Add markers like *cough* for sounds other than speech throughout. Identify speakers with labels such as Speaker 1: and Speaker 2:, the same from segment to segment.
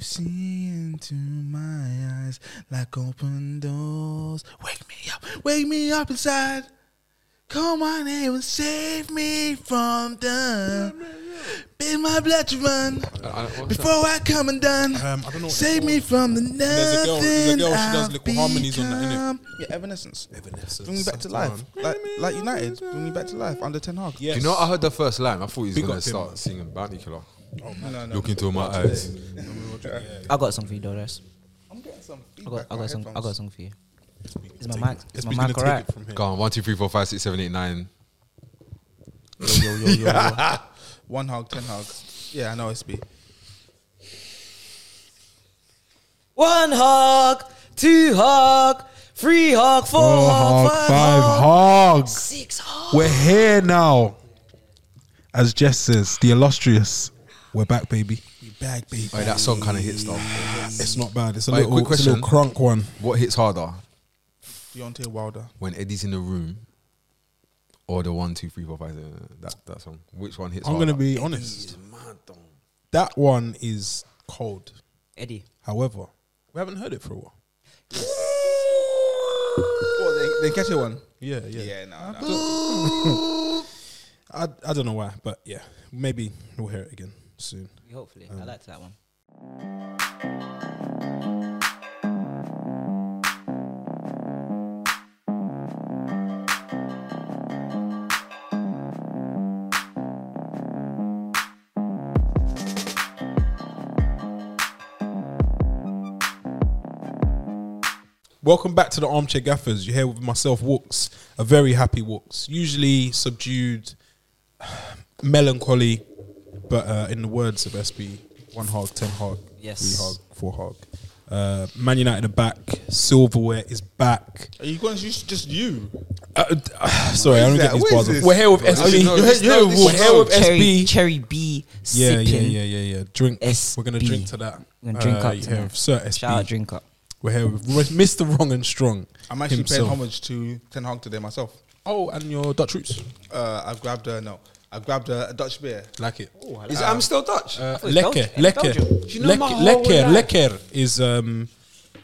Speaker 1: See into my eyes like open doors. Wake me up, wake me up inside. Call my name and save me from the. Be my blood to run
Speaker 2: Uh,
Speaker 1: before I come undone.
Speaker 2: Um, I don't know what
Speaker 1: save
Speaker 2: it's
Speaker 1: me from the nothing.
Speaker 2: there's a girl- there's a girl, she does
Speaker 1: I've
Speaker 2: little harmonies on that, innit?
Speaker 1: become. Yeah, Evanescence.
Speaker 2: Evanescence.
Speaker 1: Bring me back to life, like, like United. Bring me back to life under Ten Hag.
Speaker 2: Yes.
Speaker 3: Do you know what I heard the first line? I thought he was
Speaker 2: Big
Speaker 3: going to
Speaker 2: up him,
Speaker 3: start
Speaker 2: man.
Speaker 3: singing Bounty Killer.
Speaker 1: No, no.
Speaker 3: Look into my eyes.
Speaker 4: I got something though, that's.
Speaker 1: I'm getting some
Speaker 4: I
Speaker 1: feedback.
Speaker 4: got, I
Speaker 1: on my
Speaker 4: got some. I
Speaker 1: headphones.
Speaker 4: got something for you. Is my mic? Is
Speaker 2: Let's
Speaker 4: my
Speaker 2: begin to
Speaker 4: mic
Speaker 2: take
Speaker 4: alright?
Speaker 2: it from here.
Speaker 3: Go on, one, two, three, four, five, six, seven, eight, nine.
Speaker 4: Yo, yo, yo, yo, yo.
Speaker 1: One hog, ten hog. Yeah, I know it's B.
Speaker 4: One hog, two hog, three hog, four, hog, five, hog,
Speaker 2: hogs.
Speaker 4: six hog.
Speaker 2: We're here now. As Jess says, the illustrious. We're back, baby.
Speaker 1: Bag B.
Speaker 3: Wait, that song kind of hits though.
Speaker 2: It's not bad. It's a
Speaker 3: Wait,
Speaker 2: little,
Speaker 3: quick
Speaker 2: it's a little crunk one.
Speaker 3: What hits harder,
Speaker 1: Deontay Wilder.
Speaker 3: when Eddie's in the room, or the one, two, three, four, five, seven, that that song? Which one hits?
Speaker 2: I'm
Speaker 3: harder?
Speaker 2: gonna be honest. That one is cold.
Speaker 4: Eddie.
Speaker 2: However, we haven't heard it for a while.
Speaker 1: Oh, they, they get you one.
Speaker 2: Yeah, yeah.
Speaker 1: no, no.
Speaker 2: I, I don't know why, but yeah, maybe we'll hear it again soon.
Speaker 4: Hopefully, I liked that one.
Speaker 2: Welcome back to the Armchair Gaffers. You're here with myself, Walks, a very happy Walks. Usually subdued, *sighs* melancholy, but uh, in the words of SB, one hog, ten hog,
Speaker 4: Yes.
Speaker 2: three hog, four hog. Uh, Man United are back. Silverware is back.
Speaker 1: Are you going to use just you?
Speaker 2: Uh, uh, *sighs* sorry, I don't
Speaker 1: is
Speaker 2: get
Speaker 1: that?
Speaker 2: these
Speaker 1: What is
Speaker 2: bars. off.
Speaker 1: this?
Speaker 2: We're here with SB.
Speaker 3: no,
Speaker 2: You're
Speaker 3: this-
Speaker 2: here- you're
Speaker 3: no, this
Speaker 2: We're
Speaker 3: is
Speaker 2: here with
Speaker 4: cherry,
Speaker 2: SB.
Speaker 4: cherry B
Speaker 2: Yeah, yeah,
Speaker 4: sipping.
Speaker 2: yeah, yeah, yeah. Drink.
Speaker 4: SB.
Speaker 2: We're gonna drink to that.
Speaker 4: We're gonna drink
Speaker 2: Uh,
Speaker 4: up
Speaker 2: you're
Speaker 4: to
Speaker 2: here
Speaker 4: that.
Speaker 2: with Sir SB.
Speaker 4: Shout out, drink up.
Speaker 2: We're here with Mr. Wrong and Strong.
Speaker 1: I'm actually
Speaker 2: himself.
Speaker 1: paying homage to Ten Hog today myself.
Speaker 2: Oh, and your Dutch roots.
Speaker 1: Uh, I've grabbed a no. I've grabbed a, a Dutch beer.
Speaker 2: Like it.
Speaker 4: Oh,
Speaker 3: Is it Amstel Dutch?
Speaker 2: Uh,
Speaker 4: thought it was
Speaker 2: lekker,
Speaker 4: Belgium.
Speaker 2: lekker,
Speaker 4: Belgium.
Speaker 3: you know my
Speaker 2: lekker,
Speaker 3: whole
Speaker 2: lekker,
Speaker 3: life?
Speaker 2: lekker is um,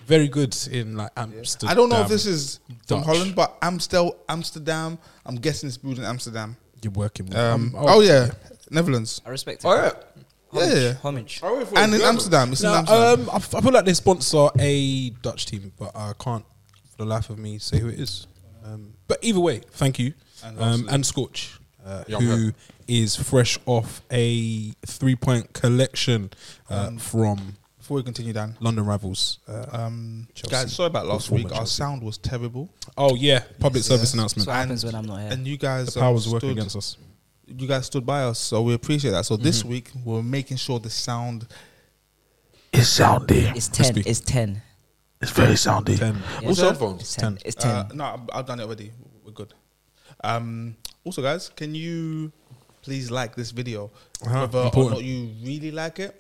Speaker 2: very good in like Amsterdam.
Speaker 1: I don't know if this is from
Speaker 2: Dutch.
Speaker 1: Holland, but Amstel, Amsterdam. I'm guessing it's brewed in Amsterdam.
Speaker 2: You're working with.
Speaker 1: Um,
Speaker 2: them.
Speaker 1: oh, yeah, Netherlands.
Speaker 4: I respect it.
Speaker 3: All right.
Speaker 1: Yeah, yeah.
Speaker 4: Homage.
Speaker 3: I went for
Speaker 1: And in
Speaker 3: German.
Speaker 1: Amsterdam, it's
Speaker 2: No,
Speaker 1: in Amsterdam.
Speaker 2: um, I, f- I feel like they sponsor a Dutch team, but I can't for the life of me say who it is. Um, but either way, thank you. Um, and Scorch, uh,
Speaker 3: Yeah,
Speaker 2: who is fresh off a three point collection uh, from
Speaker 1: Before we continue, Dan.
Speaker 2: London Rivals. Uh,
Speaker 1: Um,
Speaker 2: Chelsea.
Speaker 1: guys, sorry about last
Speaker 2: Former
Speaker 1: week. Our
Speaker 2: Chelsea.
Speaker 1: sound was terrible,
Speaker 2: oh, yeah, public service announcement.
Speaker 4: That's what happens when I'm not here.
Speaker 1: and you guys
Speaker 2: the powers
Speaker 1: um,
Speaker 2: working
Speaker 1: stood-
Speaker 2: against Mm-hmm. us.
Speaker 1: you guys stood by us, so we appreciate that. So this week we're making sure the sound
Speaker 5: It's soundy.
Speaker 4: It's ten.
Speaker 2: Crispy.
Speaker 4: It's ten.
Speaker 5: It's very soundy.
Speaker 2: Ten.
Speaker 4: Yeah.
Speaker 3: Also headphones.
Speaker 4: It's ten.
Speaker 2: Ten.
Speaker 4: It's ten.
Speaker 1: Uh, no, I've- I've done it already. We're good. Um, also, guys, can you please like this video?
Speaker 2: Uh-huh,
Speaker 1: Whether or
Speaker 2: important.
Speaker 1: not you really like it,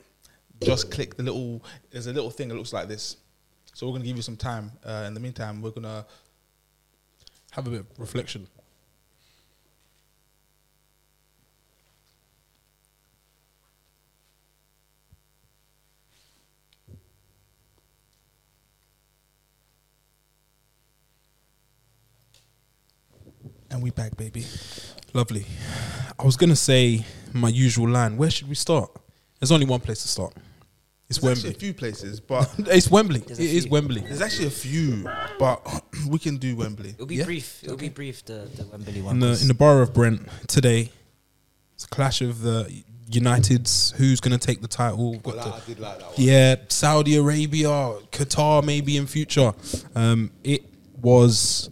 Speaker 1: just click the little. There's a little thing that looks like this. So we're gonna give you some time. Uh, in the meantime, we're gonna
Speaker 2: Have a bit of reflection.
Speaker 1: and we back, baby.
Speaker 2: Lovely. I was gonna say my usual line. Where should we start? There's only one place to start. It's
Speaker 1: There's actually
Speaker 2: Wembley.
Speaker 1: a few places, but *laughs*
Speaker 2: *laughs* It's Wembley. It
Speaker 4: There's a
Speaker 2: is
Speaker 4: few.
Speaker 2: Wembley.
Speaker 1: there's actually a few, but *clears throat* we can do Wembley.
Speaker 4: It'll be
Speaker 2: yeah.
Speaker 4: brief. It'll be brief. The the Wembley one.
Speaker 2: In the
Speaker 4: 'cause
Speaker 2: in the borough of Brent today, it's a clash of the Uniteds. Who's gonna take the title? We've got the-
Speaker 3: I did like that one.
Speaker 2: yeah, Saudi Arabia, Qatar, maybe in future. Um, it was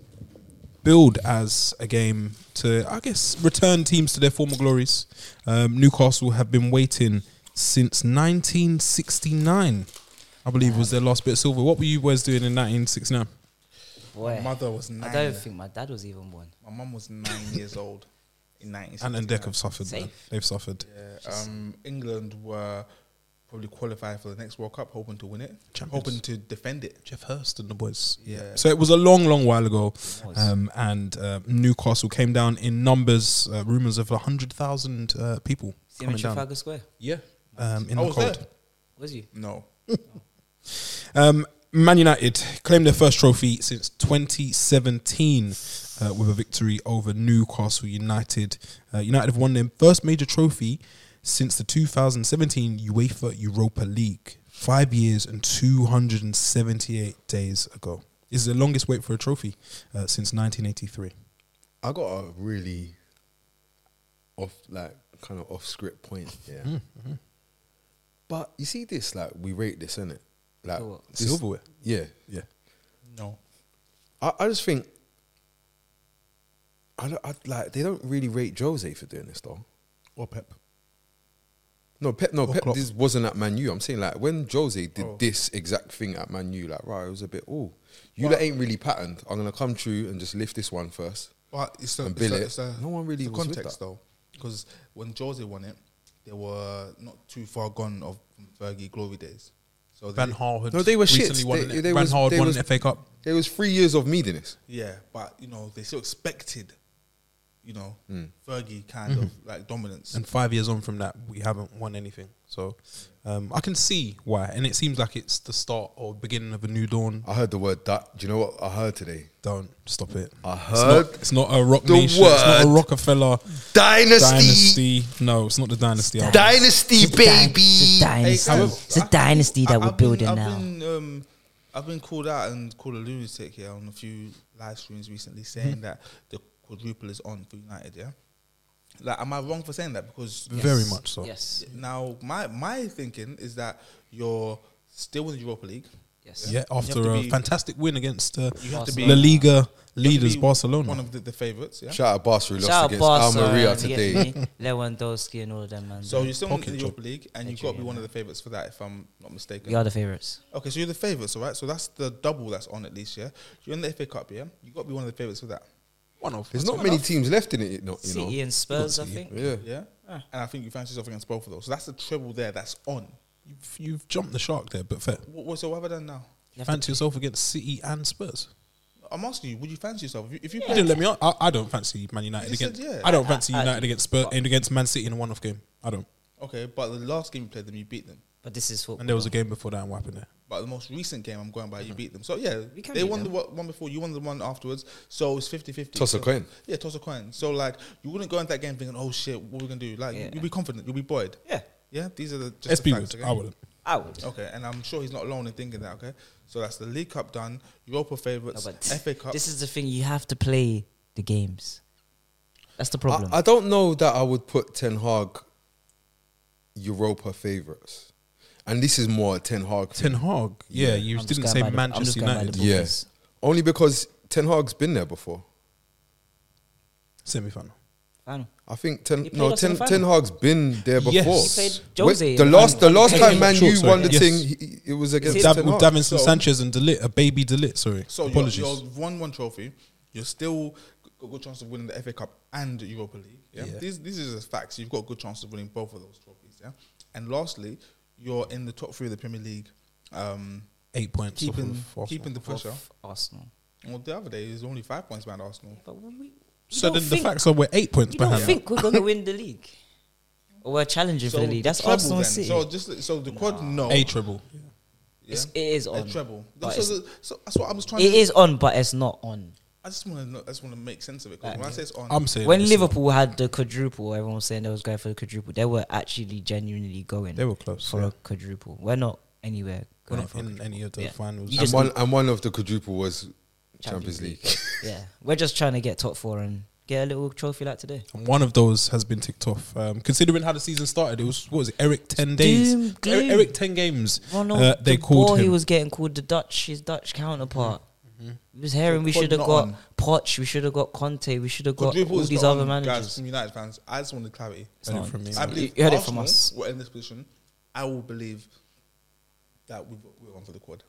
Speaker 2: billed as a game to, I guess, return teams to their former glories. Um, Newcastle have been waiting since 1969. I believe was their last bit of silver. What were you boys doing in 1969?
Speaker 1: My
Speaker 4: boy,
Speaker 1: mother was
Speaker 4: I
Speaker 1: nine.
Speaker 4: don't think my dad was even born.
Speaker 1: my mum was nine years old in 1969.
Speaker 2: And and Deck have suffered. man.
Speaker 4: Safe.
Speaker 2: They've suffered.
Speaker 1: Yeah, um, England were probably qualified for the next World Cup, hoping to win it,
Speaker 2: Champions.
Speaker 1: hoping to defend it.
Speaker 2: Jeff Hurst and the boys.
Speaker 1: Yeah.
Speaker 2: So it was a long, long while ago,
Speaker 4: was.
Speaker 2: um, and uh, Newcastle came down in numbers. Uh, rumors of hundred thousand uh, people
Speaker 4: See him in
Speaker 2: coming down.
Speaker 4: Trafalgar Square.
Speaker 2: Yeah, um, in
Speaker 1: I
Speaker 2: the
Speaker 1: was
Speaker 2: cold.
Speaker 1: there.
Speaker 4: Was you?
Speaker 1: No,
Speaker 2: Um, Man United claimed their first trophy since 2017 uh, with a victory over Newcastle United. Uh, United have won their first major trophy since the 2017 UEFA Europa League, five years and 278 days ago. It's the longest wait for a trophy uh, since 1983.
Speaker 3: I got a really off, like, kind of off script point. Yeah.
Speaker 2: Mm-hmm,
Speaker 3: But you see this, like, we rate this, innit? Like,
Speaker 4: The what?
Speaker 3: this-
Speaker 2: Silverware?
Speaker 3: Yeah, yeah.
Speaker 2: No.
Speaker 3: I, I just think, I, don't, I like, they don't really rate Jose for doing this, though.
Speaker 2: Or Pep.
Speaker 3: No, Pep. No,
Speaker 2: Or
Speaker 3: Pep.
Speaker 2: Klopp. Oh.
Speaker 3: This wasn't at Man U. I'm saying like when Jose did this exact thing at Man U, like right, it was a bit. Oh, you lot ain't really patterned. I'm gonna come through and just lift this one first.
Speaker 1: But it's the,
Speaker 3: And
Speaker 1: it's the,
Speaker 3: Billet.
Speaker 1: it's the
Speaker 3: No one
Speaker 1: it's
Speaker 3: really
Speaker 1: the
Speaker 3: was with
Speaker 1: context
Speaker 3: that.
Speaker 1: though, because when Jose won it, they were not too far gone of Fergie glory days. So
Speaker 2: Van
Speaker 1: they-
Speaker 2: Hal had
Speaker 3: No, they were
Speaker 2: recently
Speaker 3: shits.
Speaker 2: won
Speaker 3: They-
Speaker 2: an-
Speaker 3: they
Speaker 2: Van
Speaker 3: was-
Speaker 2: Hal had
Speaker 3: they
Speaker 2: won
Speaker 3: was-
Speaker 2: an FA Cup.
Speaker 3: It was three years of me doing this.
Speaker 1: Yeah, but you know they still expected, you know,
Speaker 3: Mm.
Speaker 1: Fergie kind of like dominance.
Speaker 2: and five years on from that, we haven't won anything. So um, I can see why, and it seems like it's the start or beginning of a new dawn.
Speaker 3: I heard the word that. Do you know what I heard today?
Speaker 2: Don't stop it.
Speaker 3: I
Speaker 2: It's not,
Speaker 3: heard
Speaker 2: it's not a rock
Speaker 3: the
Speaker 2: nation. It's not a
Speaker 3: word
Speaker 2: Rockefeller
Speaker 3: dynasty,
Speaker 2: dynasty. No, it's not the dynasty. album.
Speaker 3: dynasty,
Speaker 6: It's a
Speaker 3: baby.
Speaker 6: dynasty. It's a dynasty that we're
Speaker 1: I've been-
Speaker 6: building
Speaker 1: I've
Speaker 6: now.
Speaker 1: Been, um, I've been called out and called a lunatic here on a few live streams recently,
Speaker 6: Mm-hmm.
Speaker 1: saying that the quadruple is on for United. Yeah, like, am I wrong for saying that? Because
Speaker 2: Very much so.
Speaker 4: Yes.
Speaker 1: now my my thinking is that you're still in the Europa League.
Speaker 4: Yes.
Speaker 2: Yeah,
Speaker 1: You
Speaker 2: after
Speaker 1: have
Speaker 2: a
Speaker 1: to be-
Speaker 2: fantastic win against uh,
Speaker 1: You have to be
Speaker 2: La Liga
Speaker 1: you have to
Speaker 2: leaders,
Speaker 1: be
Speaker 2: Barcelona.
Speaker 1: one of the, the favourites. Yeah.
Speaker 3: Shout out Barca who lost
Speaker 4: Shout
Speaker 3: against
Speaker 4: out Barca,
Speaker 3: Almeria
Speaker 4: you get
Speaker 3: today.
Speaker 6: *laughs*
Speaker 4: me? Lewandowski and all of them, man.
Speaker 1: So you're still in the
Speaker 2: Pocket
Speaker 1: Europa League, and you've got to be one of the favourites for that, if I'm not mistaken.
Speaker 4: we are the favourites.
Speaker 1: Okay, so you're the favourites, all right? So that's the double that's on at least, yeah? You're in the FA Cup, yeah? You've got to be one of the favourites for that,
Speaker 2: One of
Speaker 3: There's not many teams left in it. Not, you know.
Speaker 4: City and Spurs, I think.
Speaker 3: Yeah.
Speaker 1: yeah? And I think you fancy yourself against both of those. So that's the treble there that's on.
Speaker 2: You've, you've jumped the shark there, but fair.
Speaker 1: What, what, so what have I done now?
Speaker 2: Fancy yourself against City and Spurs.
Speaker 1: I'm asking you, would you fancy yourself? If you, if you
Speaker 2: You
Speaker 1: play,
Speaker 2: didn't let me. Out. I, I don't fancy Man United
Speaker 1: You said,
Speaker 2: against.
Speaker 1: yeah.
Speaker 2: I don't fancy
Speaker 4: I- I-
Speaker 2: United against Spurs and against Man City in a one-off game. I don't.
Speaker 1: okay, but the last game you played them, you beat them.
Speaker 4: But this is football.
Speaker 2: And there was a game before that and what happened there.
Speaker 1: But the most recent game I'm going by, you beat them. So yeah,
Speaker 4: Mm-hmm. We can
Speaker 1: they
Speaker 4: beat
Speaker 1: won the
Speaker 4: them.
Speaker 1: one one before, you won the one afterwards. So it's 50 50.
Speaker 3: Toss a coin.
Speaker 1: Yeah, toss a coin. So like, you wouldn't go into that game thinking, oh shit, what are we going to do? Like,
Speaker 4: Yeah.
Speaker 1: you'll be confident, you'll be buoyed.
Speaker 4: yeah,
Speaker 1: Yeah, these are the. Just
Speaker 2: SP
Speaker 1: the facts,
Speaker 2: would.
Speaker 1: okay?
Speaker 2: I wouldn't.
Speaker 4: I would.
Speaker 1: Okay, and I'm sure he's not alone in thinking that. Okay, so that's the League Cup done, Europa
Speaker 4: No,
Speaker 1: favourites,
Speaker 4: but
Speaker 1: FA Cup.
Speaker 4: This is the thing. You have to play the games. That's the problem.
Speaker 3: I, I don't know that I would put Ten Hag Europa favourites, and this is more a Ten Hag. thing.
Speaker 2: Ten Hag. Yeah, you
Speaker 4: I'm just
Speaker 2: didn't
Speaker 4: going
Speaker 2: say
Speaker 4: by the- I'm just
Speaker 2: Manchester
Speaker 4: going by
Speaker 2: United.
Speaker 4: the book.
Speaker 3: Yeah.
Speaker 4: Because-
Speaker 3: only because Ten Hag's been there before.
Speaker 2: Semi final.
Speaker 4: Final.
Speaker 3: I think Ten
Speaker 4: He played
Speaker 3: no
Speaker 4: us in
Speaker 3: Ten,
Speaker 4: the
Speaker 3: Ten
Speaker 4: final.
Speaker 3: Hag's been there before.
Speaker 2: Yes.
Speaker 4: He played Jose
Speaker 3: Wait,
Speaker 4: in
Speaker 3: the
Speaker 4: the
Speaker 3: last the
Speaker 4: final.
Speaker 3: last time Man
Speaker 2: Sure,
Speaker 3: U
Speaker 2: sorry.
Speaker 3: won the
Speaker 2: Yes.
Speaker 3: thing, he- it was against
Speaker 2: With,
Speaker 3: Ten
Speaker 2: Dav- with
Speaker 3: Hag.
Speaker 2: Davinson
Speaker 1: So-
Speaker 2: Sanchez and Delit, a baby Delit, sorry.
Speaker 1: so you're,
Speaker 2: Apologies.
Speaker 1: you're won one trophy. You're still got a good chance of winning the FA Cup and Europa League. Yeah,
Speaker 2: Yeah.
Speaker 1: these these are the facts. You've got a good chance of winning both of those trophies. Yeah, and lastly, you're in the top three of the Premier League. Um,
Speaker 2: Eight points. off
Speaker 1: keeping
Speaker 2: of Arsenal.
Speaker 1: keeping the pressure.
Speaker 4: Of Arsenal.
Speaker 1: Well, the other day it was only five points behind Arsenal.
Speaker 4: But when we, you
Speaker 2: so
Speaker 4: don't
Speaker 2: then the
Speaker 4: think-
Speaker 2: facts are we're eight points
Speaker 4: You don't
Speaker 2: behind.
Speaker 4: think we're gonna win the league, or we're challenging for the league? That's
Speaker 1: treble
Speaker 4: Arsenal
Speaker 1: then.
Speaker 4: and City.
Speaker 1: So just so the quad no
Speaker 2: A treble.
Speaker 1: yeah?
Speaker 4: it's, it is
Speaker 1: a
Speaker 4: on.
Speaker 1: treble.
Speaker 4: but
Speaker 1: So,
Speaker 4: it's-
Speaker 1: so, so that's what I was trying.
Speaker 4: It
Speaker 1: to
Speaker 4: is on, but it's not on.
Speaker 1: I just want to know. I just want to make sense of it. 'cause when I say it's on,
Speaker 2: I'm saying
Speaker 4: when
Speaker 2: it's
Speaker 4: Liverpool had the quadruple, everyone was saying they was going for the quadruple. They were actually genuinely going.
Speaker 2: They were close,
Speaker 4: for
Speaker 2: yeah.
Speaker 4: a quadruple. We're not anywhere.
Speaker 2: not- We're
Speaker 4: Going
Speaker 2: not
Speaker 4: for a
Speaker 2: in any of the
Speaker 4: Yeah.
Speaker 2: finals.
Speaker 4: You
Speaker 3: And
Speaker 4: just-
Speaker 3: one and one of the quadruple was
Speaker 4: Champions
Speaker 3: Champions League.
Speaker 4: yeah, we're just trying to get top four and get a little trophy like today.
Speaker 2: And one of those has been ticked off. Um, considering how the season started, it was what was it? Eric ten days. Er,
Speaker 4: Doom,
Speaker 2: Eric,
Speaker 4: gloom.
Speaker 2: Eric ten games.
Speaker 4: Ronald,
Speaker 2: uh, they
Speaker 4: De
Speaker 2: called
Speaker 4: Boer,
Speaker 2: him.
Speaker 4: He was getting called the Dutch, his Dutch counterpart.
Speaker 1: Mm-hmm.
Speaker 4: We was hearing we
Speaker 1: Quad
Speaker 4: should have
Speaker 1: not
Speaker 4: got
Speaker 1: on.
Speaker 4: Poch, we should have got Conte, we should have got
Speaker 1: Quadruple
Speaker 4: all
Speaker 1: is
Speaker 4: these
Speaker 1: not
Speaker 4: other
Speaker 1: on,
Speaker 4: managers.
Speaker 1: Guys, from United fans, I just wanted clarity.
Speaker 4: It's not
Speaker 2: it from
Speaker 4: on.
Speaker 2: me,
Speaker 1: I
Speaker 2: man.
Speaker 1: believe
Speaker 4: you heard it from
Speaker 1: Arsenal
Speaker 4: us.
Speaker 1: We're in this position. I will believe that we we're on for the quad.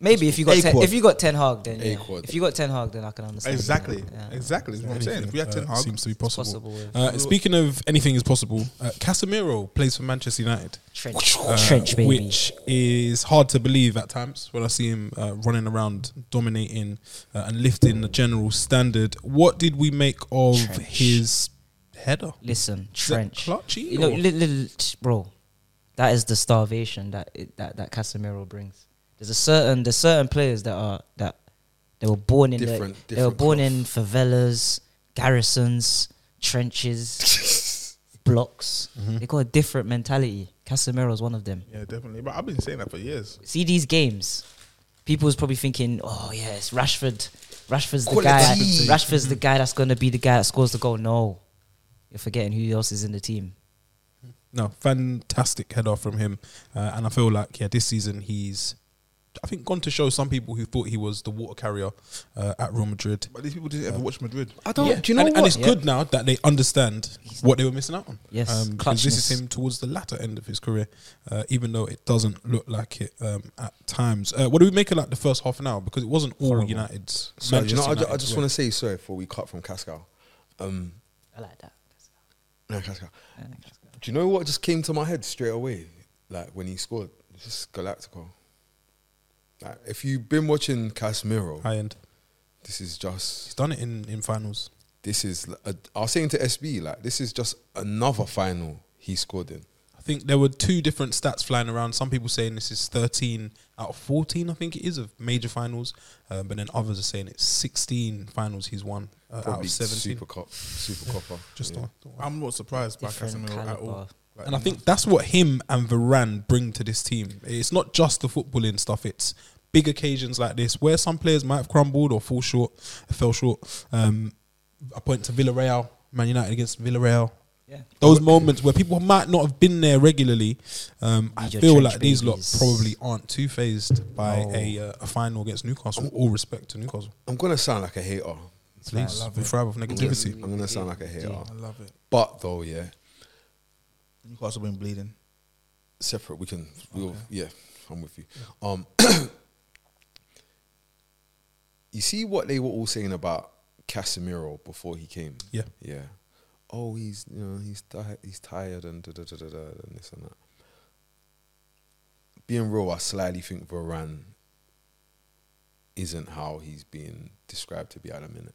Speaker 4: Maybe if you got
Speaker 2: A
Speaker 4: ten,
Speaker 2: quad.
Speaker 4: if you got Ten Hag, then
Speaker 3: A
Speaker 4: yeah.
Speaker 3: quad.
Speaker 4: if you got Ten Hag, then I can understand.
Speaker 1: Exactly,
Speaker 4: Yeah.
Speaker 1: exactly. Is what I'm saying.
Speaker 2: Anything,
Speaker 1: If we had
Speaker 2: uh,
Speaker 1: ten Hag,
Speaker 2: seems to be
Speaker 4: It's
Speaker 2: possible.
Speaker 4: possible. yeah.
Speaker 2: Uh, speaking of anything is possible, uh, Casemiro plays for Manchester United.
Speaker 4: Trench,
Speaker 2: uh,
Speaker 4: trench, baby.
Speaker 2: which is hard to believe at times when I see him uh, running around, dominating uh, and lifting the general standard. What did we make of
Speaker 4: Trench.
Speaker 2: his header?
Speaker 4: Listen,
Speaker 2: Is that
Speaker 4: trench.
Speaker 2: clutchy
Speaker 4: You know,
Speaker 2: or-
Speaker 4: li- li- li- t- bro. that is the starvation that it, that that Casemiro brings. There's a certain there's certain players that are that they were born
Speaker 3: *laughs*
Speaker 4: in
Speaker 2: uh,
Speaker 3: Different-
Speaker 4: the, they were
Speaker 3: different
Speaker 4: born in favelas, garrisons, trenches, blocks. They got a different mentality. Casemiro's one of them.
Speaker 7: Yeah, definitely. But I've been saying that for years.
Speaker 4: See these games, people's probably thinking, "Oh yeah, it's Rashford. Rashford's the
Speaker 3: Quality.
Speaker 4: guy. Rashford's the guy that's gonna be the guy that scores the goal." No, you're forgetting who else is in the team.
Speaker 2: No, fantastic header from him, uh, and I feel like yeah, this season he's, I think, gone to show some people who thought he was the water carrier uh, at Real Madrid.
Speaker 7: But these people didn't ever watch Madrid.
Speaker 3: I don't. Do you know
Speaker 2: and,
Speaker 3: what?
Speaker 2: and it's
Speaker 4: Yeah.
Speaker 2: good now that they understand what they were missing out on. Um,
Speaker 4: Yes,
Speaker 2: because this
Speaker 4: clutchness.
Speaker 2: is him towards the latter end of his career, uh, even though it doesn't look like it um, at times. Uh, what do we make of like the first half an hour? Because it wasn't all United's.
Speaker 3: Sorry, do you know, I, ju- I
Speaker 2: United's
Speaker 3: just
Speaker 2: way.
Speaker 3: want to say sorry before we cut from Cascal. Um,
Speaker 4: I like that.
Speaker 3: no, Cascal. Do you know what just came to my head straight away? Like when he scored, it's just Galactico. Like if you've been watching Casemiro,
Speaker 2: high end.
Speaker 3: this is just
Speaker 2: He's done it in in finals.
Speaker 3: this is. l- a- I was saying to SB like this is just another final he scored in.
Speaker 2: I think there were two different stats flying around. Some people saying this is 13 out of 14, I think it is, of major finals. Um, but then others are saying it's 16 finals he's won uh, out
Speaker 3: Probably
Speaker 2: of 17.
Speaker 3: super cup, super copper.
Speaker 2: Just
Speaker 3: yeah.
Speaker 2: the one- the one.
Speaker 7: I'm not surprised by
Speaker 4: Different
Speaker 7: Casemiro at all.
Speaker 4: caliber.
Speaker 7: Like,
Speaker 2: And I think that's what him and Varane bring to this team. It's not just the footballing stuff, it's big occasions like this where some players might have crumbled or fall short, fell short. Um, I point to Villarreal, Man United against Villarreal.
Speaker 4: Yeah.
Speaker 2: Those moments where people might not have been there regularly, um, I
Speaker 4: Need your
Speaker 2: feel
Speaker 4: trench
Speaker 2: like these lot
Speaker 4: babies.
Speaker 2: probably aren't too phased by
Speaker 4: No.
Speaker 2: a uh, a final against Newcastle. All respect to Newcastle.
Speaker 3: I'm gonna sound like a hater.
Speaker 2: Please, we thrive off negativity.
Speaker 3: I'm gonna sound like a hater.
Speaker 7: I love it.
Speaker 3: But though, yeah,
Speaker 7: Newcastle been bleeding.
Speaker 3: separate. We can. We'll. Yeah, I'm with you. Um, *coughs* you see what they were all saying about Casemiro before he came.
Speaker 2: Yeah.
Speaker 3: Yeah. Oh, he's you know he's di- he's tired and da da da da da and this and that. Being real, I slightly think Varane isn't how he's being described to be at the minute.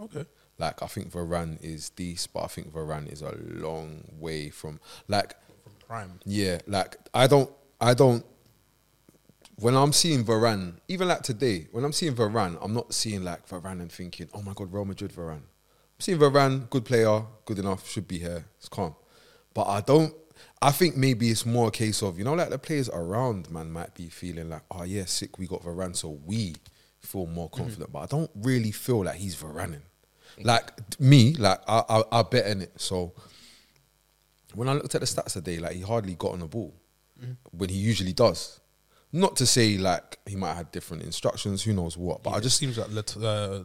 Speaker 2: Okay.
Speaker 3: Like I think Varane is this, but I think Varane is a long way from like
Speaker 2: Prime.
Speaker 3: yeah, like I don't, I don't. When I'm seeing Varane, even like today, when I'm seeing Varane, I'm not seeing like Varane and thinking, "Oh my God, Real Madrid Varane." I'm seeing Varane, good player, good enough, should be here. It's calm, but I don't. I think maybe it's more a case of you know, like the players around man might be feeling like, "Oh yeah, sick, we got Varane, so we feel more confident." But I don't really feel like he's Varaneing. Like me, like I, I, I bet in it. So when I looked at the stats today, like he hardly got on the ball when he usually does. Not to say like he might have had different instructions, who knows what, but I
Speaker 2: It
Speaker 3: just
Speaker 2: just seems like Lat- uh,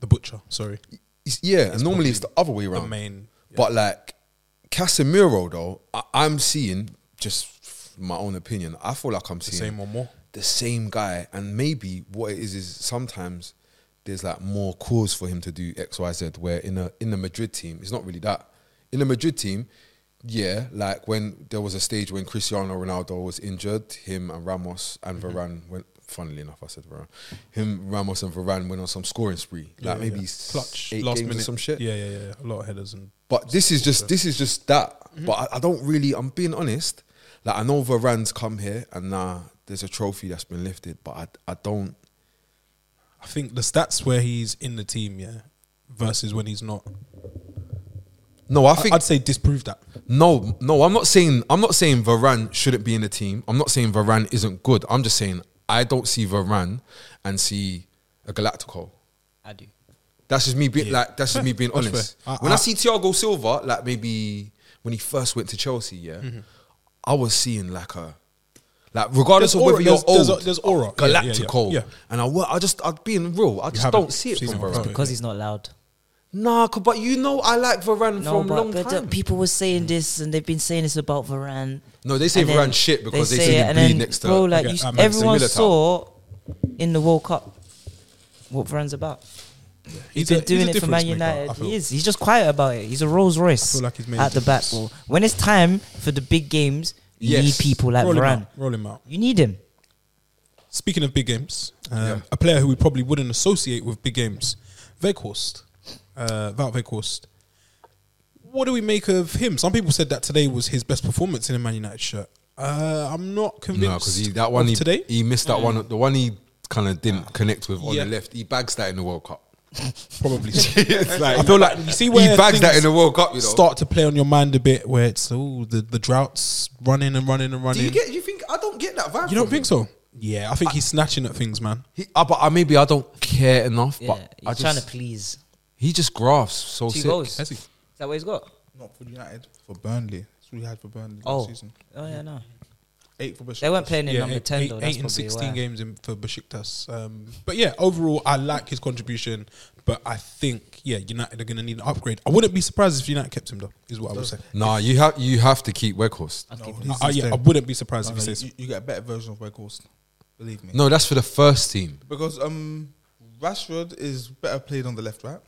Speaker 2: the butcher. Sorry.
Speaker 3: it's- yeah. And normally it's the other way around.
Speaker 2: main-
Speaker 3: but like Casemiro though, I, I'm seeing just my own opinion. I feel like I'm seeing
Speaker 2: Same or more.
Speaker 3: the same guy, and maybe what it is is sometimes there's like more cause for him to do X, Y, Z. Where in a in the Madrid team, it's not really that. In the Madrid team, yeah, like when there was a stage when Cristiano Ronaldo was injured, him and Ramos and
Speaker 2: Mm-hmm.
Speaker 3: Varane went. Funnily enough, I said Varane. Him, Ramos, and Varane went on some scoring spree, like maybe s-
Speaker 2: clutch
Speaker 3: eight
Speaker 2: last
Speaker 3: games
Speaker 2: minute
Speaker 3: or some shit.
Speaker 2: Yeah, yeah, yeah. A lot of headers and
Speaker 3: But this is just this is just that.
Speaker 2: Mm-hmm.
Speaker 3: But I, I don't really. I'm being honest. Like I know Varane's come here, and now there's a trophy that's been lifted. But I I don't.
Speaker 2: I think the stats where he's in the team, yeah, versus when he's not.
Speaker 3: No, I
Speaker 2: I
Speaker 3: think
Speaker 2: would say disprove that.
Speaker 3: no, no. I'm not saying I'm not saying Varane shouldn't be in the team. I'm not saying Varane isn't good. I'm just saying I don't see Varane and see a Galactico.
Speaker 4: I do.
Speaker 3: That's just me being like that's just me being
Speaker 2: That's
Speaker 3: honest.
Speaker 2: fair. I-
Speaker 3: when I,
Speaker 2: I-
Speaker 3: see Thiago Silva, like maybe when he first went to Chelsea, yeah,
Speaker 2: Mm-hmm.
Speaker 3: I was seeing like a like regardless of
Speaker 2: There's aura,
Speaker 3: whether you're
Speaker 2: there's- there's
Speaker 3: old,
Speaker 2: a- there's aura. Yeah, yeah, yeah,
Speaker 3: Galactico,
Speaker 2: yeah.
Speaker 3: and I, wa- I just I'm being real, I just
Speaker 2: haven't
Speaker 3: don't see it
Speaker 2: seen
Speaker 3: from
Speaker 2: it from
Speaker 3: Varane.
Speaker 2: Varane.
Speaker 4: Because he's not loud.
Speaker 3: Nah, 'cause- but you know I like Varane
Speaker 4: No,
Speaker 3: from
Speaker 4: but,
Speaker 3: long
Speaker 4: but
Speaker 3: time.
Speaker 4: the people were saying this, and they've been saying this about Varane.
Speaker 3: No, they say
Speaker 4: And then
Speaker 3: Varane shit because they, say
Speaker 4: it,
Speaker 3: he
Speaker 4: and
Speaker 3: bleed
Speaker 4: then,
Speaker 3: next to
Speaker 4: bro, like
Speaker 2: Okay, uh,
Speaker 4: you,
Speaker 2: that makes
Speaker 4: everyone
Speaker 3: sense.
Speaker 4: saw in the World Cup what Varane's about. He's been
Speaker 2: a-
Speaker 4: doing
Speaker 2: a
Speaker 4: it for Man
Speaker 2: difference maker,
Speaker 4: United.
Speaker 2: I feel.
Speaker 4: he is. He's just quiet about it. He's a Rolls Royce
Speaker 2: I feel like he's made a
Speaker 4: at the back.
Speaker 2: difference.
Speaker 4: Well, when it's time for the big games, you
Speaker 3: Yes.
Speaker 4: need people like
Speaker 2: roll him
Speaker 4: Varane.
Speaker 2: out. Roll him out.
Speaker 4: You need him.
Speaker 2: Speaking of big games, um,
Speaker 3: Yeah.
Speaker 2: a player who we probably wouldn't associate with big games, Weghorst, uh, Wout Weghorst. what do we make of him? Some people said that today was his best performance in a Man United shirt. Uh, I'm not convinced.
Speaker 3: No, because that one
Speaker 2: of
Speaker 3: he,
Speaker 2: today.
Speaker 3: he missed
Speaker 4: Mm.
Speaker 3: that one. The one he kind of didn't connect with on
Speaker 2: Yeah.
Speaker 3: the left. He bags that in the World Cup. *laughs*
Speaker 2: Probably.
Speaker 3: It's like-
Speaker 2: I feel like you see
Speaker 3: he
Speaker 2: where
Speaker 3: bags that
Speaker 2: things
Speaker 3: in the World Cup. You know.
Speaker 2: start to play on your mind a bit, where it's oh the the droughts running and running and running.
Speaker 3: Do you get? You think I don't get that vibe?
Speaker 2: You don't
Speaker 3: from
Speaker 2: think
Speaker 3: him.
Speaker 2: so? Yeah, I think he's snatching at things, man.
Speaker 3: He, uh, but uh, maybe I don't care enough.
Speaker 4: Yeah,
Speaker 3: but I
Speaker 4: he's trying to
Speaker 3: just,
Speaker 4: please.
Speaker 3: he just grasps so
Speaker 4: Two
Speaker 3: sick.
Speaker 4: goals.
Speaker 2: Has he?
Speaker 4: Is that what he's got?
Speaker 7: Not for United, for Burnley. That's what he had for Burnley
Speaker 4: Oh,
Speaker 7: last season.
Speaker 4: oh yeah, no.
Speaker 7: Eight for Bashir.
Speaker 4: They weren't playing in number
Speaker 2: eight-
Speaker 4: ten
Speaker 2: eight-
Speaker 4: though. That's
Speaker 2: eight and
Speaker 4: probably
Speaker 2: sixteen
Speaker 4: why.
Speaker 2: games in for Besiktas. Um, but yeah, overall, I like his contribution. But I think yeah, United are going to need an upgrade. I wouldn't be surprised if United kept him though. Is what I would say.
Speaker 3: Nah, you have you have to keep Weghorst.
Speaker 4: I'd keep him.
Speaker 7: he's
Speaker 2: I, I- yeah, I wouldn't be surprised
Speaker 7: No,
Speaker 2: if he
Speaker 7: no,
Speaker 2: says
Speaker 7: you, you get a better version of Weghorst. Believe me.
Speaker 3: No, that's for the first team.
Speaker 7: Because um, Rashford is better played on the left, right?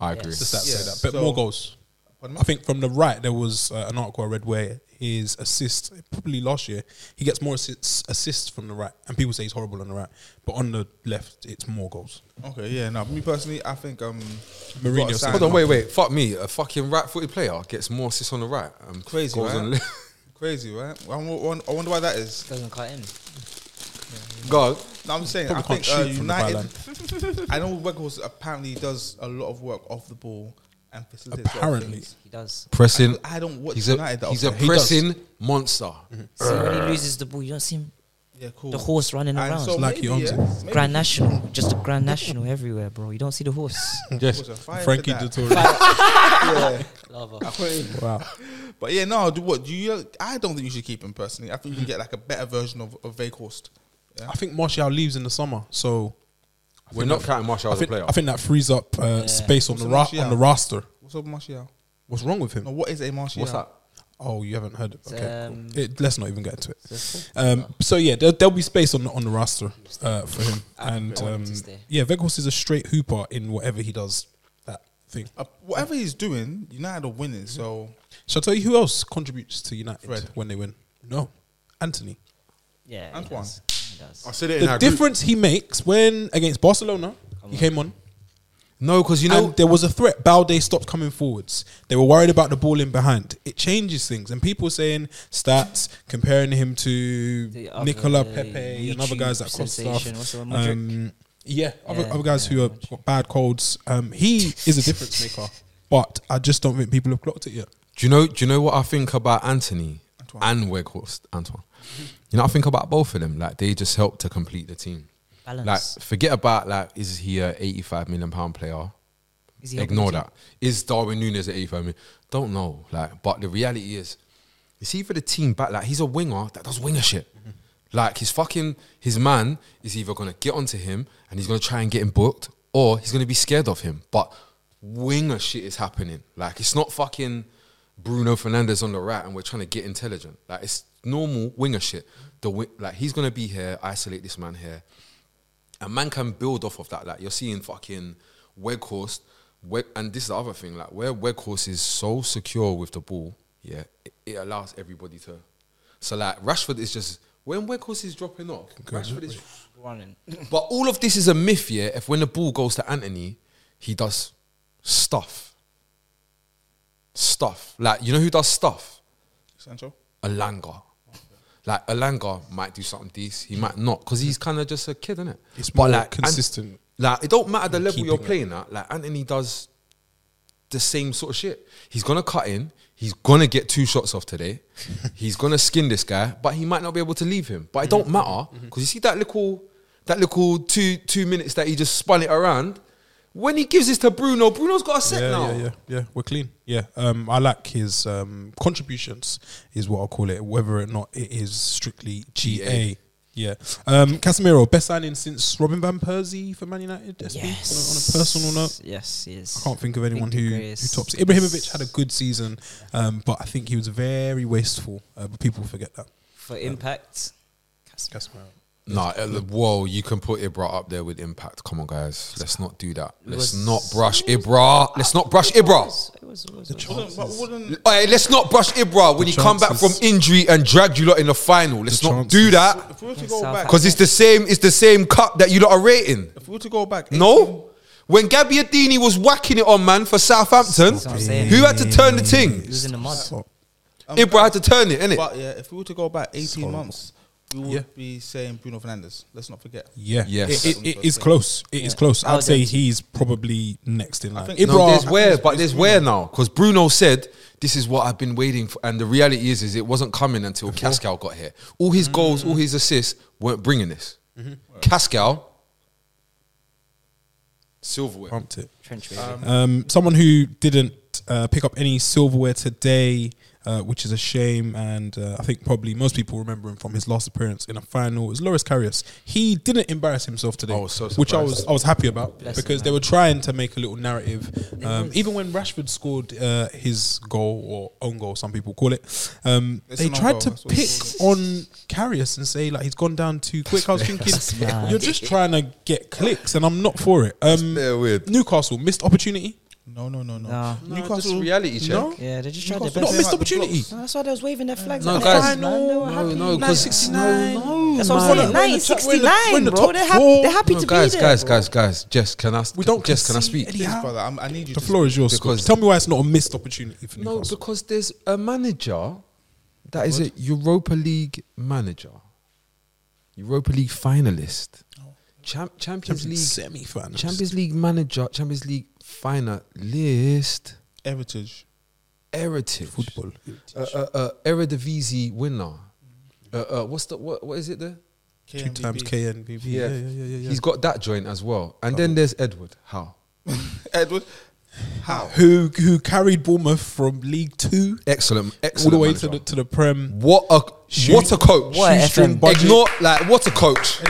Speaker 3: I agree.
Speaker 2: the stats say
Speaker 7: Yeah,
Speaker 2: that. But
Speaker 7: so-
Speaker 2: more goals.
Speaker 7: Pardon
Speaker 2: I think from the right there was uh, an article I read where his assist probably last year he gets more assists, assists from the right, and people say he's horrible on the right, but on the left it's more goals.
Speaker 7: Okay, yeah. No, me personally, I think um,
Speaker 2: Mourinho
Speaker 7: got a
Speaker 2: said-
Speaker 7: sign
Speaker 3: Hold on,
Speaker 7: up.
Speaker 3: wait, wait. Fuck me. A fucking right-footed player gets more assists on the right. Um,
Speaker 7: Crazy,
Speaker 3: goals
Speaker 7: right?
Speaker 3: on the *laughs* left.
Speaker 7: Crazy, right? I wonder, I wonder why that is.
Speaker 4: Doesn't cut in.
Speaker 3: God,
Speaker 7: No, I'm saying
Speaker 2: Probably
Speaker 7: I think
Speaker 2: can't
Speaker 7: uh,
Speaker 2: shoot from the
Speaker 7: United. I know Weghorst apparently does a lot of work off the ball and facilitates. a lot of
Speaker 2: Apparently.
Speaker 7: things.
Speaker 4: He does.
Speaker 3: pressing.
Speaker 7: I don't watch
Speaker 3: He's a
Speaker 7: United. that
Speaker 3: he's a
Speaker 7: often.
Speaker 2: He does. Mm-hmm.
Speaker 3: pressing monster.
Speaker 4: See when
Speaker 2: Uh,
Speaker 4: he loses the ball, you don't see him.
Speaker 7: yeah, cool.
Speaker 4: The
Speaker 7: *laughs*
Speaker 4: horse running
Speaker 7: And
Speaker 4: around.
Speaker 7: so
Speaker 2: Like he
Speaker 7: maybe,
Speaker 2: owns
Speaker 7: yeah, maybe
Speaker 4: Grand National, just a Grand National everywhere, bro. You don't see the horse.
Speaker 3: Yes.
Speaker 7: Weghorst are fired for
Speaker 2: Frankie
Speaker 7: that.
Speaker 2: Dettori.
Speaker 7: Yeah. I
Speaker 4: Lava.
Speaker 7: couldn't-
Speaker 2: wow.
Speaker 7: But yeah, no. Do what? Do you? I don't think you should keep him personally. I think you can get like a better version of of Weghorst.
Speaker 2: I think Martial leaves in the summer, so I
Speaker 3: We're
Speaker 2: think
Speaker 3: not
Speaker 2: that-
Speaker 3: counting Martial
Speaker 2: I
Speaker 3: as a
Speaker 2: think,
Speaker 3: player.
Speaker 2: I think that frees up uh, space on
Speaker 7: What's
Speaker 2: the
Speaker 7: a
Speaker 2: ra-
Speaker 7: Martial?
Speaker 2: on the roster.
Speaker 7: What's up, with Martial?
Speaker 2: What's wrong with him?
Speaker 7: No, what is a Martial?
Speaker 3: What's that?
Speaker 2: Oh, you haven't heard it. Okay, cool.
Speaker 4: Um,
Speaker 2: it, let's not even get into it. Um, so yeah, there, there'll be space on the- on the roster uh, for him, and
Speaker 4: I want him
Speaker 2: um,
Speaker 4: to stay.
Speaker 2: yeah, Veghorst is a straight hooper in whatever he does. That thing.
Speaker 7: Uh, whatever he's doing, United are winning. So
Speaker 2: Shall I tell you who else contributes to United
Speaker 7: Fred.
Speaker 2: when they win? No, Anthony.
Speaker 4: Yeah. he
Speaker 7: Antoine.
Speaker 4: does. He does.
Speaker 3: I said it
Speaker 2: the difference he makes when against Barcelona, he came on.
Speaker 3: No, because you
Speaker 2: You
Speaker 3: know
Speaker 2: know, there was a threat. Balde stopped coming forwards. They were worried about the ball in behind. It changes things. And people saying stats, comparing him to
Speaker 4: The other
Speaker 2: Nicola Pepe and other
Speaker 4: YouTube
Speaker 2: guys that cost stuff.
Speaker 4: sensation. What's the one, Mudrick?
Speaker 2: Um, yeah, other,
Speaker 4: Yeah,
Speaker 2: other guys
Speaker 4: yeah,
Speaker 2: who have
Speaker 4: Mudrick.
Speaker 2: got bad colds. Um, he is a difference
Speaker 4: *laughs*
Speaker 2: maker, but I just don't think people have clocked it yet.
Speaker 3: Do you know? Do you know what I think about Anthony
Speaker 7: Antoine.
Speaker 3: and Weghorst, Antoine? You know, I think about both of them. Like they just help to complete the team.
Speaker 4: Balance.
Speaker 3: Like forget about like is he a eighty-five million pound player?
Speaker 4: Is helping
Speaker 3: Ignore
Speaker 4: the team?
Speaker 3: that. Is Darwin Nunes an eighty-five million? Don't know. Like, but the reality is, it's either the team back. Like he's a winger that does winger shit. Like his fucking his man is either gonna get onto him and he's gonna try and get him booked, or he's gonna be scared of him. But winger shit is happening. Like it's not fucking Bruno Fernandez on the right and we're trying to get intelligent. Like it's normal winger shit. The wi- like he's gonna be here, isolate this man here. A man can build off of that. Like you're seeing fucking Weghorst, Weg- and this is the other thing. Like where Weghorst is so secure with the ball, yeah, it, it allows everybody to. So like Rashford is just when Weghorst is dropping off, Rashford is.
Speaker 4: Running.
Speaker 3: But all of this is a myth, yeah. If when the ball goes to Anthony, he does stuff. Stuff like you know who does stuff.
Speaker 7: Sancho.
Speaker 3: Alanga. Like Alanga might do something decent, he might not, because he's kind of just a kid, isn't it?
Speaker 2: It's more consistent.
Speaker 3: like it don't matter the level you're
Speaker 2: keeping it.
Speaker 3: playing at. Like Anthony does the same sort of shit. He's gonna cut in. He's gonna get two shots off
Speaker 2: *laughs*
Speaker 3: today. he's gonna skin this guy, but he might not be able to leave him. But it
Speaker 2: Mm-hmm.
Speaker 3: don't matter because you see that little, that little two two minutes that he just spun it around. When he gives this to Bruno, Bruno's got a set
Speaker 2: yeah,
Speaker 3: now.
Speaker 2: yeah, yeah, yeah. We're clean. Yeah, um, I like his um, contributions, is what I'll call it. Whether or not it is strictly GA. Yeah, um, Casemiro, best signing since Robin van Persie for Man United. SP, on a-
Speaker 4: Yes.
Speaker 2: On, a, personal note,
Speaker 4: Yes,
Speaker 2: I
Speaker 4: yes.
Speaker 2: can't think of anyone
Speaker 4: Think the
Speaker 2: who, who
Speaker 4: greatest.
Speaker 2: tops. it. Ibrahimovic had a good season, um, but I think he was very wasteful. Uh, but people forget that.
Speaker 4: For impact. Cas-
Speaker 2: Casemiro.
Speaker 3: Nah, uh, look, whoa, you can put Ibra up there with impact. Come on, guys. Let's not do that. Let's
Speaker 4: Was-
Speaker 3: not brush Ibra. Let's not brush Ibra.
Speaker 4: It was, it was, it was-
Speaker 7: Wouldn't, but wouldn't
Speaker 3: Hey, let's not brush Ibra when he come back from
Speaker 2: chances.
Speaker 3: injury and dragged you lot in the final. Let's
Speaker 2: The
Speaker 3: not do
Speaker 2: chances.
Speaker 3: that.
Speaker 7: if we were to go back?
Speaker 3: Because it's the same, it's the same cup that you lot are rating.
Speaker 7: If we were to go back,
Speaker 3: No? When Gabbiadini was whacking it on man for Southampton,
Speaker 4: That's what I'm saying.
Speaker 3: who had to turn the thing?
Speaker 4: He was in the mud.
Speaker 3: Ibra had to turn it, innit?
Speaker 7: But yeah, if we were to go back 18 months, we would be saying Bruno Fernandes. Let's not forget.
Speaker 2: Yeah,
Speaker 3: Yes.
Speaker 2: It- it- it is close. It is close.
Speaker 4: How
Speaker 2: I'd say
Speaker 4: did-
Speaker 2: he's probably next in line.
Speaker 7: think-
Speaker 3: No,
Speaker 2: Ibra,
Speaker 3: there's where, but there's where now because Bruno said this is what I've been waiting for, and the reality is, is it wasn't coming until Cascal got here. All his goals, all his assists weren't bringing this. Cascal, silverware.
Speaker 2: pumped it.
Speaker 4: Trench baby.
Speaker 2: Um, someone who didn't uh, pick up any silverware today, uh, which is a shame, and uh, I think probably most people remember him from his last appearance in a final. Was Loris Karius? He didn't embarrass himself today,
Speaker 3: I was so
Speaker 2: which I
Speaker 3: surprised.
Speaker 2: was I was happy about
Speaker 4: Bless him,
Speaker 2: because they
Speaker 4: man.
Speaker 2: were trying to make a little narrative. Um, even when Rashford scored uh, his goal or own goal, some people call it, um,
Speaker 7: It's
Speaker 2: they
Speaker 7: an own
Speaker 2: tried
Speaker 7: goal,
Speaker 2: to
Speaker 7: that's what
Speaker 2: pick
Speaker 7: it's
Speaker 2: on Karius and say like he's gone down too quick. I was
Speaker 7: *laughs*
Speaker 2: thinking
Speaker 4: mad.
Speaker 2: you're just trying to get clicks, and I'm not for it. Um,
Speaker 3: They're weird.
Speaker 2: Newcastle missed opportunity.
Speaker 7: No, no, no, no.
Speaker 4: Nah.
Speaker 3: Newcastle reality check.
Speaker 2: No,
Speaker 4: Yeah, they just tried their best.
Speaker 7: Newcastle-
Speaker 2: not missed
Speaker 7: They like the
Speaker 2: opportunity.
Speaker 7: blocks.
Speaker 4: No, that's why they was waving their flags.
Speaker 3: No,
Speaker 4: at
Speaker 3: guys,
Speaker 4: us, man. They were happy.
Speaker 3: No, because
Speaker 4: That's what I'm saying.
Speaker 2: We're in the top- we're in
Speaker 4: 90,
Speaker 2: the- we're in
Speaker 4: 69,
Speaker 2: the
Speaker 4: bro.
Speaker 2: top
Speaker 4: They're, hap-
Speaker 2: four.
Speaker 4: they're happy to
Speaker 3: guys,
Speaker 4: be there.
Speaker 3: guys,
Speaker 4: bro.
Speaker 3: guys, guys. Jess, can I?
Speaker 2: We don't
Speaker 3: Jess, can I
Speaker 2: concede
Speaker 3: speak?
Speaker 2: any-
Speaker 7: Please,
Speaker 2: Yeah.
Speaker 7: brother, I'm, um, I need you.
Speaker 2: The
Speaker 7: to
Speaker 2: floor is yours.
Speaker 3: Because-
Speaker 2: Because tell me why it's not a missed opportunity for
Speaker 3: No,
Speaker 2: Newcastle.
Speaker 3: because there's a manager that is a Europa League manager, Europa League finalist,
Speaker 2: Oh.
Speaker 3: Champ- Champions, League,
Speaker 2: semi final.
Speaker 3: Champions League manager, Champions League finalist,
Speaker 7: Heritage.
Speaker 3: heritage,
Speaker 2: football.
Speaker 3: uh, uh, uh, Eredivisie winner. Uh, uh, what's the what? What is it there?
Speaker 2: Two
Speaker 7: KMVB.
Speaker 2: times KNBB. Yeah, yeah, yeah, yeah. yeah. Oh.
Speaker 3: He's got that joint as well, and then there's Edward How
Speaker 7: Edward. How?
Speaker 2: who who carried Bournemouth from League Two
Speaker 3: Excellent, excellent.
Speaker 2: all the way to
Speaker 3: manager.
Speaker 2: the to the Prem.
Speaker 3: What a
Speaker 2: Shoe-
Speaker 3: what a coach.
Speaker 4: What a
Speaker 2: Shoestring
Speaker 4: FM.
Speaker 2: budget.
Speaker 3: Ignore like what a coach.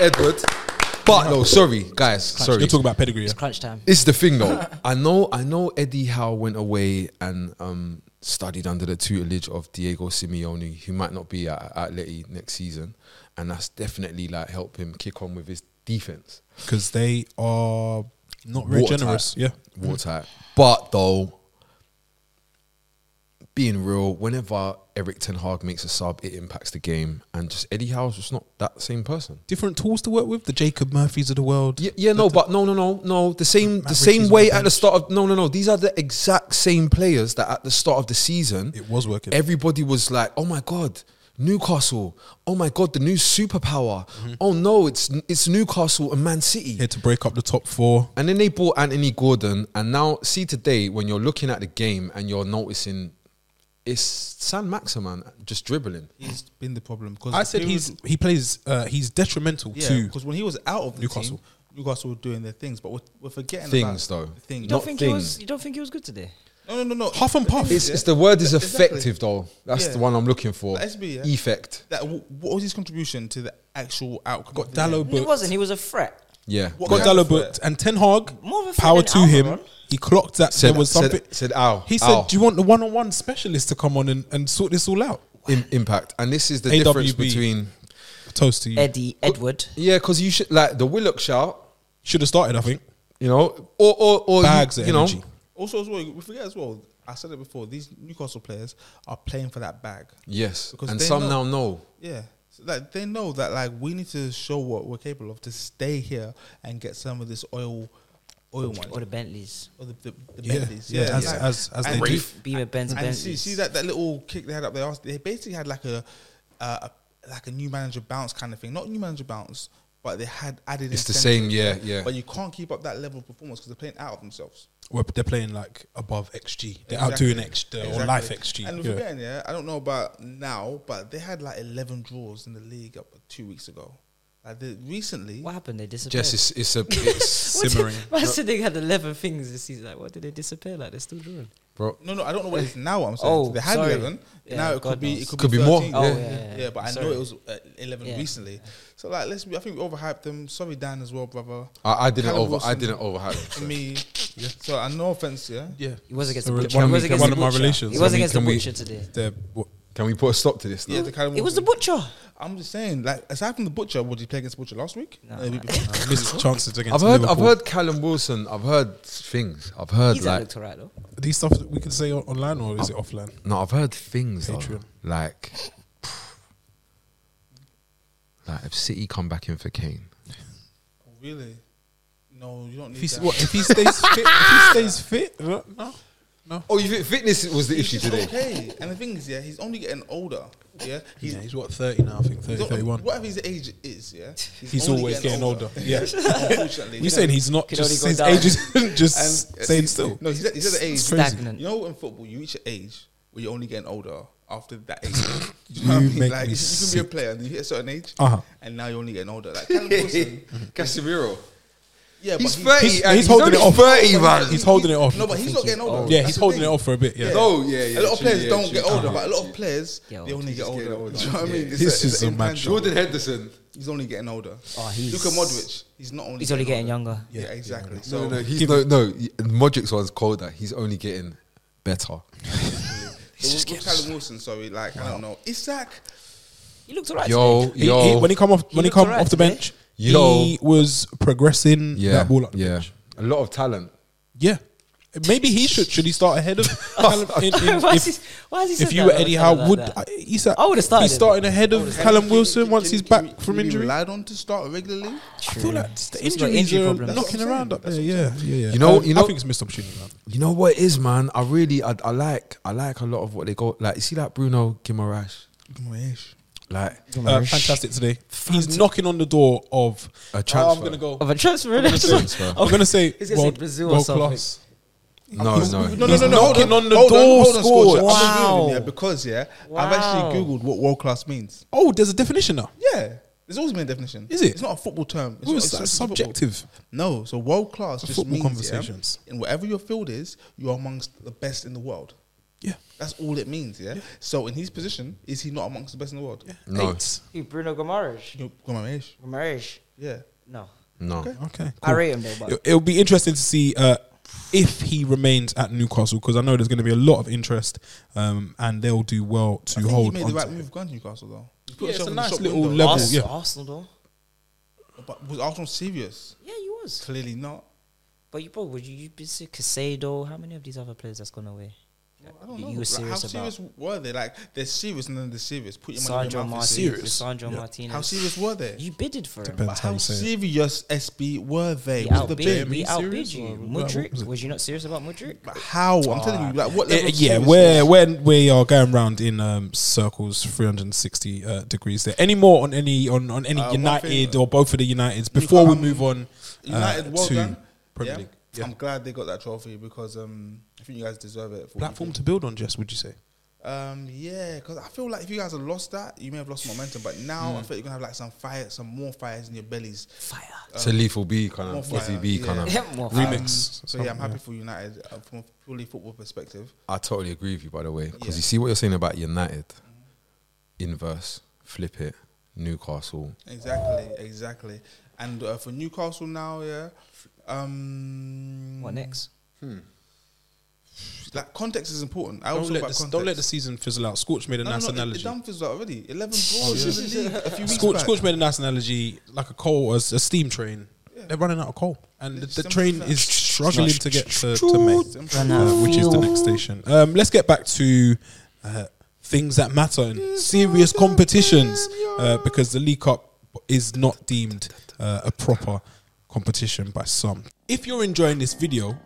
Speaker 3: Edward. But no, sorry, guys. Sorry.
Speaker 2: You're talking about pedigree.
Speaker 4: It's
Speaker 2: Yeah?
Speaker 4: crunch time.
Speaker 3: This is the thing though. I know I know Eddie Howe went away and um, studied under the tutelage of Diego Simeone, who might not be at Atleti next season. And that's definitely like helped him kick on with his defense.
Speaker 2: Because they are not very
Speaker 3: Watertight.
Speaker 2: generous. Yeah.
Speaker 3: watertight. But though, being real, whenever Eric Ten Hag makes a sub, it impacts the game. And just Eddie Howe's just not that same person.
Speaker 2: Different tools to work with. The Jacob Murphys of the world.
Speaker 3: Yeah, yeah no, but no, no, no, no. The same, the
Speaker 2: Matt
Speaker 3: same
Speaker 2: Ritchie's on
Speaker 3: way
Speaker 2: the
Speaker 3: at the
Speaker 2: bench.
Speaker 3: start of no, no, no. These are the exact same players that at the start of the season,
Speaker 2: It was working.
Speaker 3: everybody was like, "Oh my god, Newcastle! Oh my god, the new superpower!
Speaker 7: Mm-hmm.
Speaker 3: Oh no, it's it's Newcastle and Man City."
Speaker 2: Here to break up the top four.
Speaker 3: And then they bought Anthony Gordon, and now see today when you're looking at the game and you're noticing it's San Maximan just dribbling.
Speaker 7: He's been the problem. 'cause
Speaker 2: I
Speaker 7: the
Speaker 2: said
Speaker 7: period-
Speaker 2: he's he plays uh, he's detrimental
Speaker 7: Yeah,
Speaker 2: to
Speaker 7: because when he was out of the
Speaker 2: Newcastle.
Speaker 7: Newcastle, team, Newcastle were doing their things, but we're, we're forgetting
Speaker 3: Things,
Speaker 7: about
Speaker 3: though.
Speaker 7: the Things.
Speaker 4: You don't
Speaker 3: Not
Speaker 4: think
Speaker 3: things.
Speaker 4: he was? You don't think he was good today?
Speaker 7: no, no, no, no.
Speaker 2: Half and
Speaker 7: The thing
Speaker 2: puff.
Speaker 7: is,
Speaker 3: It's,
Speaker 7: yeah,
Speaker 3: it's the word is
Speaker 7: Exactly.
Speaker 3: effective though. That's
Speaker 7: Yeah.
Speaker 3: the one I'm looking for.
Speaker 7: Like SB, yeah.
Speaker 3: Effect.
Speaker 7: That, what was his contribution to the actual outcome?
Speaker 2: got
Speaker 7: of the game?
Speaker 2: Dallo
Speaker 4: It
Speaker 2: booked.
Speaker 4: wasn't. He was a threat.
Speaker 3: Yeah.
Speaker 7: What
Speaker 2: got
Speaker 7: kind of
Speaker 2: Dallo
Speaker 7: threat?
Speaker 2: booked and Ten Hag
Speaker 4: More of a threat
Speaker 2: power
Speaker 4: than
Speaker 2: to him.
Speaker 4: Almiron.
Speaker 2: He clocked that
Speaker 3: Said,
Speaker 2: there was
Speaker 3: said-
Speaker 2: something.
Speaker 3: said ow.
Speaker 2: he
Speaker 3: ow.
Speaker 2: said, "Do you want the one-on-one specialist to come on and, and sort this all out?"
Speaker 3: Im- impact. And this is the
Speaker 2: AWB.
Speaker 3: difference between
Speaker 2: Toast to you.
Speaker 4: Eddie Edward.
Speaker 3: Yeah, because you should like the Willock shout,
Speaker 2: Should have started, I think.
Speaker 3: you know, or or, or
Speaker 2: Bags
Speaker 3: you,
Speaker 2: of
Speaker 3: you know.
Speaker 2: energy.
Speaker 7: Also, as well, we forget as well. I said it before. These Newcastle players are playing for that bag.
Speaker 3: Yes.
Speaker 7: Because
Speaker 3: and
Speaker 7: they
Speaker 3: some
Speaker 7: know.
Speaker 3: now know.
Speaker 7: Yeah, so that they know that like we need to show what we're capable of to stay here and get some of this oil, oil money,
Speaker 4: Or the Bentleys.
Speaker 7: or the, the, the
Speaker 2: Yeah,
Speaker 7: Bentleys.
Speaker 2: yeah, as-
Speaker 7: like-
Speaker 2: as- as
Speaker 7: and
Speaker 2: they do.
Speaker 4: Beamer Benz
Speaker 7: And see,
Speaker 4: Bentleys.
Speaker 7: see that, that little kick they had up their ass. They basically had like a, uh, a like a new manager bounce kind of thing. Not new manager bounce, but they had added.
Speaker 3: It's the
Speaker 7: incentive.
Speaker 3: same, yeah, yeah.
Speaker 7: But you can't keep up that level of performance because they're playing out of themselves.
Speaker 2: Well, they're playing like above XG. They're
Speaker 7: Exactly.
Speaker 2: outdoing XG
Speaker 7: Exactly.
Speaker 2: or life XG.
Speaker 7: And
Speaker 2: yeah.
Speaker 7: again, yeah, I don't know about now, but they had like eleven draws in the league up two weeks ago. Like they, recently,
Speaker 4: What happened? They disappeared.
Speaker 3: Jess it's, it's a it's
Speaker 4: What did-
Speaker 2: simmering.
Speaker 4: Man said they had eleven things this season. Like, what did they disappear? Like they're still drawing.
Speaker 3: bro.
Speaker 7: no, no, I don't
Speaker 4: *laughs*
Speaker 7: know what it is now. I'm saying
Speaker 4: Oh,
Speaker 7: they had
Speaker 4: sorry.
Speaker 7: eleven.
Speaker 4: Yeah,
Speaker 7: now it
Speaker 4: God
Speaker 7: could be
Speaker 4: knows.
Speaker 7: it could,
Speaker 3: Could
Speaker 7: be,
Speaker 3: be more,
Speaker 7: 13.
Speaker 3: yeah.
Speaker 4: Oh, yeah, yeah, yeah.
Speaker 7: but I know
Speaker 4: Sorry.
Speaker 7: it was uh, eleven
Speaker 4: Yeah.
Speaker 7: recently. So like, let's be, I think we overhyped them. Sorry, Dan, as well, brother.
Speaker 3: I, I didn't
Speaker 7: Callum
Speaker 3: over I
Speaker 7: Wilson.
Speaker 3: didn't overhype. it,
Speaker 7: To
Speaker 3: so.
Speaker 7: me, so I no offense, yeah.
Speaker 2: Yeah.
Speaker 4: He was against
Speaker 2: So
Speaker 4: the
Speaker 2: one
Speaker 4: butcher.
Speaker 2: of
Speaker 4: he was
Speaker 2: me-
Speaker 4: against
Speaker 2: one
Speaker 4: the
Speaker 2: of my
Speaker 4: butcher.
Speaker 2: relations.
Speaker 4: He was
Speaker 3: Can we-
Speaker 4: against the
Speaker 3: can we-
Speaker 4: butcher today.
Speaker 2: They're, what,
Speaker 3: Can we put a stop to this now?
Speaker 7: Yeah, the Callum
Speaker 4: It was the
Speaker 7: Wilson.
Speaker 4: butcher.
Speaker 7: I'm just saying, like, aside from the butcher, what did he play against the butcher last week?
Speaker 4: No,
Speaker 7: Uh, the week
Speaker 4: no.
Speaker 7: before?
Speaker 2: missed chances against
Speaker 3: I've heard, I've
Speaker 2: Liverpool.
Speaker 3: heard Callum Wilson. I've heard things. I've heard
Speaker 4: He's
Speaker 3: like
Speaker 4: looked alright though.
Speaker 2: These stuff that we can say on- online or is it offline?
Speaker 3: no, I've heard things. though.
Speaker 2: Patreon.
Speaker 3: like, *sighs* like if City come back in for Kane,
Speaker 7: really? No, you don't
Speaker 2: If
Speaker 7: need
Speaker 2: he,
Speaker 7: that.
Speaker 2: what, if he stays fit, if he stays fit, no, no.
Speaker 3: Oh, you think fitness was the
Speaker 7: He's
Speaker 3: issue
Speaker 7: just
Speaker 3: today?
Speaker 7: okay. And the thing is, yeah, he's only getting older. Yeah, he's
Speaker 2: Yeah, he's what thirty now, I think 30,
Speaker 7: He's not-
Speaker 2: 31.
Speaker 7: Whatever his age is, yeah,
Speaker 2: He's
Speaker 7: only
Speaker 2: always getting older. Yeah.
Speaker 7: *laughs* unfortunately,
Speaker 2: You saying he's not
Speaker 4: Could
Speaker 2: just
Speaker 4: only
Speaker 2: his
Speaker 4: go
Speaker 2: age *laughs* is just
Speaker 7: And- uh,
Speaker 2: staying still?
Speaker 7: No, he's at, he's at the age
Speaker 2: It's crazy.
Speaker 4: Stagnant.
Speaker 7: You know, in football, you reach an age where you're only getting older. After
Speaker 2: *laughs*
Speaker 7: that age, Do you know what I mean?
Speaker 2: make
Speaker 7: Like,
Speaker 2: me
Speaker 7: you can be a player, and you hit a certain age,
Speaker 2: Uh-huh.
Speaker 7: and now you're only getting older.
Speaker 2: *laughs*
Speaker 7: Like Callum Wilson,
Speaker 3: Casemiro.
Speaker 7: yeah,
Speaker 3: He's
Speaker 7: but
Speaker 3: 30
Speaker 2: He's-
Speaker 3: and
Speaker 2: he's holding
Speaker 3: only
Speaker 2: it off.
Speaker 3: 30, man.
Speaker 2: He's holding it off.
Speaker 7: No, but he's not getting older.
Speaker 2: Yeah,
Speaker 7: That's
Speaker 2: he's
Speaker 7: the
Speaker 2: holding it
Speaker 7: thing.
Speaker 2: off for a bit. Yeah. Uh-huh.
Speaker 3: No, yeah, yeah.
Speaker 7: a lot of
Speaker 3: true,
Speaker 7: players
Speaker 3: yeah,
Speaker 7: don't
Speaker 3: true,
Speaker 7: get
Speaker 3: true.
Speaker 7: older, but a lot of players
Speaker 4: Get
Speaker 7: they
Speaker 4: older.
Speaker 7: only get
Speaker 3: Just
Speaker 7: older.
Speaker 3: get older.
Speaker 7: Do you know what I mean? It's
Speaker 2: This
Speaker 7: a-
Speaker 2: is
Speaker 7: it's
Speaker 2: a
Speaker 7: an
Speaker 2: mad
Speaker 7: intangible.
Speaker 3: Jordan Henderson.
Speaker 7: He's only getting older.
Speaker 4: Oh, he's-
Speaker 7: Look at Modric. He's not only.
Speaker 4: He's only getting
Speaker 7: older.
Speaker 4: younger.
Speaker 7: Yeah, exactly. So
Speaker 3: No, no, he's no, no. Modric's one's colder. He's only getting better.
Speaker 7: But with, with Callum Wilson, sorry, like I don't know, Isak.
Speaker 4: He looks alright.
Speaker 3: Yo,
Speaker 2: He,
Speaker 3: yo.
Speaker 2: he- when he come off,
Speaker 4: He
Speaker 2: when he
Speaker 4: looked
Speaker 2: come
Speaker 4: alright
Speaker 2: off the
Speaker 4: today.
Speaker 2: bench,
Speaker 3: Yo.
Speaker 2: he was progressing
Speaker 3: yeah,
Speaker 2: that ball up the
Speaker 3: yeah.
Speaker 2: bench.
Speaker 3: A lot of talent.
Speaker 2: Yeah, maybe he should. Should he start ahead of? Callum in, in,
Speaker 4: why is
Speaker 2: if
Speaker 4: he, why is he
Speaker 2: if
Speaker 4: said
Speaker 2: you
Speaker 4: that
Speaker 2: were
Speaker 4: though?
Speaker 2: Eddie
Speaker 4: Said
Speaker 2: Howe,
Speaker 4: like
Speaker 2: would
Speaker 4: that.
Speaker 2: he start?
Speaker 4: I would've started
Speaker 2: Be starting ahead of Callum Wilson once he's back from injury.
Speaker 7: Relied on to start regularly.
Speaker 2: I feel like just the
Speaker 4: It's not
Speaker 2: injuries
Speaker 4: injury
Speaker 2: are
Speaker 4: problems.
Speaker 2: knocking
Speaker 7: That's what I'm
Speaker 2: around
Speaker 7: saying.
Speaker 2: up there. Yeah, yeah, yeah.
Speaker 3: You know- you
Speaker 2: I
Speaker 3: know-
Speaker 2: think it's missed opportunity. Man.
Speaker 3: You know what it is, man. I really, I, I like, I like a lot of what they go. Like, you see, like Bruno Guimaraes. Like,
Speaker 2: Uh, fantastic today. He's knocking on the door of.
Speaker 3: A
Speaker 2: Oh, I'm
Speaker 3: transfer.
Speaker 2: gonna go.
Speaker 4: of a transfer.
Speaker 2: I'm gonna say, I'm gonna say
Speaker 4: He's gonna say
Speaker 2: world,
Speaker 4: Brazil or
Speaker 2: world
Speaker 4: something.
Speaker 2: class.
Speaker 3: no, no,
Speaker 7: No, no,
Speaker 2: He's
Speaker 7: no, no.
Speaker 2: knocking on the
Speaker 7: hold
Speaker 2: door,
Speaker 7: hold
Speaker 2: scored.
Speaker 7: Scorch. I'm agreeing with you,
Speaker 4: Wow.
Speaker 7: yeah, because yeah, I've
Speaker 4: Wow.
Speaker 7: actually googled what world class means.
Speaker 2: Oh, there's a definition now.
Speaker 7: Yeah, there's always been a definition.
Speaker 2: Is it?
Speaker 7: It's not a football term. It's
Speaker 2: Ooh,
Speaker 7: not-
Speaker 2: it's
Speaker 7: it's
Speaker 2: like
Speaker 7: not football.
Speaker 2: subjective.
Speaker 7: No, so world class
Speaker 2: It's
Speaker 7: just
Speaker 2: football
Speaker 7: means
Speaker 2: conversations.
Speaker 7: conversations. in whatever your field is, you're amongst the best in the world.
Speaker 2: Yeah.
Speaker 7: That's all it means. Yeah. So in his position, is he not amongst the best in the world? Yeah.
Speaker 3: no,
Speaker 2: Eight.
Speaker 4: Bruno Gomes.
Speaker 7: You know, come on, Ish.
Speaker 4: Gomes.
Speaker 7: Yeah.
Speaker 4: No,
Speaker 3: no.
Speaker 2: Okay.
Speaker 4: I rate him though. But
Speaker 2: It- It'll be interesting to see uh, if he remains at Newcastle because I know there's going to be a lot of interest, um, and they'll do well to
Speaker 7: I think
Speaker 2: hold.
Speaker 7: he made
Speaker 2: on
Speaker 7: the right
Speaker 2: to
Speaker 7: move going to Newcastle though.
Speaker 2: Yeah,
Speaker 7: You
Speaker 2: it's
Speaker 7: yourself
Speaker 2: a
Speaker 7: in the
Speaker 2: nice
Speaker 7: shop
Speaker 2: little
Speaker 7: window.
Speaker 2: level.
Speaker 4: Ars-
Speaker 2: yeah.
Speaker 4: Arsenal
Speaker 7: But was Arsenal serious?
Speaker 4: though. Yeah, you was.
Speaker 7: Clearly not.
Speaker 4: But you bro, would you, you be sick? Casado? How many of these other players that's gone away?
Speaker 7: I don't
Speaker 4: You-
Speaker 7: know.
Speaker 4: you were
Speaker 7: Like,
Speaker 4: serious
Speaker 7: how
Speaker 4: about-
Speaker 7: serious were they? Like they're serious and then they're serious. Put your money in
Speaker 4: Sandro
Speaker 7: your mouth.
Speaker 4: Martinez.
Speaker 7: it's
Speaker 2: serious.
Speaker 4: Sandro
Speaker 2: Yeah.
Speaker 4: Martinez.
Speaker 7: How serious were they?
Speaker 4: You bidded for him.
Speaker 2: Depends
Speaker 7: But
Speaker 2: how
Speaker 7: how
Speaker 2: you say it.
Speaker 7: serious SB were they?
Speaker 4: We
Speaker 7: Was the
Speaker 4: outbid,
Speaker 7: bid?
Speaker 4: we outbid
Speaker 2: serious
Speaker 4: you.
Speaker 2: or- what was
Speaker 4: Mudrick,
Speaker 2: it?
Speaker 4: was you not serious about Mudrick?
Speaker 7: But How? I'm telling you, like what
Speaker 2: Uh,
Speaker 7: level? of
Speaker 2: yeah,
Speaker 7: seriousness?
Speaker 2: where where we are going round in um, circles, 360 uh, degrees. There, any more on any on on any
Speaker 7: Uh, one
Speaker 2: United
Speaker 7: thing-
Speaker 2: or both of the Uniteds before we
Speaker 7: um,
Speaker 2: move on? uh,
Speaker 7: United, well
Speaker 2: to
Speaker 7: done.
Speaker 2: Premier
Speaker 7: Yeah.
Speaker 2: League. Yeah.
Speaker 7: I'm glad they got that trophy because um, I think you guys deserve it. For what you
Speaker 2: Platform
Speaker 7: did.
Speaker 2: to build on, Jess. Would you say?
Speaker 7: Um, yeah, because I feel like if you guys have lost that, you may have lost momentum. But
Speaker 4: Mm.
Speaker 7: now I feel you're gonna have like some fire, some more fires in your bellies.
Speaker 4: Fire.
Speaker 3: It's a lethal B kind
Speaker 7: More
Speaker 3: of,
Speaker 7: fire,
Speaker 3: Aussie B kind
Speaker 7: yeah.
Speaker 3: of.
Speaker 4: Yeah, *laughs* more fire.
Speaker 7: Um,
Speaker 2: Remix.
Speaker 7: so yeah, I'm happy for United uh, from a purely football perspective.
Speaker 3: I totally agree with you, by the way, because
Speaker 7: Yeah.
Speaker 3: you see what you're saying about United, inverse, flip it, Newcastle.
Speaker 7: Exactly, exactly. And uh, for Newcastle now, yeah. Um,
Speaker 4: What next?
Speaker 7: Like context is important. I
Speaker 2: Don't
Speaker 7: always talk
Speaker 2: let,
Speaker 7: about
Speaker 2: the,
Speaker 7: context.
Speaker 2: don't let the season fizzle out. Scorch made a
Speaker 7: no,
Speaker 2: nice
Speaker 7: no, no, it-
Speaker 2: analogy. Oh,
Speaker 7: It, done fizzled out already.
Speaker 4: *laughs*
Speaker 7: Eleven draws in the league. A few weeks
Speaker 2: Scorch,
Speaker 7: back.
Speaker 2: Scorch made a nice analogy, like a coal, a, a steam train. They're running out of coal, and
Speaker 7: It's
Speaker 2: the, the
Speaker 7: simple as
Speaker 2: train
Speaker 7: that.
Speaker 2: is struggling to get to, to May,
Speaker 7: Simple.
Speaker 2: uh, which is the next station. Um, let's get back to uh, things that matter and serious competitions, uh, because the League Cup is not deemed uh, a proper competition by some. If you're enjoying this video,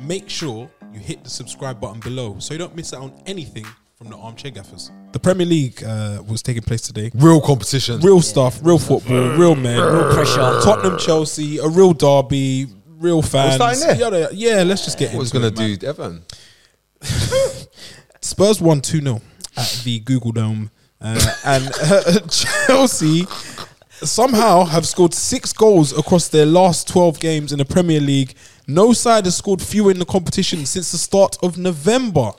Speaker 2: make sure you hit the subscribe button below so you don't miss out on anything from the Armchair Gaffers. The Premier League uh, was taking place today.
Speaker 3: Real competition.
Speaker 2: Real stuff, real football, real men, real
Speaker 4: pressure.
Speaker 2: Tottenham, Chelsea, a real derby, real fans.
Speaker 3: starting there?
Speaker 2: Yada- Yeah, let's just get
Speaker 3: What was
Speaker 2: into
Speaker 3: going
Speaker 2: it, man.
Speaker 3: to do, Evan?
Speaker 2: Spurs won 2 0 at the Google Dome. Uh, and uh, *laughs* Chelsea somehow have scored six goals across their last 12 games in the Premier League. No side has scored fewer in the competition since the start of November.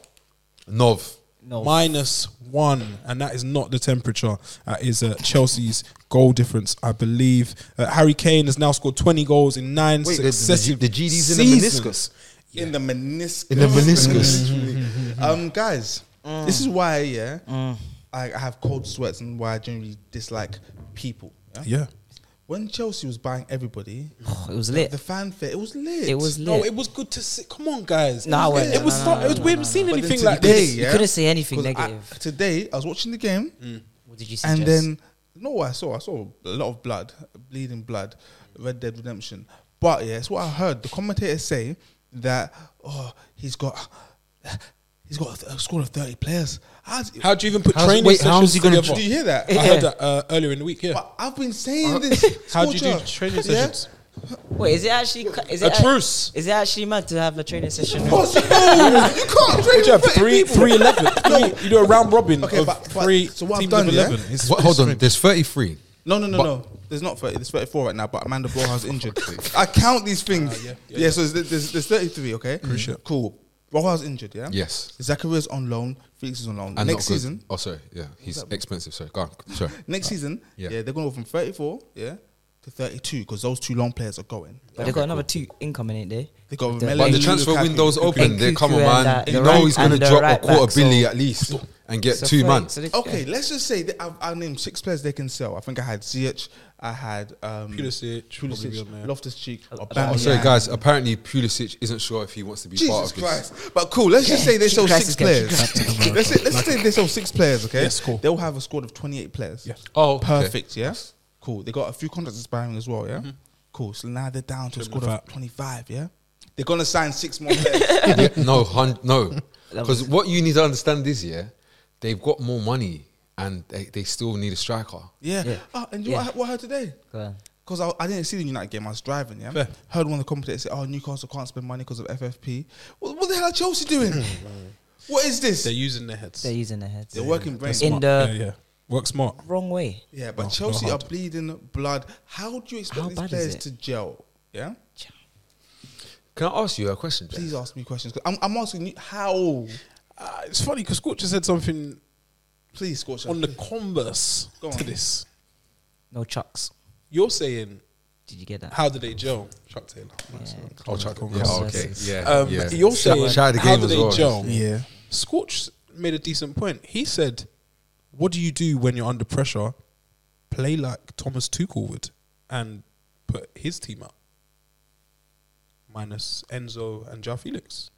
Speaker 3: Nov.
Speaker 4: No.
Speaker 2: Minus one, and that is not the temperature. That is uh, Chelsea's goal difference, I believe. Uh, Harry Kane has now scored 20 goals in nine
Speaker 3: Wait, the- the G-
Speaker 2: successive
Speaker 3: the GD's in the
Speaker 2: seasons.
Speaker 7: in the meniscus.
Speaker 3: In the
Speaker 7: *laughs*
Speaker 3: meniscus.
Speaker 7: Literally. um, guys, this is why yeah, I, I have cold sweats and why I generally dislike people. yeah?
Speaker 2: Yeah.
Speaker 7: When Chelsea was buying everybody,
Speaker 4: Oh, it was lit.
Speaker 7: the fanfare it was lit.
Speaker 4: It was
Speaker 2: No,
Speaker 4: lit.
Speaker 2: it was good to see. Come on, guys.
Speaker 4: No,
Speaker 2: it was,
Speaker 4: wait,
Speaker 2: it was,
Speaker 4: no,
Speaker 2: start-
Speaker 4: no,
Speaker 2: it was-
Speaker 4: no,
Speaker 2: we
Speaker 4: no,
Speaker 2: haven't seen
Speaker 7: But then
Speaker 2: anything like
Speaker 7: today,
Speaker 2: this.
Speaker 7: yeah,
Speaker 4: You couldn't say anything
Speaker 7: 'cause I-
Speaker 4: negative.
Speaker 7: today I was watching the game
Speaker 4: what did you suggest?
Speaker 7: and then no, I saw I saw a lot of blood, bleeding blood, Red Dead Redemption. But yeah, it's what I heard the commentators say that oh he's got he's got a squad of thirty players. How's,
Speaker 2: How do you even put
Speaker 3: How's-
Speaker 2: training
Speaker 3: wait,
Speaker 2: sessions
Speaker 3: how's he gonna
Speaker 2: together?
Speaker 7: do you hear that?
Speaker 2: I heard that uh, earlier in the week. Yeah.
Speaker 7: But I've been saying
Speaker 2: *laughs*
Speaker 7: this.
Speaker 2: How do you do
Speaker 7: Scorcher.
Speaker 2: training
Speaker 7: Yeah? uh,
Speaker 2: sessions?
Speaker 4: Wait, is it actually? cu- Is
Speaker 2: A
Speaker 4: it ac-
Speaker 2: truce.
Speaker 4: Is it actually mad to have a training session?
Speaker 7: What's-
Speaker 2: *laughs*
Speaker 7: no, you can't train
Speaker 2: Would you have
Speaker 7: with 30
Speaker 2: three,
Speaker 7: people.
Speaker 2: three
Speaker 7: *laughs*
Speaker 2: eleven? Three- you do a round robin
Speaker 7: Okay,
Speaker 2: of
Speaker 7: but- but-
Speaker 2: three
Speaker 7: so what I've
Speaker 2: teams
Speaker 7: done,
Speaker 2: of
Speaker 7: yeah?
Speaker 2: eleven. It's-
Speaker 3: What, hold on, there's 33.
Speaker 7: No, no, no, no. There's not 30. There's 34 right now, but Amanda Blauhau's injured. I count these things. yeah, so there's, there's, there's 33, okay? Mm-hmm.
Speaker 2: Appreciate it.
Speaker 7: Cool. Blauhau's injured, yeah?
Speaker 3: Yes.
Speaker 7: Zacharia's on loan. Felix is on loan.
Speaker 3: And
Speaker 7: next
Speaker 3: not good.
Speaker 7: season,
Speaker 3: Oh, sorry. Yeah, he's expensive. Sorry, go on. Sorry.
Speaker 7: next season, yeah,
Speaker 3: Yeah.
Speaker 7: they're going to go from 34, yeah, to 32 because those two long players are going.
Speaker 4: But they got another two incoming, ain't they?
Speaker 7: They got
Speaker 4: But
Speaker 7: Melanie
Speaker 3: But the transfer
Speaker 7: Lukaku.
Speaker 3: window's open. They come on,
Speaker 4: Nkuku and
Speaker 3: man.
Speaker 4: that-
Speaker 3: you
Speaker 4: the
Speaker 3: know
Speaker 4: right-
Speaker 3: he's going to
Speaker 4: and the
Speaker 3: drop
Speaker 4: right
Speaker 3: a quarter
Speaker 4: back, so-
Speaker 3: billion at least and get
Speaker 4: So
Speaker 3: two
Speaker 4: three-
Speaker 3: man.
Speaker 4: so they-
Speaker 7: Okay,
Speaker 4: yeah.
Speaker 7: let's just say that I, I named six players they can sell. I think I had Ziyech, I had um,
Speaker 2: Pulisic, probably on
Speaker 7: Pulisic
Speaker 2: there.
Speaker 7: Loftus Cheek,
Speaker 3: Oh, sorry, guys. Apparently, Pulisic isn't sure if he wants to be part
Speaker 7: Jesus
Speaker 3: of this.
Speaker 7: Christ. But cool, let's just say they
Speaker 4: keep
Speaker 7: sell
Speaker 4: Christ
Speaker 7: six
Speaker 4: is good, keep
Speaker 7: players. *laughs* let's say, let's say they sell six players, okay?
Speaker 2: Yes, cool.
Speaker 7: They'll have a squad of 28 players.
Speaker 2: Yes.
Speaker 3: Oh, okay.
Speaker 7: Perfect, yeah? Cool. They got a few contracts expiring as well, yeah? Cool. So now they're down to a squad of
Speaker 2: fat.
Speaker 7: 25, yeah? They're going to sign six more players.
Speaker 3: Yeah, no, hun- no. Because what you need to understand is, yeah, they've got more money and they, they still need a striker.
Speaker 7: yeah.
Speaker 4: Yeah.
Speaker 7: Oh, and you know
Speaker 4: Yeah.
Speaker 7: what I- what I heard today?
Speaker 4: Go on.
Speaker 7: Because I, I didn't see the United game, I was driving, yeah?
Speaker 2: Fair.
Speaker 7: Heard one of the commentators say, oh, Newcastle can't spend money because of FFP. What, what the hell are Chelsea doing? what is this?
Speaker 2: They're
Speaker 7: They're,
Speaker 2: using their heads.
Speaker 4: They're using their heads
Speaker 7: working brains.
Speaker 4: in the
Speaker 2: yeah, yeah. Work smart.
Speaker 4: wrong way.
Speaker 7: Yeah, but
Speaker 2: No,
Speaker 7: Chelsea
Speaker 2: no
Speaker 7: are
Speaker 2: hard.
Speaker 7: bleeding blood. How do you expect
Speaker 4: How
Speaker 7: these
Speaker 4: bad is
Speaker 7: players
Speaker 4: it?
Speaker 7: to gel? Yeah,
Speaker 3: Can I ask you a question? Jeff?
Speaker 7: please ask me questions. 'cause I'm, I'm asking you how.
Speaker 2: Uh, it's funny because Scorcher said something
Speaker 7: Please, Scorcher.
Speaker 2: on the converse
Speaker 7: Go on.
Speaker 2: to this.
Speaker 4: No chucks.
Speaker 2: You're saying
Speaker 4: Did you get that?
Speaker 2: how do they gel? Chuck Taylor. That's
Speaker 4: Yeah.
Speaker 2: it.
Speaker 3: Oh, Chuck.
Speaker 2: Converse.
Speaker 3: Yeah, okay.
Speaker 4: Converse.
Speaker 3: Yeah.
Speaker 2: Um,
Speaker 3: yeah.
Speaker 2: You're saying
Speaker 3: Shout out the
Speaker 2: how
Speaker 3: game
Speaker 2: do
Speaker 3: as
Speaker 2: they
Speaker 3: well.
Speaker 2: gel?
Speaker 7: yeah,
Speaker 2: Scorch made a decent point. He said, "What do you do when you're under pressure? Play like Thomas Tuchel would, and put his team up, minus Enzo and Jao Felix."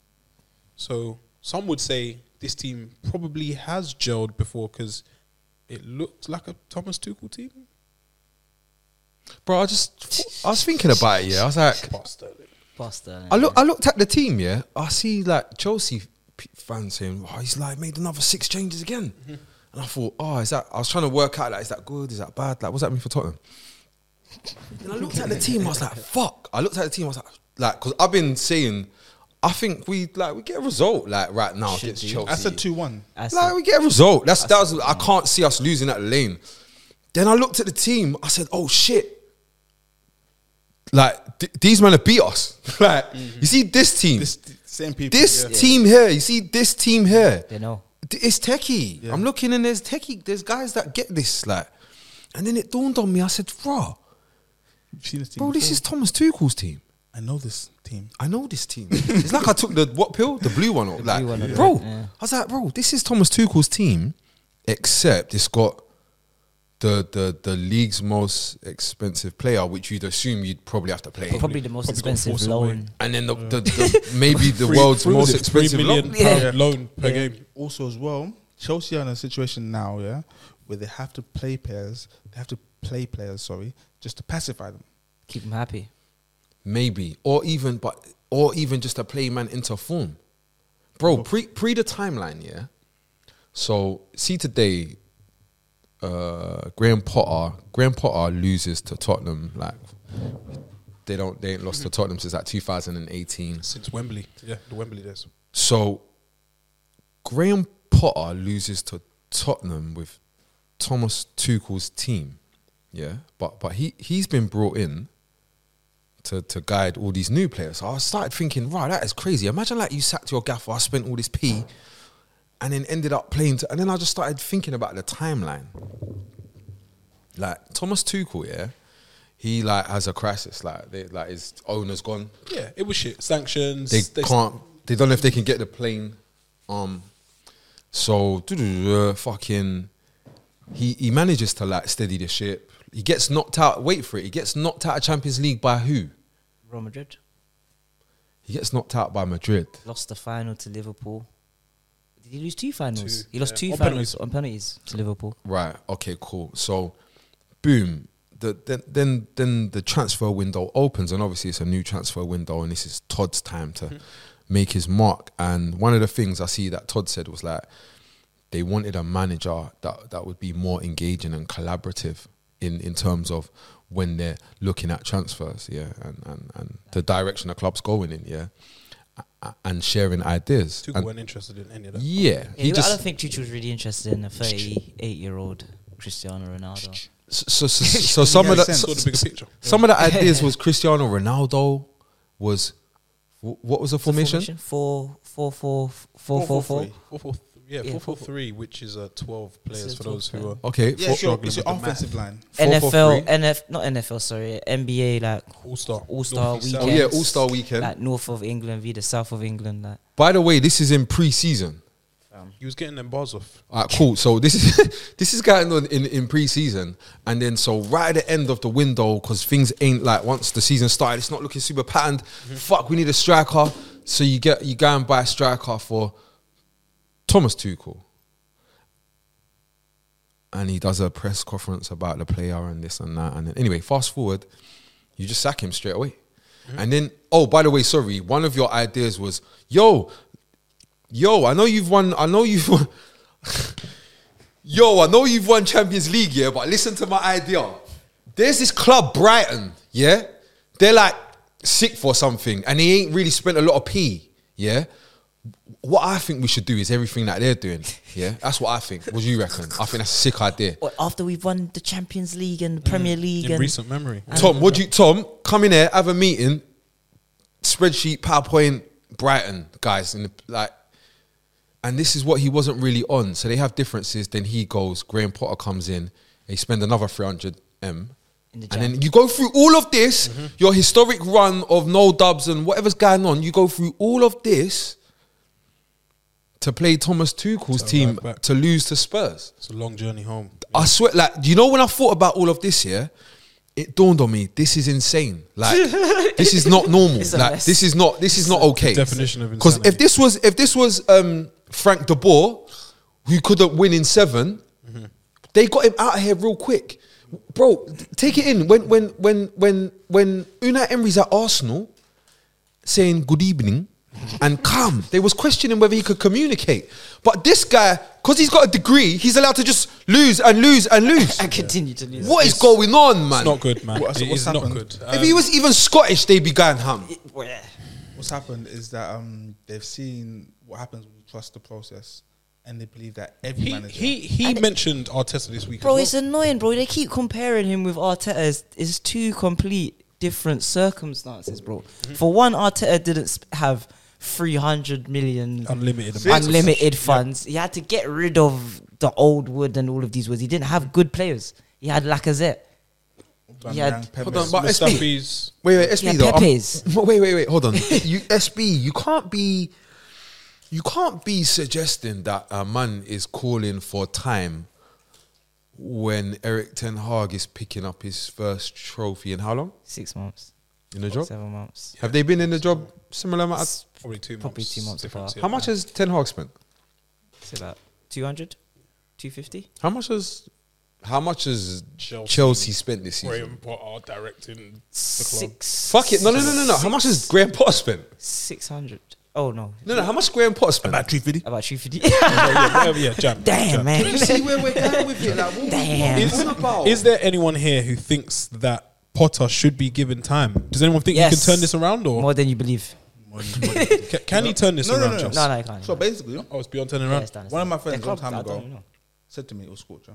Speaker 2: So some would say this team probably has gelled before because it looks like a Thomas Tuchel team.
Speaker 3: Bro, I just I was thinking about it. Yeah, I was like,
Speaker 2: Bastard.
Speaker 4: Pasta.
Speaker 3: I look, I looked at the team. Yeah, I see like Chelsea p- fans saying, "Oh, he's like made another six changes again," and I thought, "Oh, is that?" I was trying to work out like, is that good? Is that bad? Like, what's that mean for Tottenham? Then I looked at the team. I was like, "Fuck!" I looked at the team. I was like, "Like," because I've been saying, I think we like we get a result like right now against Chelsea.
Speaker 7: I said two one.
Speaker 4: I said-
Speaker 3: Like we get a result. That's that was, I can't see us losing that lane. Then I looked at the team. I said, "Oh shit!" Like th- these men have beat us. *laughs* like you see this team,
Speaker 7: This
Speaker 3: this,
Speaker 7: t- same people. yeah.
Speaker 3: team here. You see this team here.
Speaker 4: They know.
Speaker 3: D- It's techie. I'm looking and there's techie. There's guys that get this. Like, and then it dawned on me. I said, "Bro,
Speaker 7: You've seen this team
Speaker 3: bro, this
Speaker 7: before.
Speaker 3: is Thomas Tuchel's team."
Speaker 7: I know this team.
Speaker 3: I know this team. it's like I took the what pill? The blue one. like,
Speaker 4: blue one, I
Speaker 3: bro,
Speaker 4: think, yeah.
Speaker 3: I was like, bro, this is Thomas Tuchel's team, except it's got the the the league's most expensive player, which you'd assume you'd probably have to play.
Speaker 4: Probably, the most
Speaker 2: probably gonna
Speaker 4: expensive
Speaker 2: force away.
Speaker 4: loan.
Speaker 3: And then the, the,
Speaker 4: *laughs*
Speaker 3: the maybe the
Speaker 2: Three-
Speaker 3: world's
Speaker 2: three-
Speaker 3: most
Speaker 2: was it three
Speaker 3: expensive.
Speaker 2: million
Speaker 3: loan.
Speaker 2: pound
Speaker 4: Yeah.
Speaker 2: loan per
Speaker 4: Yeah.
Speaker 2: game.
Speaker 7: Also, as well, Chelsea are in a situation now, yeah, where they have to play players. They have to play players. Sorry, just to pacify them.
Speaker 4: Keep them happy.
Speaker 3: maybe, or even but or even just a play man into form, bro. Pre pre the timeline, yeah. So see today, uh, Graham Potter. Graham Potter loses to Tottenham. Like they don't, they ain't lost to Tottenham since like 2018.
Speaker 2: Since Wembley, yeah, the Wembley days.
Speaker 3: So Graham Potter loses to Tottenham with Thomas Tuchel's team. Yeah. But but he he's been brought in to, to guide all these new players. So I started thinking, right, that is crazy. Imagine like you sacked your gaffer, I spent all this pee and then ended up playing to, and then I just started thinking about the timeline. Like Thomas Tuchel, yeah, he like has a crisis. Like they, like his owner's gone
Speaker 2: Yeah, it was shit. Sanctions.
Speaker 3: they, can't. They don't know if they can get the plane. Um, so fucking, he he manages to like steady the ship. He gets knocked out. Wait for it. He gets knocked out of Champions League by who?
Speaker 4: Real Madrid
Speaker 3: He gets knocked out by Madrid.
Speaker 4: lost the final to Liverpool. Did he lose two finals?
Speaker 2: Two,
Speaker 4: he lost
Speaker 2: yeah.
Speaker 4: two
Speaker 2: On
Speaker 4: finals on penalties to Liverpool.
Speaker 3: Right. Okay. Cool. So, boom. the, then, then then the transfer window opens, and obviously it's a new transfer window, and this is Todd's time to
Speaker 2: Mm-hmm.
Speaker 3: make his mark. And one of the things I see that Todd said was like they wanted a manager that that would be more engaging and collaborative in in terms of when they're looking at transfers, yeah, and and, and the direction the club's going in, yeah, A- a- and sharing ideas.
Speaker 2: Tuchel
Speaker 3: And-
Speaker 2: weren't interested in any of that.
Speaker 3: yeah,
Speaker 4: Yeah, I don't think Tuchel's really interested in a 38-year-old Cristiano Ronaldo.
Speaker 3: so so, so, so
Speaker 2: *laughs*
Speaker 3: some of
Speaker 7: Yeah,
Speaker 3: the
Speaker 7: sense.
Speaker 2: Saw the bigger picture.
Speaker 3: *laughs* some of the ideas was Cristiano Ronaldo was wh- what was the formation?
Speaker 4: Four, four, four, four, four, four.
Speaker 2: Four, four, th- yeah,
Speaker 4: Yeah,
Speaker 2: four, four,
Speaker 4: four,
Speaker 2: three, which is uh, 12
Speaker 4: It's
Speaker 2: players
Speaker 4: a
Speaker 2: for
Speaker 4: 12
Speaker 2: those who
Speaker 4: player.
Speaker 2: are.
Speaker 3: Okay,
Speaker 7: Yeah,
Speaker 3: four-
Speaker 7: sure.
Speaker 2: struggling
Speaker 7: It's
Speaker 2: with
Speaker 7: your
Speaker 2: the math.
Speaker 7: offensive line.
Speaker 3: Four, four,
Speaker 4: NFL,
Speaker 3: three.
Speaker 4: NF, not NFL, sorry, NBA, like
Speaker 2: All star.
Speaker 4: All-Star
Speaker 2: weekend.
Speaker 3: Oh
Speaker 4: weekend.
Speaker 3: yeah,
Speaker 4: Yes.
Speaker 3: All Star Weekend.
Speaker 4: like north of England v the south of England. Like
Speaker 3: By the way, this is in pre-season.
Speaker 2: He was getting them bars off.
Speaker 3: All right, cool. So this is *laughs* this is going on in in pre-season, and then so right at the end of the window, because things ain't like once the season started, it's not looking super patterned. Fuck, we need a striker. So you get you go and buy a striker for Thomas Tuchel, and he does a press conference about the player and this and that. And then, anyway, fast forward, you just sack him straight away. And then, oh, by the way, sorry, one of your ideas was, yo, yo, I know you've won, I know you've *laughs* won, yo, I know you've won Champions League, yeah, but listen to my idea. There's this club, Brighton, yeah? They're like sick for something and they ain't really spent a lot of pee, yeah? What I think we should do is everything that they're doing, yeah? That's what I think. What do you reckon? I think that's a sick idea.
Speaker 4: Well, after we've won the Champions League and the Premier League,
Speaker 2: Mm. In
Speaker 4: and
Speaker 2: recent memory.
Speaker 3: Tom, what do you, Tom, come in here, have a meeting, spreadsheet, PowerPoint, Brighton guys, and like, and this is what he wasn't really on. So they have differences. Then he goes, Graham Potter comes in, they spend another 300 M.
Speaker 4: In the
Speaker 3: and
Speaker 4: Mm-hmm. jam.
Speaker 3: then you go through all of this, your historic run of no dubs and whatever's going on, you go through all of this to play Thomas Tuchel's
Speaker 2: To
Speaker 3: team
Speaker 2: arrive back.
Speaker 3: to lose to Spurs.
Speaker 2: It's a long journey home.
Speaker 3: I swear, like, you know, when I thought about all of this here, it dawned on me, this is insane.
Speaker 4: *laughs*
Speaker 3: Like, this is not normal.
Speaker 4: It's a
Speaker 3: Like,
Speaker 4: mess.
Speaker 3: this is not, this is not okay.
Speaker 2: definition of
Speaker 3: Because if
Speaker 2: insanity.
Speaker 3: this was, if this was um, Frank De Boer, who couldn't win in 7 they got him out of here real quick. Bro, take it in. When, when, when, when, when Una Emery's at Arsenal saying good evening and come, they was questioning whether he could communicate. But this guy, because he's got a degree, he's allowed to just lose and lose and
Speaker 4: *laughs*
Speaker 3: lose.
Speaker 4: and continue to lose.
Speaker 3: What is going on, man?
Speaker 2: It's not good, man.
Speaker 7: What's-
Speaker 2: it
Speaker 7: what's
Speaker 2: is not
Speaker 7: happened?
Speaker 2: good. Um,
Speaker 3: if he was even Scottish, they'd be going ham.
Speaker 4: Well, yeah.
Speaker 7: What's happened is that um, they've seen what happens when you trust the process, and they believe that every
Speaker 2: he
Speaker 7: manager.
Speaker 2: he, he mentioned Arteta this week.
Speaker 4: Bro,
Speaker 2: as
Speaker 4: it's annoying, bro. They keep comparing him with Arteta. It's, it's two complete different circumstances, bro.
Speaker 3: Mm-hmm.
Speaker 4: For one, Arteta didn't sp- have 300 million
Speaker 2: well. unlimited. amount.
Speaker 4: unlimited funds. He had to get rid of the old wood and all of these words. He didn't have good players. He had Lacazette.
Speaker 7: Aubameyang,
Speaker 4: Yeah.
Speaker 7: Pepe,
Speaker 3: Hold on, but SB.
Speaker 2: Mustafi's
Speaker 3: Wait, wait, SB
Speaker 4: Yeah,
Speaker 3: though. I'm-
Speaker 4: Pepe's.
Speaker 3: *laughs* wait, wait, wait. Hold on. you SB, you can't be, you can't be suggesting that a man is calling for time when Eric Ten Hag is picking up his first trophy in how long
Speaker 4: Six months,
Speaker 3: in the job?
Speaker 4: seven months.
Speaker 3: Have they been in the job similar amount? Of,
Speaker 2: probably two
Speaker 4: Probably
Speaker 2: months.
Speaker 4: two months
Speaker 2: difference,
Speaker 4: apart.
Speaker 2: yeah.
Speaker 3: how much has Ten Hag spent?
Speaker 4: It's about 200, 250.
Speaker 3: How much has how much has
Speaker 2: Chelsea-
Speaker 3: Chelsea, spent this season?
Speaker 2: Graham Potter directing the club.
Speaker 4: Six.
Speaker 3: Fuck it. No, no, no, no, no. How much has Graham Potter spent?
Speaker 4: 600. Oh, no.
Speaker 3: No, no. How much Graham Potter spent?
Speaker 5: Battery video.
Speaker 4: About *laughs* 250.
Speaker 2: *laughs* yeah, yeah, whatever, yeah, jam,
Speaker 4: Damn,
Speaker 2: jam.
Speaker 3: *laughs*
Speaker 4: man.
Speaker 3: see where we're
Speaker 7: *laughs*
Speaker 3: going with it. Like, what,
Speaker 4: *laughs* Damn.
Speaker 2: Is, is there anyone here who thinks that Potter should be given time? Does anyone think you
Speaker 4: Yes.
Speaker 2: can turn this around, or
Speaker 4: More than you believe.
Speaker 3: *laughs*
Speaker 2: ca- can he turn this
Speaker 7: No, no,
Speaker 2: around?
Speaker 7: no, no.
Speaker 2: Chelsea?
Speaker 4: No, no, I can't.
Speaker 7: So basically,
Speaker 2: Oh, it's beyond turning
Speaker 4: Yeah,
Speaker 2: around.
Speaker 4: it's done, it's
Speaker 7: One of
Speaker 4: done.
Speaker 7: my friends
Speaker 4: Their
Speaker 7: a long
Speaker 4: clubs,
Speaker 7: time
Speaker 4: I don't
Speaker 7: ago-
Speaker 4: even know.
Speaker 7: said to me, "Oh, it was culture.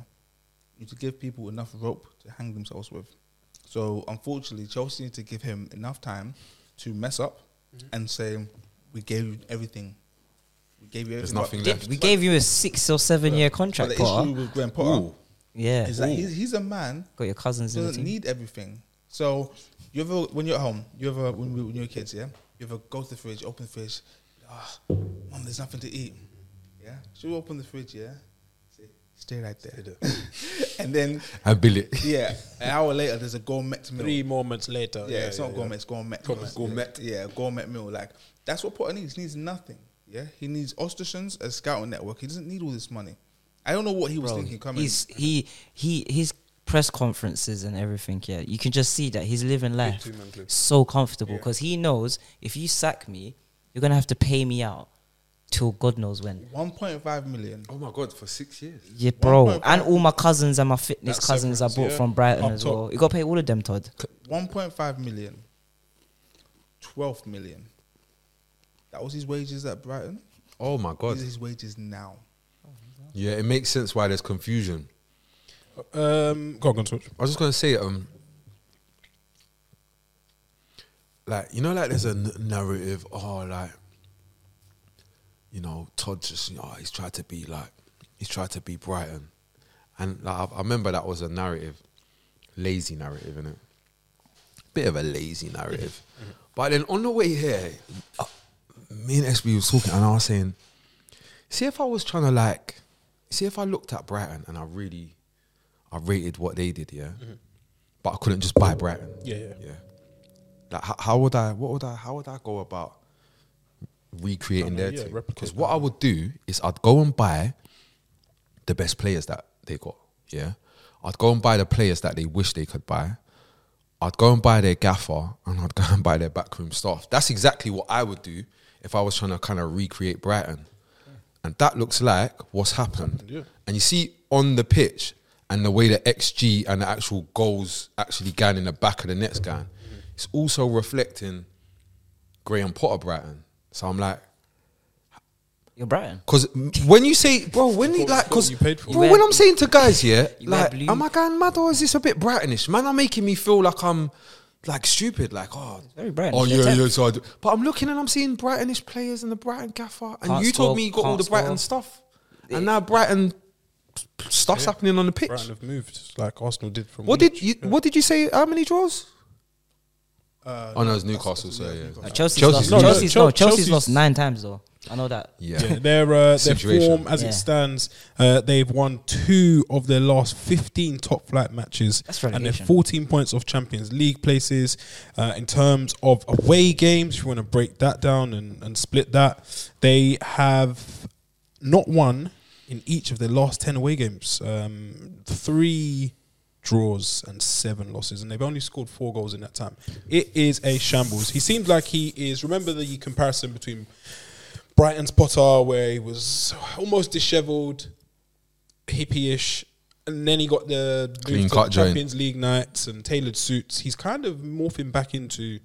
Speaker 7: You to give people enough rope to hang themselves with. So unfortunately, Chelsea need to give him enough time to mess up and say, "We gave you everything. We gave you
Speaker 3: There's
Speaker 7: everything."
Speaker 3: nothing
Speaker 7: But
Speaker 3: left.
Speaker 4: We gave you a six or seven year
Speaker 7: but
Speaker 4: contract,
Speaker 7: the issue
Speaker 4: Potter.
Speaker 7: with Graham Potter
Speaker 4: Yeah.
Speaker 7: is that he's, he's a man
Speaker 4: Got your cousins in the
Speaker 7: doesn't
Speaker 4: team.
Speaker 7: need everything. So you ever when you're at home, you ever when, we, when you're kids, yeah, you ever go to the fridge, open the fridge, ah, mom, there's nothing to eat. Yeah, she'll open the fridge, yeah, say, stay right there, *laughs* and then
Speaker 3: I bill it.
Speaker 7: yeah, an hour later there's a gourmet meal.
Speaker 2: Three moments later,
Speaker 7: yeah, it's not gourmet, it's gourmet.
Speaker 2: Gourmet.
Speaker 7: gourmet, yeah, gourmet meal. Like that's what Potter needs. He needs nothing. Yeah, he needs Ostershans, a scouting network. He doesn't need all this money. I don't know what he was
Speaker 4: Bro,
Speaker 7: thinking coming.
Speaker 4: he's he he his press conferences and everything, yeah, you can just see that he's living life
Speaker 3: two-man club.
Speaker 4: so comfortable
Speaker 3: Yeah.
Speaker 4: because he knows if you sack me, you're gonna have to pay me out till God knows when.
Speaker 7: One point five million.
Speaker 3: Oh my god, for six years.
Speaker 4: Yeah, bro,
Speaker 7: 1.5
Speaker 4: and all my cousins and my fitness
Speaker 2: That's
Speaker 4: cousins I
Speaker 2: severance,
Speaker 4: bought
Speaker 2: yeah.
Speaker 4: from Brighton
Speaker 2: Up
Speaker 4: as
Speaker 2: top.
Speaker 4: well. You got to pay all of them, Todd.
Speaker 7: One point five million. Twelve million. That was his wages at Brighton.
Speaker 3: Oh my god.
Speaker 7: These are his wages now.
Speaker 3: Yeah, it makes sense why there's confusion.
Speaker 2: Um, go on, go on, Switch.
Speaker 3: I was just gonna say, um, like you know, like there's a n- narrative. Oh, like you know, Todd just, you know, oh, he's tried to be like, he's tried to be Brighton, and like, I, I remember that was a narrative, lazy narrative, innit? Bit of a lazy narrative. but then on the way here, uh, me and SB was talking, and I was saying, see if I was trying to like, see if I looked at Brighton and I really, I rated what they did, yeah, but I couldn't just buy Brighton,
Speaker 2: Yeah, yeah.
Speaker 3: yeah. Like, how, how would I? What would I? How would I go about recreating
Speaker 2: No, no,
Speaker 3: their
Speaker 2: yeah,
Speaker 3: team?
Speaker 2: replicate
Speaker 3: Because
Speaker 2: that.
Speaker 3: what I would do is I'd go and buy the best players that they got. Yeah, I'd go and buy the players that they wish they could buy. I'd go and buy their gaffer, and I'd *laughs* go and buy their backroom staff. That's exactly what I would do if I was trying to kind of recreate Brighton. And that looks like what's happened. And you see on the pitch and the way the XG and the actual goals actually going in the back of the net's
Speaker 2: Mm-hmm.
Speaker 3: going, it's also reflecting Graham Potter Brighton. So I'm like,
Speaker 4: You're Brighton.
Speaker 3: because when you say, bro, when you like, because
Speaker 2: you paid for.
Speaker 3: bro,
Speaker 4: You
Speaker 3: when
Speaker 4: wear-
Speaker 3: I'm saying to guys, yeah,
Speaker 4: You wear
Speaker 3: like,
Speaker 4: blue.
Speaker 3: am I going mad or is this a bit Brightonish? Man, are making me feel like I'm like stupid, like oh,
Speaker 4: very Brightonish,
Speaker 3: Oh yeah,
Speaker 4: they're
Speaker 3: yeah. So I do. but I'm looking and I'm seeing Brightonish players and the Brighton gaffer, and
Speaker 4: Can't
Speaker 3: you
Speaker 4: score,
Speaker 3: told me you got all
Speaker 4: can't
Speaker 3: the Brighton
Speaker 4: score.
Speaker 3: stuff, and now Brighton stuff's happening on the pitch.
Speaker 2: Brighton have moved like Arsenal did from.
Speaker 3: What did you? What did you say? How many draws?
Speaker 7: Uh,
Speaker 3: Oh no, it's Newcastle. So yeah,
Speaker 4: No, Chelsea's,
Speaker 3: Chelsea's-
Speaker 4: lost.
Speaker 2: No, no,
Speaker 4: Chelsea's,
Speaker 2: Chel-
Speaker 4: no, Chelsea's,
Speaker 2: Chelsea's-
Speaker 4: lost nine times though. I know that.
Speaker 3: yeah.
Speaker 2: Yeah, their uh, their
Speaker 3: Situation.
Speaker 2: form as
Speaker 4: Yeah.
Speaker 2: it stands, uh, they've won two of their last fifteen top flight matches,
Speaker 4: That's
Speaker 2: and they're
Speaker 4: relegation.
Speaker 2: fourteen points off Champions League places. Uh, in terms of away games, if you want to break that down and, and split that, they have not won in each of their last ten away games. Um, three draws and seven losses, and they've only scored four goals in that time. It is a shambles. He seems like he is. Remember the comparison between Brighton's Potter, where he was almost dishevelled, hippie-ish, and then he got the
Speaker 3: Clean
Speaker 2: move to
Speaker 3: cut joint.
Speaker 2: Champions League nights and tailored suits. He's kind of morphing back into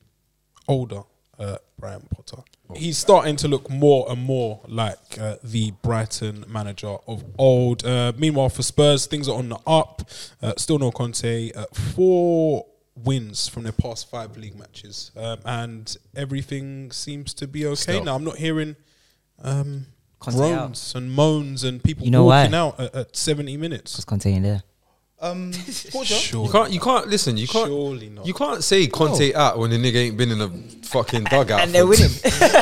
Speaker 2: older uh, Brian Potter.
Speaker 3: Oh.
Speaker 2: He's starting to look more and more like uh, the Brighton manager of old. Uh, meanwhile, for Spurs, things are on the up. Uh, still no Conte. Uh, four wins from their past five league matches, um, and everything seems to be okay
Speaker 3: Still.
Speaker 2: now. I'm not hearing um,
Speaker 4: Conte out.
Speaker 2: groans and moans and people
Speaker 4: You know
Speaker 2: walking
Speaker 4: why?
Speaker 2: out at, at 70 minutes.
Speaker 4: Just contain there.
Speaker 7: *laughs* um, Porter?
Speaker 3: You
Speaker 2: Surely,
Speaker 3: can't. You can't listen. You can't.
Speaker 2: surely not.
Speaker 3: You can't say Conte out when the nigga ain't been in a fucking dugout.
Speaker 4: *laughs* Ah, And they're
Speaker 3: for *laughs*
Speaker 4: winning.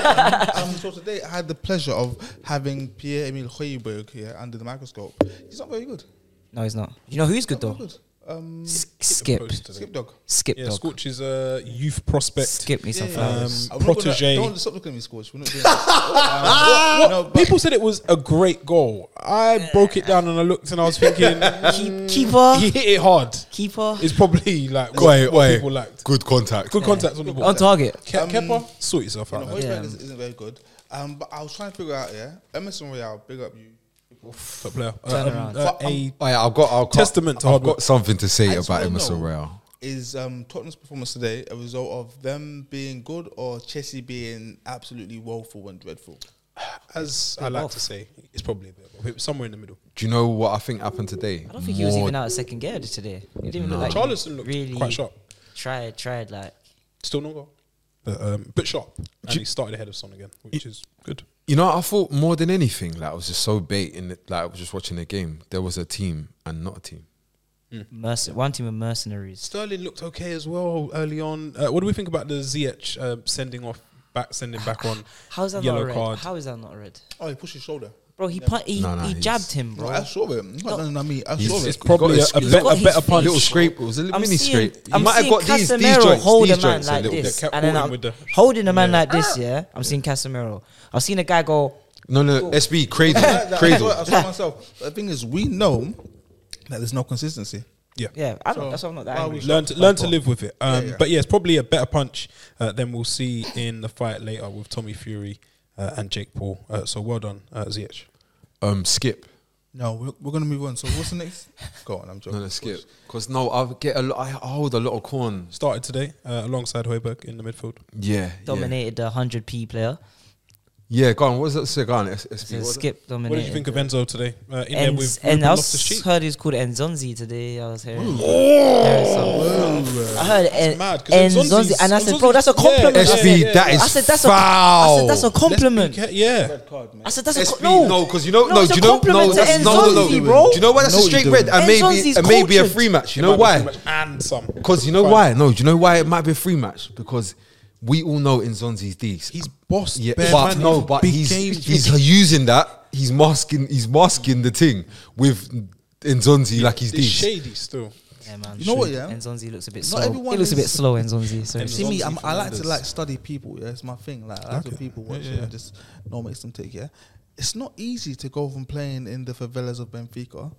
Speaker 7: um, so today I had the pleasure of having Pierre Emile Hoiberg here under the microscope. He's not very good.
Speaker 4: *laughs* No, he's not. You know who's good
Speaker 7: Not very
Speaker 4: though?
Speaker 7: good. Um,
Speaker 4: S- skip,
Speaker 2: Post today.
Speaker 7: Skip Dog.
Speaker 4: skip,
Speaker 2: Yeah,
Speaker 4: dog.
Speaker 2: Scorch is a youth prospect. um,
Speaker 4: Skip me some
Speaker 7: Yeah.
Speaker 4: flowers.
Speaker 7: I'm not gonna-
Speaker 2: Protege. Ah,
Speaker 7: Don't stop looking at me, Scorch. We're not doing that. Um, no, but-
Speaker 2: People said it was a great goal. I broke it down and I looked and I was thinking,
Speaker 4: Keep, keeper,
Speaker 2: he hit it hard.
Speaker 4: keeper
Speaker 2: It's probably like what,
Speaker 3: Wait,
Speaker 2: what
Speaker 3: wait.
Speaker 2: people lacked.
Speaker 3: Good contact.
Speaker 2: Good contact on the ball.
Speaker 4: on target.
Speaker 2: Ke- Kepa, sort yourself
Speaker 7: You know,
Speaker 2: out. man.
Speaker 7: Hoiberg
Speaker 4: Yeah.
Speaker 7: is- isn't very good. Um, but I was trying to figure out, yeah, Emerson Royale, big up you.
Speaker 2: Top player. Uh,
Speaker 4: Turn
Speaker 2: um,
Speaker 4: around.
Speaker 2: uh, a
Speaker 3: Oh, yeah, I've got. I've got
Speaker 2: Testament to
Speaker 3: I've
Speaker 2: hard work.
Speaker 3: got something to say
Speaker 7: I just
Speaker 3: about
Speaker 7: wanna
Speaker 3: Emerson
Speaker 7: know-
Speaker 3: Royale.
Speaker 7: Is um, Tottenham's performance today a result of them being good or Chelsea being absolutely woeful and dreadful?
Speaker 2: as I like to say, it's probably a bit of both. somewhere in the middle.
Speaker 3: Do you know what I think happened today?
Speaker 4: I don't think he was
Speaker 3: More-
Speaker 4: even out of second gear today. He didn't look like he
Speaker 2: Charleston looked
Speaker 4: really
Speaker 2: quite sharp.
Speaker 4: Tried, tried like.
Speaker 2: Still no goal. But, um, but sharp. And he started ahead of Son again, which is good.
Speaker 3: You know, I thought more than anything, like I was just so bait in it. Like I was just watching the game. There was a team and not a team.
Speaker 4: Merc- one team of mercenaries.
Speaker 2: Sterling looked okay as well early on. Uh, what do we think about the ZH uh, sending off back, sending back on
Speaker 4: How's that
Speaker 2: yellow
Speaker 4: not red?
Speaker 2: card?
Speaker 4: How is that not red?
Speaker 7: Oh, he pushed his shoulder.
Speaker 4: Bro, he pun- he,
Speaker 3: No, no,
Speaker 4: he
Speaker 3: he's-
Speaker 4: jabbed him, bro.
Speaker 7: Bro, I saw it. No, no, no, me. I
Speaker 3: He's-
Speaker 7: saw
Speaker 2: it's
Speaker 7: it.
Speaker 3: got
Speaker 2: probably a,
Speaker 3: his-
Speaker 2: a,
Speaker 3: he's
Speaker 2: be-
Speaker 4: got
Speaker 2: a
Speaker 4: his
Speaker 2: better
Speaker 4: feet.
Speaker 2: punch.
Speaker 3: Little scrape. It was a little
Speaker 4: I'm
Speaker 3: mini
Speaker 4: seeing,
Speaker 3: scrape. You
Speaker 4: I'm
Speaker 3: might have
Speaker 4: seeing
Speaker 3: got these,
Speaker 4: Casemiro
Speaker 3: these joints.
Speaker 4: hold
Speaker 3: These
Speaker 4: a man
Speaker 3: joints.
Speaker 4: like
Speaker 3: a little
Speaker 4: this,
Speaker 2: They kept
Speaker 4: and then
Speaker 2: holding
Speaker 4: I'm
Speaker 2: with the-
Speaker 4: holding a man like this. Yeah, I'm seeing Casemiro. I've seen a guy go.
Speaker 3: No, no. SB
Speaker 7: I,
Speaker 2: *laughs*
Speaker 3: cradle,
Speaker 7: I, saw
Speaker 3: cradle.
Speaker 7: it. I saw it myself. But The thing is, we know that there's no consistency.
Speaker 2: Yeah.
Speaker 4: Yeah, I don't, that's why I'm not that
Speaker 2: Well,
Speaker 4: angry.
Speaker 2: we learn to, learn to live with it. Um,
Speaker 3: Yeah, yeah.
Speaker 2: But yeah, it's probably a better punch uh, than we'll see in the fight later with Tommy Fury uh, and Jake Paul. Uh, so well done, uh, Ziyech.
Speaker 3: Um, skip.
Speaker 7: No, we're, we're gonna move on. So what's the next? Go on, I'm joking.
Speaker 3: No, no, skip. Because no, I get a lot. I hold a lot of corn.
Speaker 2: Started today uh, alongside Hoiberg in the midfield.
Speaker 3: Yeah,
Speaker 4: Dominated the 100p player.
Speaker 3: Yeah, yeah go on. What's that? Say, go on. S-
Speaker 4: So
Speaker 3: SB, what-
Speaker 4: skip dominated.
Speaker 2: What did you think of Enzo today? Uh, in there
Speaker 4: and,
Speaker 2: with
Speaker 4: and
Speaker 2: Ruben
Speaker 4: I
Speaker 2: Loftus-Cheek.
Speaker 4: was heard he's called Enzonzi today. I was hearing. hearing some- I heard En-
Speaker 2: mad, 'cause
Speaker 4: Enzonzi,
Speaker 2: Enzonzi's-
Speaker 4: and I said,
Speaker 2: Enzonzi's-
Speaker 4: bro, that's a
Speaker 2: yeah,
Speaker 4: compliment.
Speaker 2: yeah,
Speaker 3: SB,
Speaker 2: yeah, yeah.
Speaker 3: that is
Speaker 4: I said that's a, I
Speaker 3: foul.
Speaker 4: said that's a compliment.
Speaker 2: Let's be ca- Yeah.
Speaker 4: I said that's a
Speaker 3: SB,
Speaker 4: compliment.
Speaker 3: no, because you know, no,
Speaker 4: it's
Speaker 3: do
Speaker 4: a
Speaker 3: you know, no,
Speaker 4: compliment to
Speaker 3: that's, no, no, no.
Speaker 4: Enzonzi, bro.
Speaker 3: Do you know why that's a
Speaker 7: No, you
Speaker 3: straight
Speaker 7: don't.
Speaker 3: red and maybe
Speaker 4: Enzonzi's
Speaker 3: and maybe a
Speaker 4: cultured.
Speaker 3: free match? You
Speaker 2: It
Speaker 3: know why?
Speaker 2: might be too much And some.
Speaker 3: Because you know
Speaker 2: Fine.
Speaker 3: why? No, do you know why it might be a free match? Because we all know Nzonzi's these.
Speaker 2: He's bossed.
Speaker 3: Yeah,
Speaker 2: Bear
Speaker 3: but
Speaker 2: Man
Speaker 3: no,
Speaker 2: into
Speaker 3: but
Speaker 2: big
Speaker 3: he's
Speaker 2: games.
Speaker 3: he's using that. He's masking. He's masking the thing with Nzonzi like he's
Speaker 2: It's
Speaker 3: these.
Speaker 2: shady still.
Speaker 4: Yeah, man.
Speaker 7: You know what, yeah?
Speaker 4: Enzonzi looks a bit slow.
Speaker 7: Not everyone
Speaker 4: It looks a bit
Speaker 7: is-
Speaker 4: slow, Enzonzi. Sorry.
Speaker 7: See me,
Speaker 2: Zonzi
Speaker 7: I'm, I like to
Speaker 2: Fernandez.
Speaker 7: like study people. Yeah, it's my thing. Like I like what people watch
Speaker 2: yeah, yeah.
Speaker 7: and just know what makes them tick. Yeah, it's not easy to go from playing in the favelas of Benfica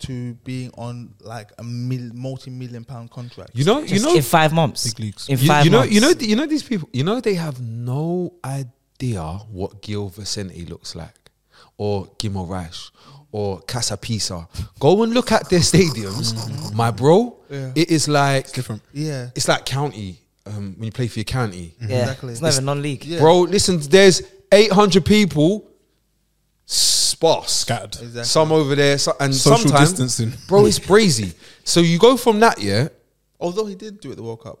Speaker 7: to being on like a mil- multi-million pound contract.
Speaker 3: You know, you
Speaker 4: Just
Speaker 3: know,
Speaker 4: in five months.
Speaker 2: Big leagues.
Speaker 4: In
Speaker 3: you,
Speaker 4: five
Speaker 3: you know,
Speaker 4: months.
Speaker 3: you know, you know these people. You know they have no idea what Gil Vicente looks like, or Guimaraes, or Casapisa. Go and look at their stadiums, my bro.
Speaker 7: Yeah.
Speaker 3: It is like
Speaker 2: different.
Speaker 7: yeah,
Speaker 3: It's like county um, when you play for your county.
Speaker 4: yeah,
Speaker 7: Exactly.
Speaker 4: it's not even non-league.
Speaker 7: Yeah.
Speaker 3: Bro, listen, there's 800 people sparse.
Speaker 2: Scattered.
Speaker 7: Exactly.
Speaker 3: Some over there, so, and
Speaker 2: Social
Speaker 3: sometimes,
Speaker 2: distancing.
Speaker 3: Bro, it's crazy. So you go from that, yeah?
Speaker 7: although he did do it at the World Cup.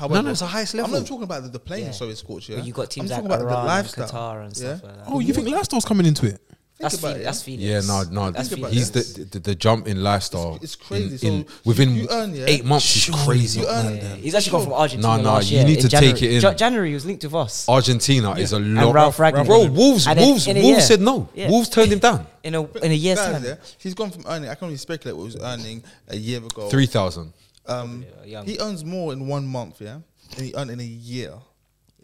Speaker 3: No, no, it's the highest
Speaker 7: I'm
Speaker 3: level.
Speaker 7: not talking about the, the playing
Speaker 4: Yeah.
Speaker 7: so it's scorched. Yeah,
Speaker 4: But you got teams
Speaker 7: I'm
Speaker 4: like
Speaker 7: talking
Speaker 4: Iran,
Speaker 7: about the
Speaker 4: and
Speaker 7: lifestyle.
Speaker 4: Qatar, and stuff
Speaker 7: Yeah?
Speaker 4: like that.
Speaker 2: Oh, you think Lifestyle's coming into it?
Speaker 4: that's
Speaker 7: about
Speaker 4: Fe-
Speaker 7: it,
Speaker 4: that's Felix.
Speaker 3: Yeah, no, no.
Speaker 4: That's Felix.
Speaker 3: He's the, the the jump in lifestyle.
Speaker 7: It's- it's crazy.
Speaker 3: In, in,
Speaker 7: So
Speaker 3: within
Speaker 7: you earn, yeah?
Speaker 3: eight months, is crazy.
Speaker 7: you earn-
Speaker 4: Yeah, He's actually gone from
Speaker 3: Nah,
Speaker 4: Argentina.
Speaker 3: nah,
Speaker 4: last
Speaker 3: you
Speaker 4: year
Speaker 3: need
Speaker 4: in
Speaker 3: to
Speaker 4: January.
Speaker 3: take it in. Oh.
Speaker 4: Ja- January he was linked with us.
Speaker 3: Argentina is a lot.
Speaker 4: And Ralph Ragnick.
Speaker 3: Bro, Wolves,
Speaker 4: And then
Speaker 3: Wolves,
Speaker 4: in a
Speaker 3: Wolves
Speaker 4: year-
Speaker 3: said no.
Speaker 4: Yeah.
Speaker 3: Wolves turned him down.
Speaker 4: in a in a year's
Speaker 7: Guys,
Speaker 4: time.
Speaker 7: yeah, he's gone from earning. I can only speculate what he was earning a year ago.
Speaker 3: Three thousand.
Speaker 7: Um,
Speaker 4: young.
Speaker 7: he earns more in one month, yeah, than he earned in a year.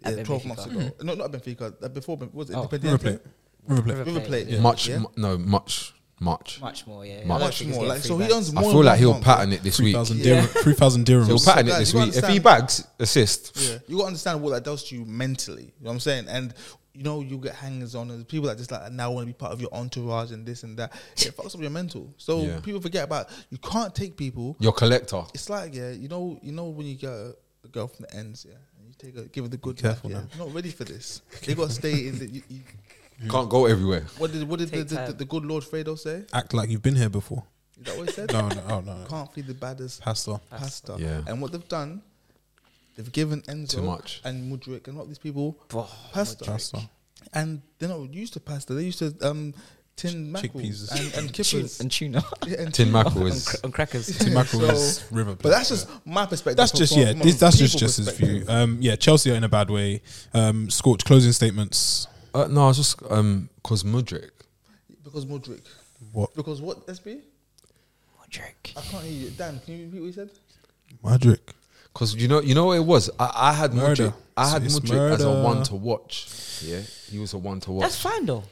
Speaker 4: At
Speaker 7: Yeah, Twelve
Speaker 4: Benfica.
Speaker 7: months ago. No, not at Benfica. uh, Before Benfica, was it?
Speaker 4: Oh.
Speaker 7: Independiente?
Speaker 2: River Plate. River Plate.
Speaker 7: River Plate. yeah.
Speaker 3: Much,
Speaker 7: Yeah.
Speaker 3: mu- no, much, much.
Speaker 4: Much more,
Speaker 3: Much.
Speaker 4: yeah. I don't
Speaker 7: Much
Speaker 4: think he's
Speaker 7: more.
Speaker 4: getting
Speaker 7: Like, so
Speaker 4: free
Speaker 7: he
Speaker 4: bags.
Speaker 7: earns
Speaker 3: I
Speaker 7: more.
Speaker 3: feel
Speaker 7: in
Speaker 3: like
Speaker 7: one
Speaker 3: he'll
Speaker 7: month.
Speaker 3: pattern it this week.
Speaker 2: 3,000
Speaker 7: Yeah.
Speaker 2: dirham. 3,000 dirhams.
Speaker 3: He'll pattern it
Speaker 7: guys,
Speaker 3: this
Speaker 7: you
Speaker 3: week. If he
Speaker 7: understand-
Speaker 3: bags, assist.
Speaker 7: Yeah, you gotta understand what that does to you mentally. You know what I'm saying? And you know, you get hangers on and people that just like now want to be part of your entourage and this and that. It fucks up your mental. So
Speaker 3: Yeah.
Speaker 7: people forget about you can't take people.
Speaker 3: Your collector.
Speaker 7: It's like yeah, you know, you know when you get a, a girl from the ends, yeah, and you take a give her the good life.
Speaker 2: careful
Speaker 7: Yeah, you're not ready for this. they gotta stay in the. You, you,
Speaker 3: Can't go everywhere.
Speaker 7: what did what did the,
Speaker 4: Take
Speaker 7: the, the,
Speaker 4: time.
Speaker 7: good Lord Fredo say?
Speaker 2: Act like you've been here before.
Speaker 7: Is that what he said?
Speaker 2: No, no, oh, no.
Speaker 7: Can't feed the baddest
Speaker 2: Pastor.
Speaker 7: pasta.
Speaker 3: Yeah.
Speaker 7: And what they've done, they've given Enzo
Speaker 3: Too much.
Speaker 7: and Mudrick and all these people
Speaker 4: Bro,
Speaker 7: pasta.
Speaker 2: Pastor.
Speaker 7: And they're not used to pasta. They're used to um, tin
Speaker 2: Ch- chickpeas.
Speaker 7: mackerels and,
Speaker 4: tuna-
Speaker 7: and kippers.
Speaker 4: and tuna
Speaker 7: *laughs* Yeah, and
Speaker 3: Tin
Speaker 7: tuna.
Speaker 3: mackerel
Speaker 4: and,
Speaker 3: is.
Speaker 7: *laughs*
Speaker 4: cra- and crackers.
Speaker 2: Tim Mackerel
Speaker 7: So-
Speaker 2: is River Plate.
Speaker 7: But that's just my perspective.
Speaker 2: That's
Speaker 7: from-
Speaker 2: just
Speaker 7: from-
Speaker 2: yeah.
Speaker 7: from
Speaker 2: This, that's just
Speaker 7: people
Speaker 2: just his view.
Speaker 7: perspective.
Speaker 2: Um, yeah, Chelsea are in a bad way. Um, Scorch closing statements.
Speaker 3: Uh, no, it's just um, cause Mudrick.
Speaker 7: Because Mudrick.
Speaker 2: What
Speaker 7: Because what, SB?
Speaker 4: Drake.
Speaker 7: I can't hear you. Dan, can you repeat what you said?
Speaker 2: Madrick?
Speaker 3: Cause you know, you know what it was. I, I had
Speaker 2: Murder.
Speaker 3: Mudrick. I had
Speaker 2: It's
Speaker 3: Mudrick as a
Speaker 2: murder.
Speaker 3: one to watch. Yeah, he was a one to watch.
Speaker 4: That's fine though.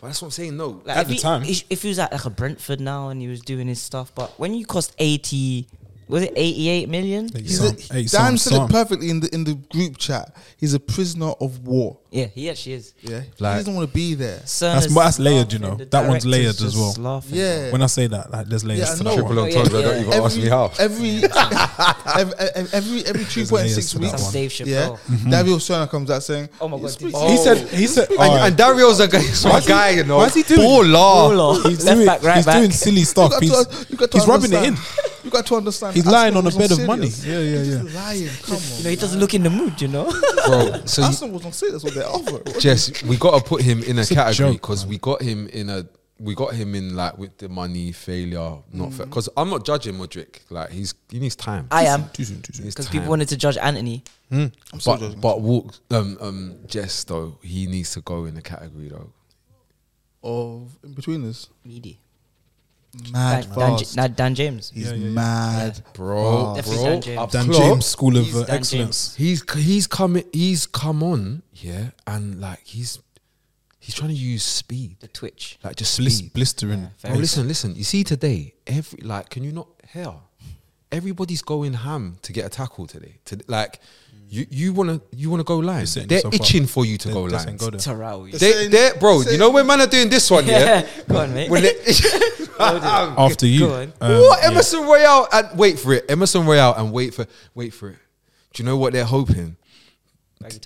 Speaker 3: but that's what I'm saying. No,
Speaker 4: Like
Speaker 2: At
Speaker 4: if
Speaker 2: the
Speaker 4: he,
Speaker 2: time.
Speaker 4: if- if he was at like a Brentford now and he was doing his stuff, but when you cost eighty, was it eighty-eight million?
Speaker 2: Hey,
Speaker 7: He's
Speaker 2: Sam.
Speaker 7: a,
Speaker 2: Hey,
Speaker 7: Dan
Speaker 2: Sam,
Speaker 7: said it
Speaker 2: Sam.
Speaker 7: perfectly in the in the group chat. He's a prisoner of war.
Speaker 4: Yeah, he actually is.
Speaker 7: Yeah,
Speaker 3: Like-
Speaker 7: he doesn't want to be there.
Speaker 4: Cerner's
Speaker 2: That's- that's layered, you
Speaker 4: laughing,
Speaker 2: know.
Speaker 4: the
Speaker 2: That one's
Speaker 4: director's
Speaker 2: layered as
Speaker 4: just
Speaker 2: well.
Speaker 4: laughing.
Speaker 7: Yeah.
Speaker 2: When I say that, like, there's layers
Speaker 7: Yeah, I
Speaker 2: to
Speaker 7: know.
Speaker 2: that.
Speaker 3: triple
Speaker 2: one.
Speaker 4: Oh, yeah,
Speaker 3: entendre. Don't
Speaker 4: yeah.
Speaker 3: even ask me how.
Speaker 7: Every *laughs* every every, every, every two point
Speaker 2: layers
Speaker 7: six
Speaker 2: to that
Speaker 7: weeks.
Speaker 4: That's
Speaker 2: one.
Speaker 4: Dave Chappelle.
Speaker 7: Yeah, Dario Serna comes out saying,
Speaker 4: Oh my God, did you
Speaker 2: He said. He said.
Speaker 3: and,
Speaker 2: alright.
Speaker 3: and Dario's a guy. He's my guy. You know.
Speaker 2: why is he doing-
Speaker 3: Baller.
Speaker 4: Baller.
Speaker 2: Oh, he's
Speaker 4: Left
Speaker 2: doing,
Speaker 4: back, right
Speaker 2: he's
Speaker 4: back.
Speaker 2: doing silly stuff.
Speaker 7: got to- you
Speaker 2: He's,
Speaker 7: got to
Speaker 2: he's rubbing it in.
Speaker 7: understand. You got to understand.
Speaker 2: He's
Speaker 7: Arsenal
Speaker 2: lying on a
Speaker 7: was
Speaker 2: bed of money.
Speaker 7: serious.
Speaker 2: Yeah, yeah,
Speaker 7: He's
Speaker 2: yeah.
Speaker 7: just lying. Come on.
Speaker 4: You know, he doesn't look in the mood, you know?
Speaker 3: Bro, so you,
Speaker 7: Arsenal was on serious with their offer.
Speaker 3: Jess, we got to put him in a
Speaker 2: a
Speaker 3: category
Speaker 2: joke,
Speaker 3: because we got him in a we got him in like with the money failure, not because I'm not judging Mudrick. Like he's he needs time.
Speaker 4: *laughs* Mm. I
Speaker 2: *laughs*
Speaker 4: am.
Speaker 2: Too soon. Too soon.
Speaker 3: He needs
Speaker 4: Because
Speaker 3: time.
Speaker 4: people wanted to judge Anthony.
Speaker 7: I'm so
Speaker 3: but
Speaker 7: judging.
Speaker 3: but walk um um Jess though he needs to go in the category though.
Speaker 7: Of in between us,
Speaker 4: Needy. Dan,
Speaker 7: mad
Speaker 4: Dan,
Speaker 7: fast.
Speaker 4: Dan, Dan James.
Speaker 7: He's mad.
Speaker 3: Bro,
Speaker 4: Definitely
Speaker 3: bro,
Speaker 4: Dan James.
Speaker 3: I've
Speaker 2: Dan
Speaker 3: clocked.
Speaker 2: James School of
Speaker 4: He's
Speaker 2: uh,
Speaker 4: Dan
Speaker 2: Excellence.
Speaker 3: He's he's coming. He's come on, yeah, and like he's he's trying to use speed,
Speaker 4: The Twitch.
Speaker 3: like just
Speaker 2: Blis-
Speaker 3: speed.
Speaker 2: blistering.
Speaker 4: Yeah, fair
Speaker 3: Bro, listen, listen. You see today, every like, can you not hear? everybody's going ham to get a tackle today. To, like, you you want to you want to go line.
Speaker 2: setting
Speaker 3: They're
Speaker 2: yourself up.
Speaker 3: itching for you to
Speaker 2: They-
Speaker 3: go
Speaker 2: they're
Speaker 3: line.
Speaker 2: saying go there.
Speaker 4: Terrell.
Speaker 3: They,
Speaker 7: Saying-
Speaker 3: they're- bro, you
Speaker 7: saying-
Speaker 3: know when man are doing this
Speaker 4: *laughs*
Speaker 3: one, yeah.
Speaker 4: Go on, mate.
Speaker 3: When they-
Speaker 2: After you.
Speaker 4: Go on.
Speaker 2: um,
Speaker 3: what
Speaker 2: yeah.
Speaker 3: Emerson Royale and wait for it. Emerson Royale and wait for wait for it. Do you know what they're hoping?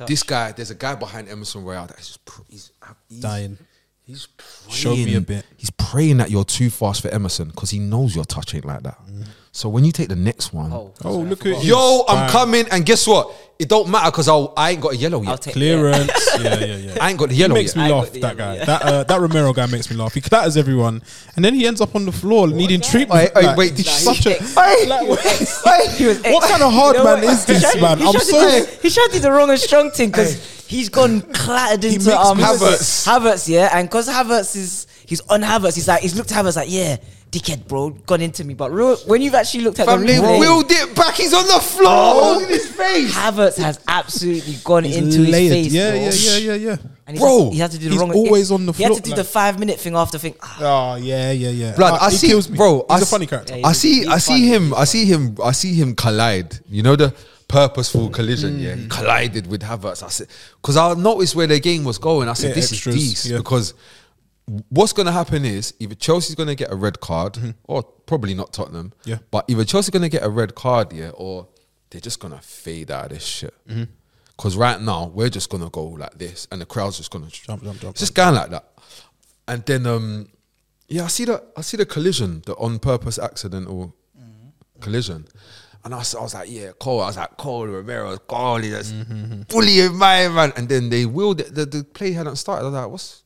Speaker 3: This guy, there's a guy behind Emerson Royale that's just pr- he's, uh, he's
Speaker 2: Dying.
Speaker 3: He's praying.
Speaker 2: Show me a bit.
Speaker 3: He's praying that you're too fast for Emerson because he knows your touch ain't like that. So when you take the next one,
Speaker 4: Oh,
Speaker 2: Oh, look at you.
Speaker 3: yo, I'm
Speaker 2: Bang.
Speaker 3: coming, and guess what? It don't matter because I ain't got a yellow
Speaker 4: I'll
Speaker 3: yet.
Speaker 4: take
Speaker 2: Clearance. yeah, yeah, yeah.
Speaker 3: I ain't got the
Speaker 2: He
Speaker 3: yellow
Speaker 2: makes
Speaker 3: yet.
Speaker 2: me
Speaker 4: I
Speaker 2: laugh.
Speaker 4: got the
Speaker 2: That
Speaker 4: yellow,
Speaker 2: guy,
Speaker 4: yeah.
Speaker 2: that uh, that Romero guy, makes me laugh. He clatters everyone, and then he ends up on the floor needing
Speaker 3: Oi,
Speaker 2: treatment.
Speaker 3: oi,
Speaker 2: Like,
Speaker 3: wait, did you
Speaker 2: such
Speaker 3: see-
Speaker 2: a-
Speaker 3: Oi,
Speaker 2: like, what-
Speaker 4: He was
Speaker 2: What kind of hard man is this, man? I'm sorry.
Speaker 4: He shouted the wrong and strong thing because he's gone clattered into
Speaker 2: makes
Speaker 4: um,
Speaker 2: me
Speaker 3: Havertz.
Speaker 4: Havertz, yeah, and because Havertz is he's on Havertz. He's like he's looked at Havertz like yeah, dickhead, bro, gone into me. But real, when you've actually looked at
Speaker 3: Fam,
Speaker 4: them,
Speaker 3: they
Speaker 4: play,
Speaker 3: wheeled it back. He's on the floor,
Speaker 2: Oh,
Speaker 3: holding his face.
Speaker 4: Havertz has absolutely gone
Speaker 2: He's
Speaker 4: into
Speaker 2: layered.
Speaker 4: his face.
Speaker 2: yeah,
Speaker 4: bro.
Speaker 2: yeah, yeah, yeah, yeah.
Speaker 4: And he's
Speaker 3: Bro,
Speaker 4: he had to do the
Speaker 2: he's
Speaker 4: wrong.
Speaker 2: always on the
Speaker 4: He had
Speaker 2: floor,
Speaker 4: to do
Speaker 2: like-
Speaker 4: the five minute thing after thing. Ah,
Speaker 2: Oh, yeah, yeah, yeah.
Speaker 3: Blood,
Speaker 2: Uh,
Speaker 3: I
Speaker 2: he
Speaker 3: see,
Speaker 2: kills me.
Speaker 3: bro. I
Speaker 2: He's a
Speaker 3: s-
Speaker 2: funny character.
Speaker 4: Yeah,
Speaker 3: I
Speaker 4: he's-
Speaker 3: see,
Speaker 4: he's
Speaker 3: I see
Speaker 4: funny,
Speaker 3: him, I see him, I see him collide. You know the purposeful collision. Yeah,
Speaker 4: Mm.
Speaker 3: he collided with Havertz. I said because I noticed where their game was going. I said
Speaker 2: Yeah,
Speaker 3: this
Speaker 2: extras,
Speaker 3: is these
Speaker 2: yeah.
Speaker 3: because what's going to happen is either Chelsea's going to get a red card or probably not Tottenham.
Speaker 2: Mm-hmm. Yeah.
Speaker 3: but either Chelsea's going to get a red card, yeah, or they're just going to fade out of this shit.
Speaker 2: Mm-hmm.
Speaker 3: Because right now we're just going to go like this, and the crowd's just going to
Speaker 2: Jump, jump, jump,
Speaker 3: It's just going like that, and then um, yeah, I see the I see the collision, the on purpose accidental collision. And I was, I was like, yeah, Cole. I was like, Cole, Romero, Cole, that's Mm-hmm. bullying my man. And then they wheeled it. The, the play hadn't started. I was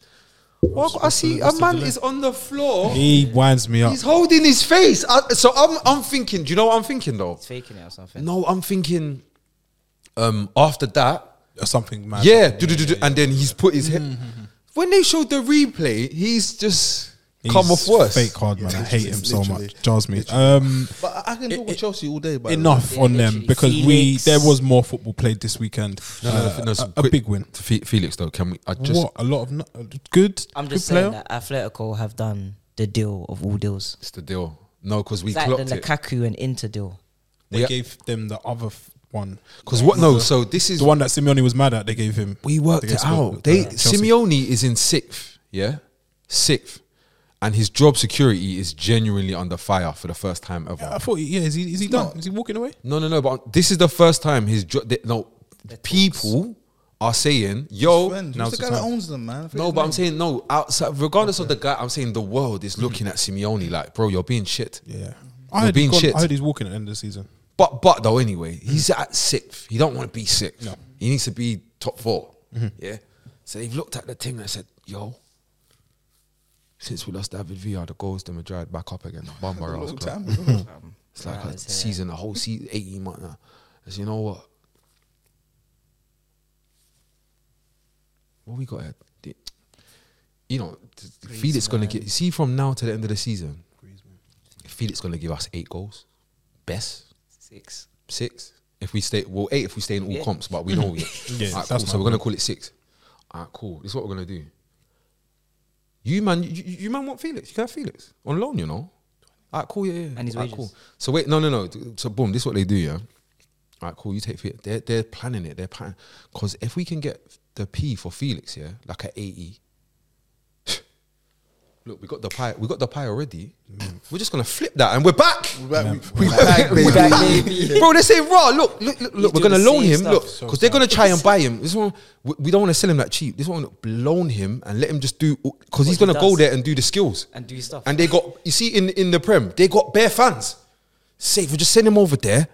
Speaker 3: like, what's. Well, I see a man is on the floor.
Speaker 2: He winds me up.
Speaker 3: He's holding his face. I, so I'm, I'm thinking, do you know what I'm thinking though?
Speaker 4: he's faking it or something.
Speaker 3: No, I'm thinking um, after that,
Speaker 2: Or something mad.
Speaker 3: yeah, do, do, do, do, and then he's put his head. When they showed the replay, he's just
Speaker 2: He's
Speaker 3: come off worse.
Speaker 2: Fake hard man. I hate him so
Speaker 7: Literally.
Speaker 2: much. Jars me. Um,
Speaker 7: But I I can talk about Chelsea all day. By the way.
Speaker 2: enough on them because we
Speaker 4: Felix.
Speaker 2: there was more football played this weekend.
Speaker 3: No, no,
Speaker 2: Uh,
Speaker 3: no,
Speaker 2: a-
Speaker 3: some
Speaker 2: a,
Speaker 3: quick-
Speaker 2: big win.
Speaker 3: Fe- Felix, though, can we? I just
Speaker 2: what a lot of no- good.
Speaker 4: I'm
Speaker 2: good
Speaker 4: just
Speaker 2: player.
Speaker 4: saying that Atletico have done the deal of all deals.
Speaker 3: It's the deal. No, because we
Speaker 4: It's like the
Speaker 3: clocked it.
Speaker 4: Lukaku and Inter deal.
Speaker 2: they
Speaker 3: Yeah.
Speaker 2: gave them the other f- one.
Speaker 3: Because what? No, so this is
Speaker 2: The one that Simeone was mad at, they gave him.
Speaker 3: we worked it
Speaker 2: against Spurs,
Speaker 3: out. They
Speaker 2: uh, Chelsea.
Speaker 3: Simeone is in sixth, yeah, sixth, and his job security is genuinely under fire for the first time ever.
Speaker 2: I thought, yeah, is he, is he done? Is he walking away?
Speaker 3: No, no, no. But this is the first time his job. No, people are saying, "Yo,
Speaker 7: Friends.
Speaker 2: Now's
Speaker 7: Who's the
Speaker 2: the
Speaker 7: guy that
Speaker 2: time.
Speaker 7: owns them, man? I forget
Speaker 3: No,
Speaker 7: his
Speaker 3: but
Speaker 7: name.
Speaker 3: I'm saying no. Outside, regardless of the guy, I'm saying the world is looking at Simeone like, bro, you're being shit.
Speaker 2: Yeah.
Speaker 3: You're
Speaker 2: I heard,
Speaker 3: being
Speaker 2: he's gone-
Speaker 3: shit.
Speaker 2: I heard he's walking at the end of the season.
Speaker 3: But but though, anyway,
Speaker 7: Mm.
Speaker 3: he's at sixth. He don't want to be sixth. He needs to be top 4
Speaker 7: Mm-hmm.
Speaker 3: Yeah. So they've looked at the team and said, yo. Since we lost David Villa, the goals them have dried back up again. Bum my ass,
Speaker 7: Long
Speaker 3: club.
Speaker 7: time ago.
Speaker 3: *laughs* It's like
Speaker 4: Right,
Speaker 3: a
Speaker 4: it's here.
Speaker 3: season, a whole season, 18 months now. I said, you know what? What we got here? The- You know, t- t- Felix going to get, see from now to the end of the season, Felix going to give us eight goals. Best,
Speaker 4: Six.
Speaker 3: six. If we stay, well, eight if we stay in all
Speaker 4: Yeah.
Speaker 3: comps, but we know
Speaker 4: *laughs*
Speaker 3: we.
Speaker 2: Yeah,
Speaker 3: Alright,
Speaker 2: that's
Speaker 3: cool.
Speaker 2: my
Speaker 3: So we're going to call it six. All right, cool. This is what we're going to do. You man, you, you you man want Felix? You can have Felix on loan, you know. All right, cool, yeah, yeah.
Speaker 4: And his
Speaker 3: All right,
Speaker 4: wages.
Speaker 3: cool. So wait, no, no, no. So boom, this is what they do, yeah. All right, cool. You take Felix. They're they're planning it. They're planning because if we can get the P for Felix, yeah, like at eighty. Look, we got the pie. We got the pie already. Mm. We're just gonna flip that, and we're back.
Speaker 7: Right, we- we back, baby.
Speaker 3: Bro, they say, raw. Look, look, look, look we're
Speaker 4: doing
Speaker 3: gonna
Speaker 4: the
Speaker 3: loan
Speaker 4: same
Speaker 3: him.
Speaker 4: stuff.
Speaker 3: Look, because they're gonna try and buy him. This one, we, we don't want to sell him that cheap. This one, loan him and let him just do because he's
Speaker 4: he
Speaker 3: gonna go
Speaker 4: does.
Speaker 3: there and do the skills.
Speaker 4: And do stuff.
Speaker 3: And they got you see in in the prem, they got bare fans. Safe, we just send him over there,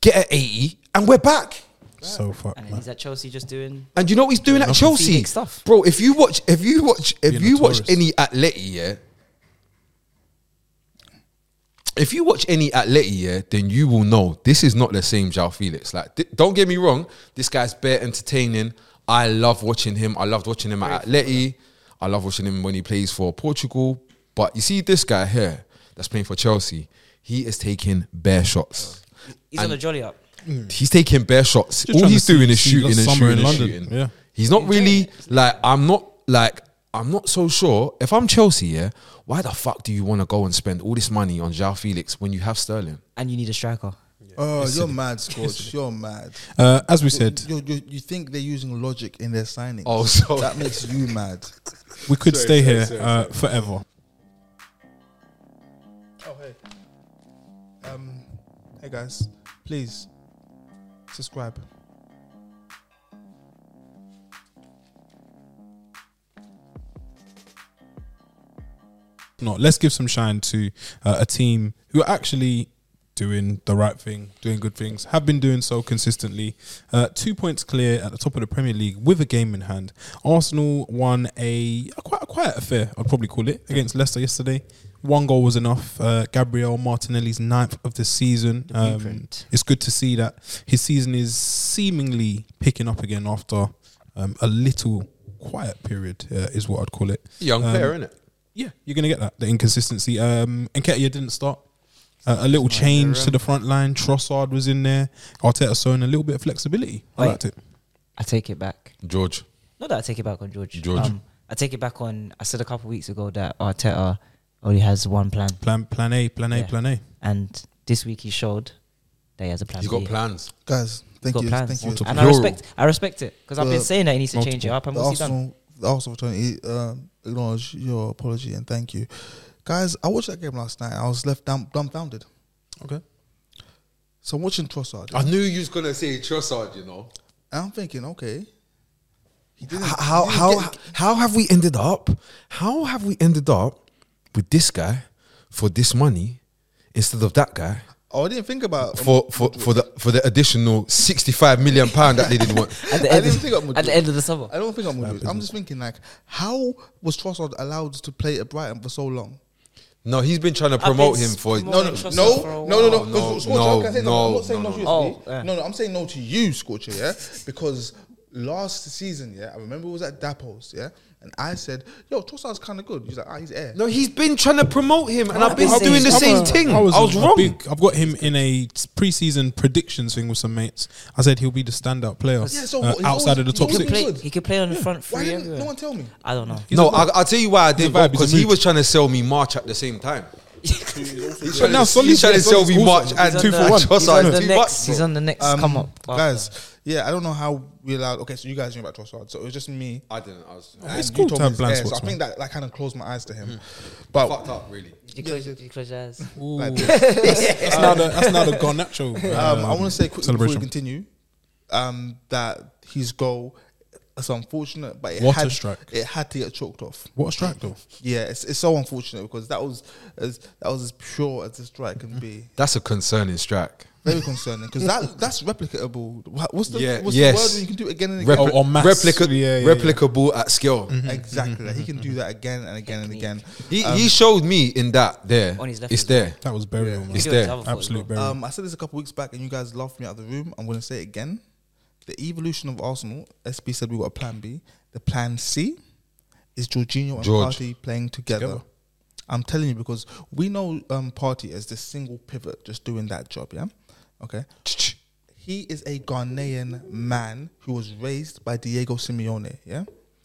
Speaker 3: get at eighty, and we're back.
Speaker 2: So fuck,
Speaker 4: And
Speaker 2: man.
Speaker 4: he's at Chelsea just doing.
Speaker 3: And you know what he's doing at Chelsea,
Speaker 4: Phoenix stuff.
Speaker 3: bro. If you watch, if you watch, if
Speaker 2: Being a
Speaker 3: you watch
Speaker 2: tourist.
Speaker 3: any Atleti, yeah. If you watch any Atleti, yeah, then you will know this is not the same Jao Felix. Like, th- don't get me wrong, this guy's bare entertaining. I love watching him. I loved watching him at Atleti. I love watching him when he plays for Portugal. But you see this guy here that's playing for Chelsea. He is taking bare shots.
Speaker 4: He's on a jolly up.
Speaker 3: He's taking bare shots.
Speaker 2: Just
Speaker 3: All
Speaker 2: trying
Speaker 3: he's
Speaker 2: to see-
Speaker 3: doing is
Speaker 2: see
Speaker 3: shooting
Speaker 2: the
Speaker 3: and
Speaker 2: summer
Speaker 3: shooting
Speaker 2: in
Speaker 3: and
Speaker 2: London,
Speaker 3: shooting.
Speaker 2: yeah.
Speaker 3: He's not really like I'm not like I'm not so sure. If I'm Chelsea, yeah, why the fuck do you want to go and spend all this money on Jao Felix when you have Sterling?
Speaker 4: and you need a striker.
Speaker 7: Oh, you're mad, Scorch. You're mad.
Speaker 2: Uh, as we said,
Speaker 7: You, you, you think they're using logic in their signings.
Speaker 3: Oh, sorry.
Speaker 7: That makes you mad.
Speaker 2: we could
Speaker 3: Sorry,
Speaker 2: stay
Speaker 3: sorry,
Speaker 2: here
Speaker 3: sorry,
Speaker 2: uh, forever.
Speaker 7: Oh, hey. Um, hey, guys. Please subscribe.
Speaker 2: Not. Let's give some shine to uh, a team who are actually doing the right thing, doing good things, have been doing so consistently. Uh, two points clear at the top of the Premier League with a game in hand. Arsenal won a, a quite a quiet affair, I'd probably call it, against Leicester yesterday. One goal was enough. Uh, Gabriel Martinelli's ninth of the season. Um,
Speaker 4: blueprint.
Speaker 2: it's good to see that his season is seemingly picking up again after um, a little quiet period, uh, is what I'd call it.
Speaker 3: Young
Speaker 2: Um,
Speaker 3: player, innit?
Speaker 2: yeah, you're gonna get that the inconsistency. Um, Nketiah didn't start. Uh, a little change to the front line. Trossard was in there. Arteta showing a little bit of flexibility. I
Speaker 4: Wait.
Speaker 2: liked it.
Speaker 4: I take it back.
Speaker 3: George.
Speaker 4: Not that I take it back on George. Um,
Speaker 3: George.
Speaker 4: I take it back on. I said a couple weeks ago that Arteta only has one plan,
Speaker 2: Plan plan A, plan A,
Speaker 4: Yeah.
Speaker 2: plan A.
Speaker 4: and this week he showed that he has a plan.
Speaker 3: He's got
Speaker 4: B.
Speaker 3: plans.
Speaker 7: Guys,
Speaker 4: He's
Speaker 7: thank
Speaker 4: got
Speaker 7: you.
Speaker 4: plans,
Speaker 7: Thank you.
Speaker 4: and I
Speaker 3: Plural.
Speaker 4: respect. I respect it because I've been
Speaker 7: The-
Speaker 4: saying that he needs to change it up, and
Speaker 7: the
Speaker 4: what's he done?
Speaker 7: Arsenal, the Arsenal attorney uh, acknowledge your apology and thank you, guys. I watched that game last night. I was left dumb, dumbfounded.
Speaker 2: Okay.
Speaker 7: So I'm watching Trossard,
Speaker 3: I knew you was gonna say Trossard, you know.
Speaker 7: and I'm thinking, okay, he didn't.
Speaker 3: How
Speaker 7: he didn't
Speaker 3: how
Speaker 7: get-
Speaker 3: how have we ended up? How have we ended up with this guy for this money instead of that guy
Speaker 7: oh, I didn't think about.
Speaker 3: for for, for the for the additional sixty five million pound that they didn't want?
Speaker 4: At the
Speaker 7: I
Speaker 4: end,
Speaker 7: didn't think
Speaker 4: of,
Speaker 7: I'm
Speaker 4: at the
Speaker 7: good.
Speaker 4: end of the summer,
Speaker 7: I don't think I'm gonna do it. I'm just thinking like, how was Trossard allowed to play at Brighton for so long?
Speaker 3: No, he's been trying to promote him for.
Speaker 4: promoting
Speaker 7: no,
Speaker 4: Trossard
Speaker 7: no,
Speaker 4: for a
Speaker 7: no, no,
Speaker 4: while.
Speaker 7: no,
Speaker 3: while. No,
Speaker 7: no, no, I can say no,
Speaker 3: no,
Speaker 7: I'm not saying
Speaker 3: no,
Speaker 7: no, to
Speaker 4: no,
Speaker 7: you. Steve.
Speaker 4: no. Oh, yeah.
Speaker 7: No, no, I'm saying no to you,
Speaker 4: *laughs*
Speaker 7: Scorcher, yeah? Because last season, yeah, I remember it was at Dappos, yeah? And I said, yo, Trossard's kind of good. He's like, ah, he's air.
Speaker 3: No, he's been trying to promote him, and I've been
Speaker 4: I've been
Speaker 3: doing the
Speaker 4: saying-
Speaker 3: same thing.
Speaker 2: I was, a- a
Speaker 3: wrong.
Speaker 2: big- I've got him in a preseason predictions thing with some mates. I said he'll be the standout player
Speaker 7: so
Speaker 2: uh, outside
Speaker 7: he's always-
Speaker 2: of the
Speaker 7: he's
Speaker 2: top
Speaker 4: he
Speaker 7: always
Speaker 2: six.
Speaker 4: could play.
Speaker 7: good.
Speaker 4: He could play on the front
Speaker 7: Why
Speaker 4: three.
Speaker 7: didn't
Speaker 4: everywhere.
Speaker 7: no one tell me?
Speaker 4: I don't know.
Speaker 3: no, I, I'll tell you why I didn't
Speaker 2: vibe, he's a
Speaker 3: because he
Speaker 2: mood.
Speaker 3: was trying to sell me March at the same
Speaker 2: *laughs*
Speaker 3: time. he's trying, to,
Speaker 2: now
Speaker 3: he's
Speaker 2: Solly's-
Speaker 3: trying to sell me
Speaker 2: Solly's
Speaker 3: March
Speaker 2: also-
Speaker 3: and
Speaker 2: he's
Speaker 3: two
Speaker 2: on
Speaker 3: for
Speaker 2: the-
Speaker 3: one.
Speaker 2: he's
Speaker 3: Trossard
Speaker 4: on
Speaker 3: and
Speaker 4: the
Speaker 3: two
Speaker 4: next-
Speaker 3: bucks,
Speaker 4: he's
Speaker 3: bro.
Speaker 4: on the next come up, Barker.
Speaker 7: guys. Yeah, I don't know how we allowed. Okay, so you guys knew about Trossard, so it was just me.
Speaker 3: I didn't. I was
Speaker 7: and
Speaker 2: It's
Speaker 7: you
Speaker 2: cool
Speaker 7: told
Speaker 2: to have
Speaker 7: me
Speaker 2: blind
Speaker 7: air, So I
Speaker 2: spots,
Speaker 7: think that, that kind of closed my eyes to him. But
Speaker 3: fucked up, really.
Speaker 4: You close, you close your eyes.
Speaker 7: *laughs* like,
Speaker 2: That's now the that's now the Garnacho.
Speaker 7: Um, I want to say quickly before we
Speaker 2: uh, celebration.
Speaker 7: continue um, that his goal is unfortunate, but it
Speaker 2: What a
Speaker 7: had
Speaker 2: strike.
Speaker 7: it had to get chalked off.
Speaker 2: what a strike though.
Speaker 7: Yeah, it's, it's so unfortunate because that was as that was as pure as a strike can
Speaker 3: *laughs*
Speaker 7: be.
Speaker 3: That's a concerning strike.
Speaker 7: Very concerning because that that's replicable. Wha- What's the
Speaker 3: Yeah,
Speaker 7: what's
Speaker 3: yes.
Speaker 7: the word when you can do it again and again?
Speaker 3: Repli-
Speaker 2: Oh, en masse.
Speaker 3: replica-
Speaker 2: Yeah, Mm-hmm. yeah, yeah.
Speaker 3: replicable at scale.
Speaker 7: exactly, like, he can do that again and again and again.
Speaker 3: He,
Speaker 2: Um,
Speaker 3: he showed me in that there.
Speaker 4: On his left
Speaker 3: it's
Speaker 4: as well.
Speaker 3: there.
Speaker 2: That was burial, man.
Speaker 3: It's
Speaker 4: He killed his
Speaker 3: there.
Speaker 4: other foot as well.
Speaker 2: Absolute burial.
Speaker 7: Um, I said this a couple weeks back, and you guys laughed me out of the room. I'm going to say it again. The evolution of Arsenal, SB said we got a plan B. The plan C is Jorginho and
Speaker 3: George.
Speaker 7: Party playing together.
Speaker 2: Together.
Speaker 7: I'm telling you because we know um, Party as the single pivot, just doing that job. Yeah, okay. He is a Ghanaian man who was raised by Diego Simeone. Yeah.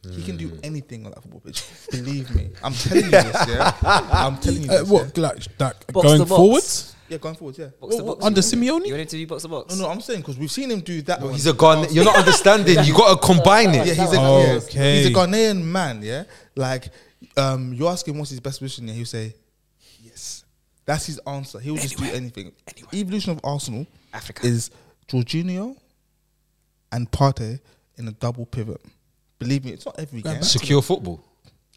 Speaker 7: He can
Speaker 2: Hmm.
Speaker 7: do anything on that football pitch. Believe me, I'm telling you this.
Speaker 2: *laughs*
Speaker 7: Yeah, I'm telling you
Speaker 2: Uh,
Speaker 7: this. yeah.
Speaker 2: what like, like
Speaker 4: Box to
Speaker 2: going
Speaker 4: box.
Speaker 2: forwards
Speaker 7: Yeah, going forward. Yeah.
Speaker 4: Box to
Speaker 2: What-
Speaker 4: box.
Speaker 2: under
Speaker 4: You
Speaker 2: Simeone?
Speaker 4: want him to be box to box?
Speaker 7: No, no, I'm saying because we've seen him do that. one.
Speaker 3: He's a Ghan. You're not understanding. You got to combine
Speaker 7: yeah,
Speaker 3: it.
Speaker 7: he's a
Speaker 2: Oh,
Speaker 7: yeah,
Speaker 2: okay.
Speaker 7: he's a Ghanaian man. Yeah, like um, you ask him what's his best position, and he'll say yes. That's his answer. He'll just do anything. Evolution of Arsenal
Speaker 4: Africa.
Speaker 7: is Jorginho and Partey in a double pivot. Believe me, it's not every game.
Speaker 3: Secure football.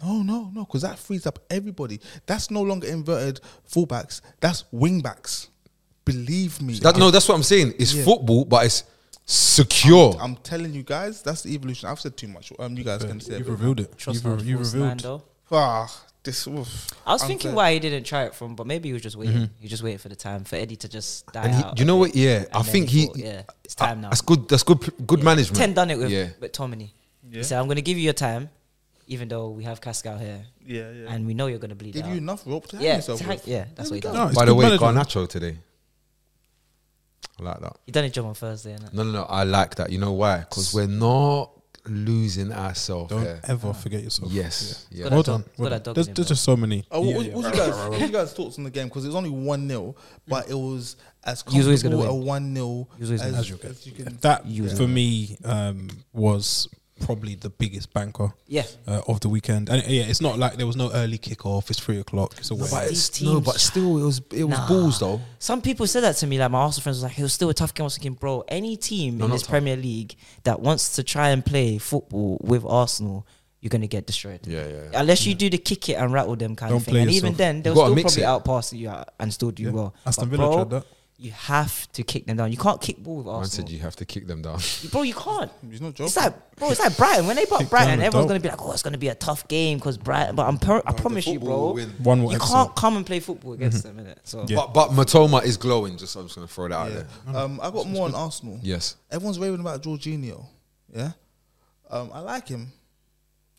Speaker 7: Oh no, no, because that frees up everybody. That's no longer inverted fullbacks. That's wingbacks. Believe me.
Speaker 3: That, no, that's what I'm saying. It's
Speaker 7: Yeah.
Speaker 3: football, but it's secure.
Speaker 7: I'm telling you guys, that's the evolution. I've said too much. Um, you guys can say. a
Speaker 2: you've
Speaker 7: bit more.
Speaker 2: revealed it you've,
Speaker 4: Trust me,
Speaker 2: re- you
Speaker 4: Force
Speaker 2: revealed
Speaker 4: Nando.
Speaker 7: Ah, this. Oof,
Speaker 4: I was thinking
Speaker 7: unfair.
Speaker 4: why he didn't try it from, but maybe he was just waiting. He was just waiting for the time for Eddie to just die
Speaker 3: and he,
Speaker 4: out.
Speaker 3: you know what? Yeah, I
Speaker 4: And then
Speaker 3: think
Speaker 4: he
Speaker 3: he.
Speaker 4: thought, yeah, it's time now.
Speaker 3: That's good. That's good. Good management.
Speaker 4: Ten done it with
Speaker 3: Yeah.
Speaker 4: with Tomini. He said, "I'm going to give you your time, even though we have Cascal here,
Speaker 7: Yeah, yeah.
Speaker 4: and we know you're going to bleed
Speaker 7: Give
Speaker 4: out."
Speaker 7: you enough rope to hang
Speaker 4: yeah,
Speaker 7: yourself
Speaker 4: to hang-
Speaker 7: with.
Speaker 4: yeah, that's what he
Speaker 7: There
Speaker 4: done.
Speaker 7: we
Speaker 2: No, it's
Speaker 3: By the
Speaker 2: good
Speaker 3: way,
Speaker 2: management.
Speaker 3: Garnacho today. I like that.
Speaker 4: He done his job on Thursday, innit?
Speaker 3: No, no, no. I like that. You know why? Because we're not losing ourselves.
Speaker 2: Don't
Speaker 3: here.
Speaker 2: ever forget yourself.
Speaker 3: Yes. Yeah.
Speaker 4: Got
Speaker 2: Well
Speaker 4: that
Speaker 2: done.
Speaker 4: dog-
Speaker 2: Well done.
Speaker 4: got that dog
Speaker 2: There's,
Speaker 4: in
Speaker 2: there's
Speaker 4: him,
Speaker 2: just so many.
Speaker 7: Oh, what,
Speaker 2: Yeah,
Speaker 7: what,
Speaker 2: yeah.
Speaker 7: you *laughs* guys, what you guys' thoughts on the game? Because it was only 1 0, but it was as
Speaker 4: He was always gonna
Speaker 7: comfortable a
Speaker 4: win.
Speaker 7: 1 0
Speaker 4: He was always gonna
Speaker 7: as,
Speaker 2: win.
Speaker 7: as you can.
Speaker 2: That
Speaker 4: You-
Speaker 2: for me um, was probably the biggest banker
Speaker 4: Yeah.
Speaker 2: uh, of the weekend. And uh, yeah, it's not like there was no early kickoff. It's three o'clock. It's away.
Speaker 3: But
Speaker 4: These
Speaker 3: it's, no,
Speaker 4: teams-
Speaker 3: but still, it was it was
Speaker 4: Nah.
Speaker 3: balls though.
Speaker 4: Some people said that to me, like my Arsenal friends was like, it was still a tough game. I was thinking, bro, any team in
Speaker 3: not
Speaker 4: this
Speaker 3: tough.
Speaker 4: Premier League that wants to try and play football with Arsenal, you're gonna get destroyed.
Speaker 3: Yeah, yeah.
Speaker 4: Unless you do the kick it and rattle them kind
Speaker 2: Don't
Speaker 4: of thing.
Speaker 2: play
Speaker 4: and
Speaker 2: yourself.
Speaker 4: even then, they'll
Speaker 3: You gotta
Speaker 4: still
Speaker 3: mix
Speaker 4: probably
Speaker 3: it.
Speaker 4: outpass you out and still do well.
Speaker 2: Aston
Speaker 4: But
Speaker 2: Villa
Speaker 4: bro,
Speaker 2: tried that.
Speaker 4: You have to kick them down. You can't kick ball with
Speaker 3: Man
Speaker 4: Arsenal.
Speaker 3: said you have to kick them down.
Speaker 4: Bro, you can't.
Speaker 7: He's not joking.
Speaker 4: It's like, bro, it's like Brighton. When they bought
Speaker 2: Kick down
Speaker 4: Brighton,
Speaker 2: the
Speaker 4: everyone's
Speaker 2: door.
Speaker 4: going to be like, oh, it's going to be a tough game because Brighton. But I'm per- I promise you, bro,
Speaker 2: One more
Speaker 4: you
Speaker 2: episode.
Speaker 4: can't come and play football against them, innit? So,
Speaker 2: Yeah.
Speaker 3: But but Matoma is glowing. Just I'm just gonna throw that out
Speaker 7: Yeah.
Speaker 3: there.
Speaker 7: Um, I got more on Arsenal.
Speaker 3: Yes.
Speaker 7: Everyone's raving about Jorginho. Yeah. Um, I like him,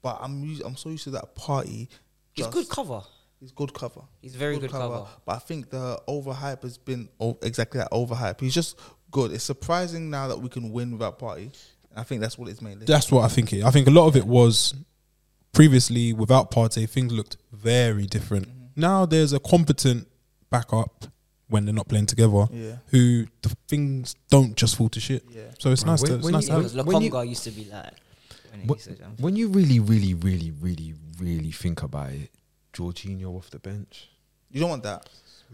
Speaker 7: but I'm used, I'm so used to that party.
Speaker 4: he's
Speaker 7: just-
Speaker 4: good cover.
Speaker 7: He's good cover.
Speaker 4: He's very good cover.
Speaker 7: But I think the overhype has been o- exactly that overhype. He's just good. It's surprising now that we can win without party. I think that's what it's mainly.
Speaker 2: That's what I think. It. I think a lot of it was previously without Partey, things looked very different. Now there's a competent backup when they're not playing together.
Speaker 7: Yeah.
Speaker 2: Who the things don't just fall to shit.
Speaker 7: Yeah.
Speaker 2: So it's
Speaker 3: Bro,
Speaker 2: nice.
Speaker 3: when-
Speaker 2: to, it's
Speaker 3: when
Speaker 2: nice
Speaker 3: you-
Speaker 2: to have.
Speaker 4: Because
Speaker 3: Because when you-
Speaker 4: Lokonga used to be like, when he um,
Speaker 3: What-
Speaker 4: used to jump.
Speaker 3: When you really, really, really, really, really think about it, Jorginho off the bench.
Speaker 7: You don't want that.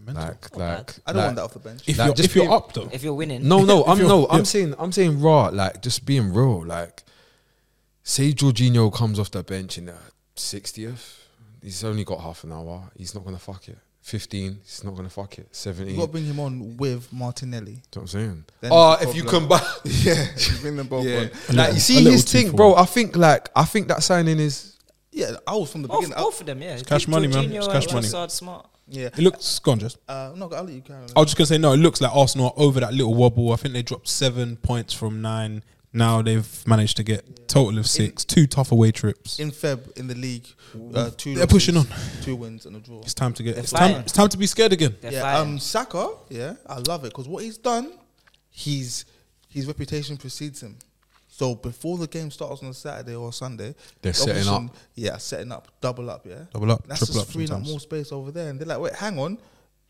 Speaker 3: Like,
Speaker 4: bad.
Speaker 3: like
Speaker 7: I don't
Speaker 3: like-
Speaker 7: want that off the bench.
Speaker 2: If
Speaker 3: Like,
Speaker 2: you're
Speaker 3: just
Speaker 2: if you're
Speaker 3: being-
Speaker 2: up though,
Speaker 4: if you're winning,
Speaker 3: No,
Speaker 7: *laughs*
Speaker 3: no, I'm
Speaker 2: you're-
Speaker 3: no, I'm
Speaker 2: yeah.
Speaker 3: saying I'm saying raw, like just being real. Like say Jorginho comes off the bench in the sixtieth, he's only got half an hour. He's not gonna fuck it. Fifteen, he's not gonna fuck it. Seventeen.
Speaker 7: You got to bring him on with Martinelli.
Speaker 3: Do you know what I'm saying?
Speaker 7: Then
Speaker 3: Oh,
Speaker 7: it's a
Speaker 3: if you
Speaker 7: problem.
Speaker 3: combine,
Speaker 7: *laughs* Yeah, *laughs* you bring them both
Speaker 3: yeah.
Speaker 7: on.
Speaker 3: Like
Speaker 2: little-
Speaker 3: you
Speaker 2: a
Speaker 3: see
Speaker 2: little
Speaker 3: his
Speaker 2: too
Speaker 3: thing,
Speaker 2: full.
Speaker 3: bro. I think like I think that signing is
Speaker 7: Yeah, I was from the
Speaker 4: both,
Speaker 7: beginning. I-
Speaker 4: both of them, yeah. It's
Speaker 2: cash money, man. It's cash money.
Speaker 4: smart.
Speaker 7: yeah.
Speaker 2: it looks gone just.
Speaker 7: Uh, no, I'll let you carry on.
Speaker 2: I was just gonna say no. It looks like Arsenal are over that little wobble. I think they dropped seven points from nine. Now they've managed to get total of six. Two tough away trips.
Speaker 7: in Feb in the league. Uh, two
Speaker 2: They're pushing
Speaker 7: losses, Two wins and a draw.
Speaker 2: It's time to get.
Speaker 4: They're
Speaker 2: It's time.
Speaker 4: flying.
Speaker 2: It's time to be scared again.
Speaker 4: They're
Speaker 7: yeah, um, Saka. Yeah, I love it because what he's done, he's his reputation precedes him. So before the game starts on a Saturday or Sunday,
Speaker 3: They're
Speaker 7: the
Speaker 3: setting
Speaker 7: opposition-
Speaker 3: up.
Speaker 7: Yeah, setting up, double up. Yeah,
Speaker 2: Double up,
Speaker 7: That's
Speaker 2: triple
Speaker 7: just
Speaker 2: up
Speaker 7: freeing
Speaker 2: sometimes.
Speaker 7: up more space over there, and they're like, wait, hang on.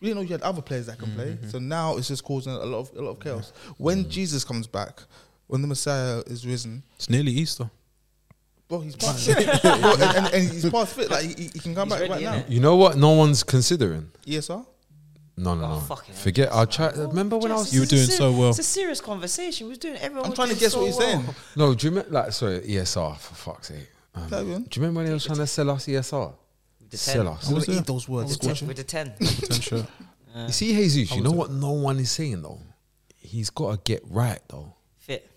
Speaker 7: We didn't know you had other players that can play,
Speaker 2: Mm-hmm.
Speaker 7: so now it's just causing a lot of a lot of chaos.
Speaker 2: Mm.
Speaker 7: When Jesus comes back, when the Messiah is risen,
Speaker 2: It's nearly Easter.
Speaker 4: *laughs*
Speaker 7: bro, he's past fit. Bro, and, and, and he's past fit. Like he, he can come
Speaker 4: He's
Speaker 7: back
Speaker 4: ready,
Speaker 7: right now.
Speaker 4: innit?
Speaker 3: you know what no one's considering.
Speaker 7: Yes, sir.
Speaker 3: No, no,
Speaker 4: Oh,
Speaker 3: no.
Speaker 4: fucking hell.
Speaker 3: Forget. I try. Remember when I was
Speaker 2: You were doing so well.
Speaker 4: It's a serious conversation. We was doing everyone.
Speaker 7: I'm
Speaker 4: was
Speaker 7: trying to
Speaker 4: doing
Speaker 7: guess
Speaker 4: so
Speaker 7: what he's
Speaker 4: well.
Speaker 7: saying.
Speaker 3: No, do you remember? Like, sorry, ESR, for fuck's sake. Um, do
Speaker 7: Carry
Speaker 3: you
Speaker 7: on.
Speaker 3: remember when they was trying to sell us ESR?
Speaker 4: the
Speaker 3: Sell
Speaker 4: ten.
Speaker 3: us.
Speaker 7: I'm gonna eat those words.
Speaker 4: With the ten- with the ten.
Speaker 2: Potential.
Speaker 4: uh,
Speaker 3: You see, Jesus, you
Speaker 2: was
Speaker 3: know
Speaker 2: it?
Speaker 3: what no one is saying, though? He's got to get right, though.
Speaker 4: Fit.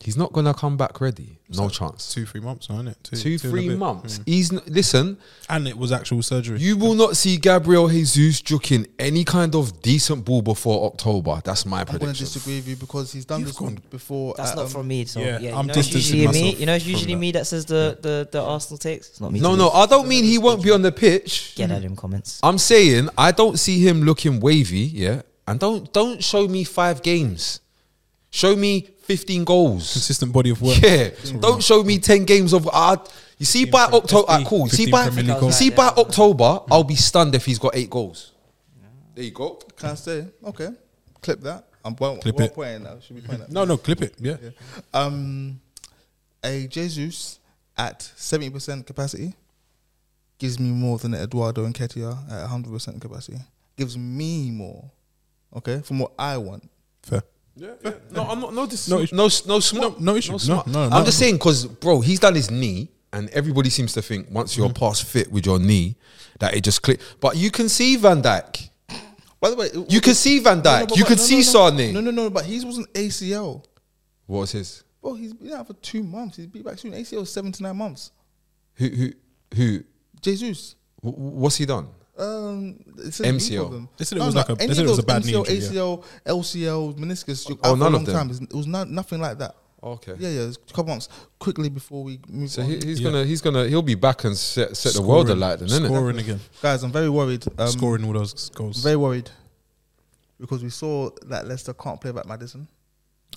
Speaker 3: He's not going to come back ready. No chance.
Speaker 2: two, three months, isn't it?
Speaker 3: Two,
Speaker 2: Two,
Speaker 3: three
Speaker 2: two and a bit.
Speaker 3: months.
Speaker 2: Mm.
Speaker 3: He's n- Listen,
Speaker 2: and it was actual surgery.
Speaker 3: you will not see Gabriel Jesus juking any kind of decent ball before October. That's my
Speaker 7: I'm going to
Speaker 3: prediction.
Speaker 7: disagree with you because he's done this one before.
Speaker 4: That's
Speaker 7: at,
Speaker 4: not
Speaker 7: um,
Speaker 4: from me. So
Speaker 2: yeah,
Speaker 4: yeah,
Speaker 2: I'm
Speaker 4: you know, it's
Speaker 2: distancing
Speaker 4: usually me.
Speaker 2: myself
Speaker 4: You know, it's
Speaker 2: from
Speaker 4: usually
Speaker 2: that.
Speaker 4: me that says the, the, the Arsenal takes. It's not me.
Speaker 3: No,
Speaker 4: to
Speaker 3: no,
Speaker 4: me.
Speaker 3: I don't mean he won't be on the pitch.
Speaker 4: Get at him comments.
Speaker 3: I'm saying I don't see him looking wavy, yeah. And don't don't show me five games. Show me 15 goals.
Speaker 2: Consistent body of work.
Speaker 3: *laughs* Yeah. Don't show me 10 games of uh, you see by
Speaker 2: Prem-
Speaker 3: October
Speaker 2: SP,
Speaker 3: cool. See
Speaker 2: 15
Speaker 3: by
Speaker 2: Premier League
Speaker 3: you see by
Speaker 4: goals.
Speaker 3: October, I'll be stunned if he's got eight goals. There you go.
Speaker 7: Can I say? Okay. Clip that. I'm well,
Speaker 2: Clip
Speaker 7: well
Speaker 2: it.
Speaker 7: pointing now. Should we point that?
Speaker 2: No, no, clip it. Yeah.
Speaker 7: Um, a Jesus at 70% capacity gives me more than Eduardo and Ketia at 100% capacity. Gives me more. Okay. From what I want.
Speaker 2: Fair.
Speaker 3: No, I'm not. No, this,
Speaker 2: No
Speaker 3: no,
Speaker 2: issue.
Speaker 3: no, no, smart.
Speaker 2: No- no issue. No,
Speaker 3: smart.
Speaker 2: no,
Speaker 3: I'm
Speaker 2: no.
Speaker 3: just saying because, bro, he's done his knee, and everybody seems to think once you're past fit with your knee, that it just click. But you can see Van Dyke.
Speaker 7: By the way, it-
Speaker 3: You can see Van
Speaker 7: No, no,
Speaker 3: Dyke.
Speaker 7: but-
Speaker 3: you
Speaker 7: but
Speaker 3: can
Speaker 7: no,
Speaker 3: see
Speaker 7: no, no.
Speaker 3: Sane.
Speaker 7: No, no, no. But his wasn't ACL.
Speaker 3: What was his?
Speaker 7: Bro, he's been out for two months. He's been back soon. ACL is seven to nine months.
Speaker 3: Who? Who? Who?
Speaker 7: Jesus.
Speaker 3: wh- wh- What's he done?
Speaker 7: Um, it's a knee
Speaker 3: MCL.
Speaker 7: problem.
Speaker 2: They said it was like a- they
Speaker 7: any
Speaker 2: said it
Speaker 7: of
Speaker 2: was a
Speaker 7: those
Speaker 2: bad knee
Speaker 7: MCL,
Speaker 2: injury, yeah.
Speaker 7: ACL, LCL, meniscus. You're
Speaker 3: Oh,
Speaker 7: out for
Speaker 3: none
Speaker 7: a
Speaker 3: of
Speaker 7: long
Speaker 3: them.
Speaker 7: time. It's- It was not, nothing like that.
Speaker 3: Okay.
Speaker 7: Yeah, yeah, it was a couple months. Quickly before we move
Speaker 3: So
Speaker 7: on,
Speaker 3: he, he's
Speaker 2: Yeah.
Speaker 3: gonna he's gonna he'll be back and set, set the
Speaker 2: Scoring-
Speaker 3: world alight, then, isn't it?
Speaker 2: Scoring again.
Speaker 7: guys, I'm very worried. Um,
Speaker 2: Scoring all those goals.
Speaker 7: very worried because we saw that Leicester can't play back Madison.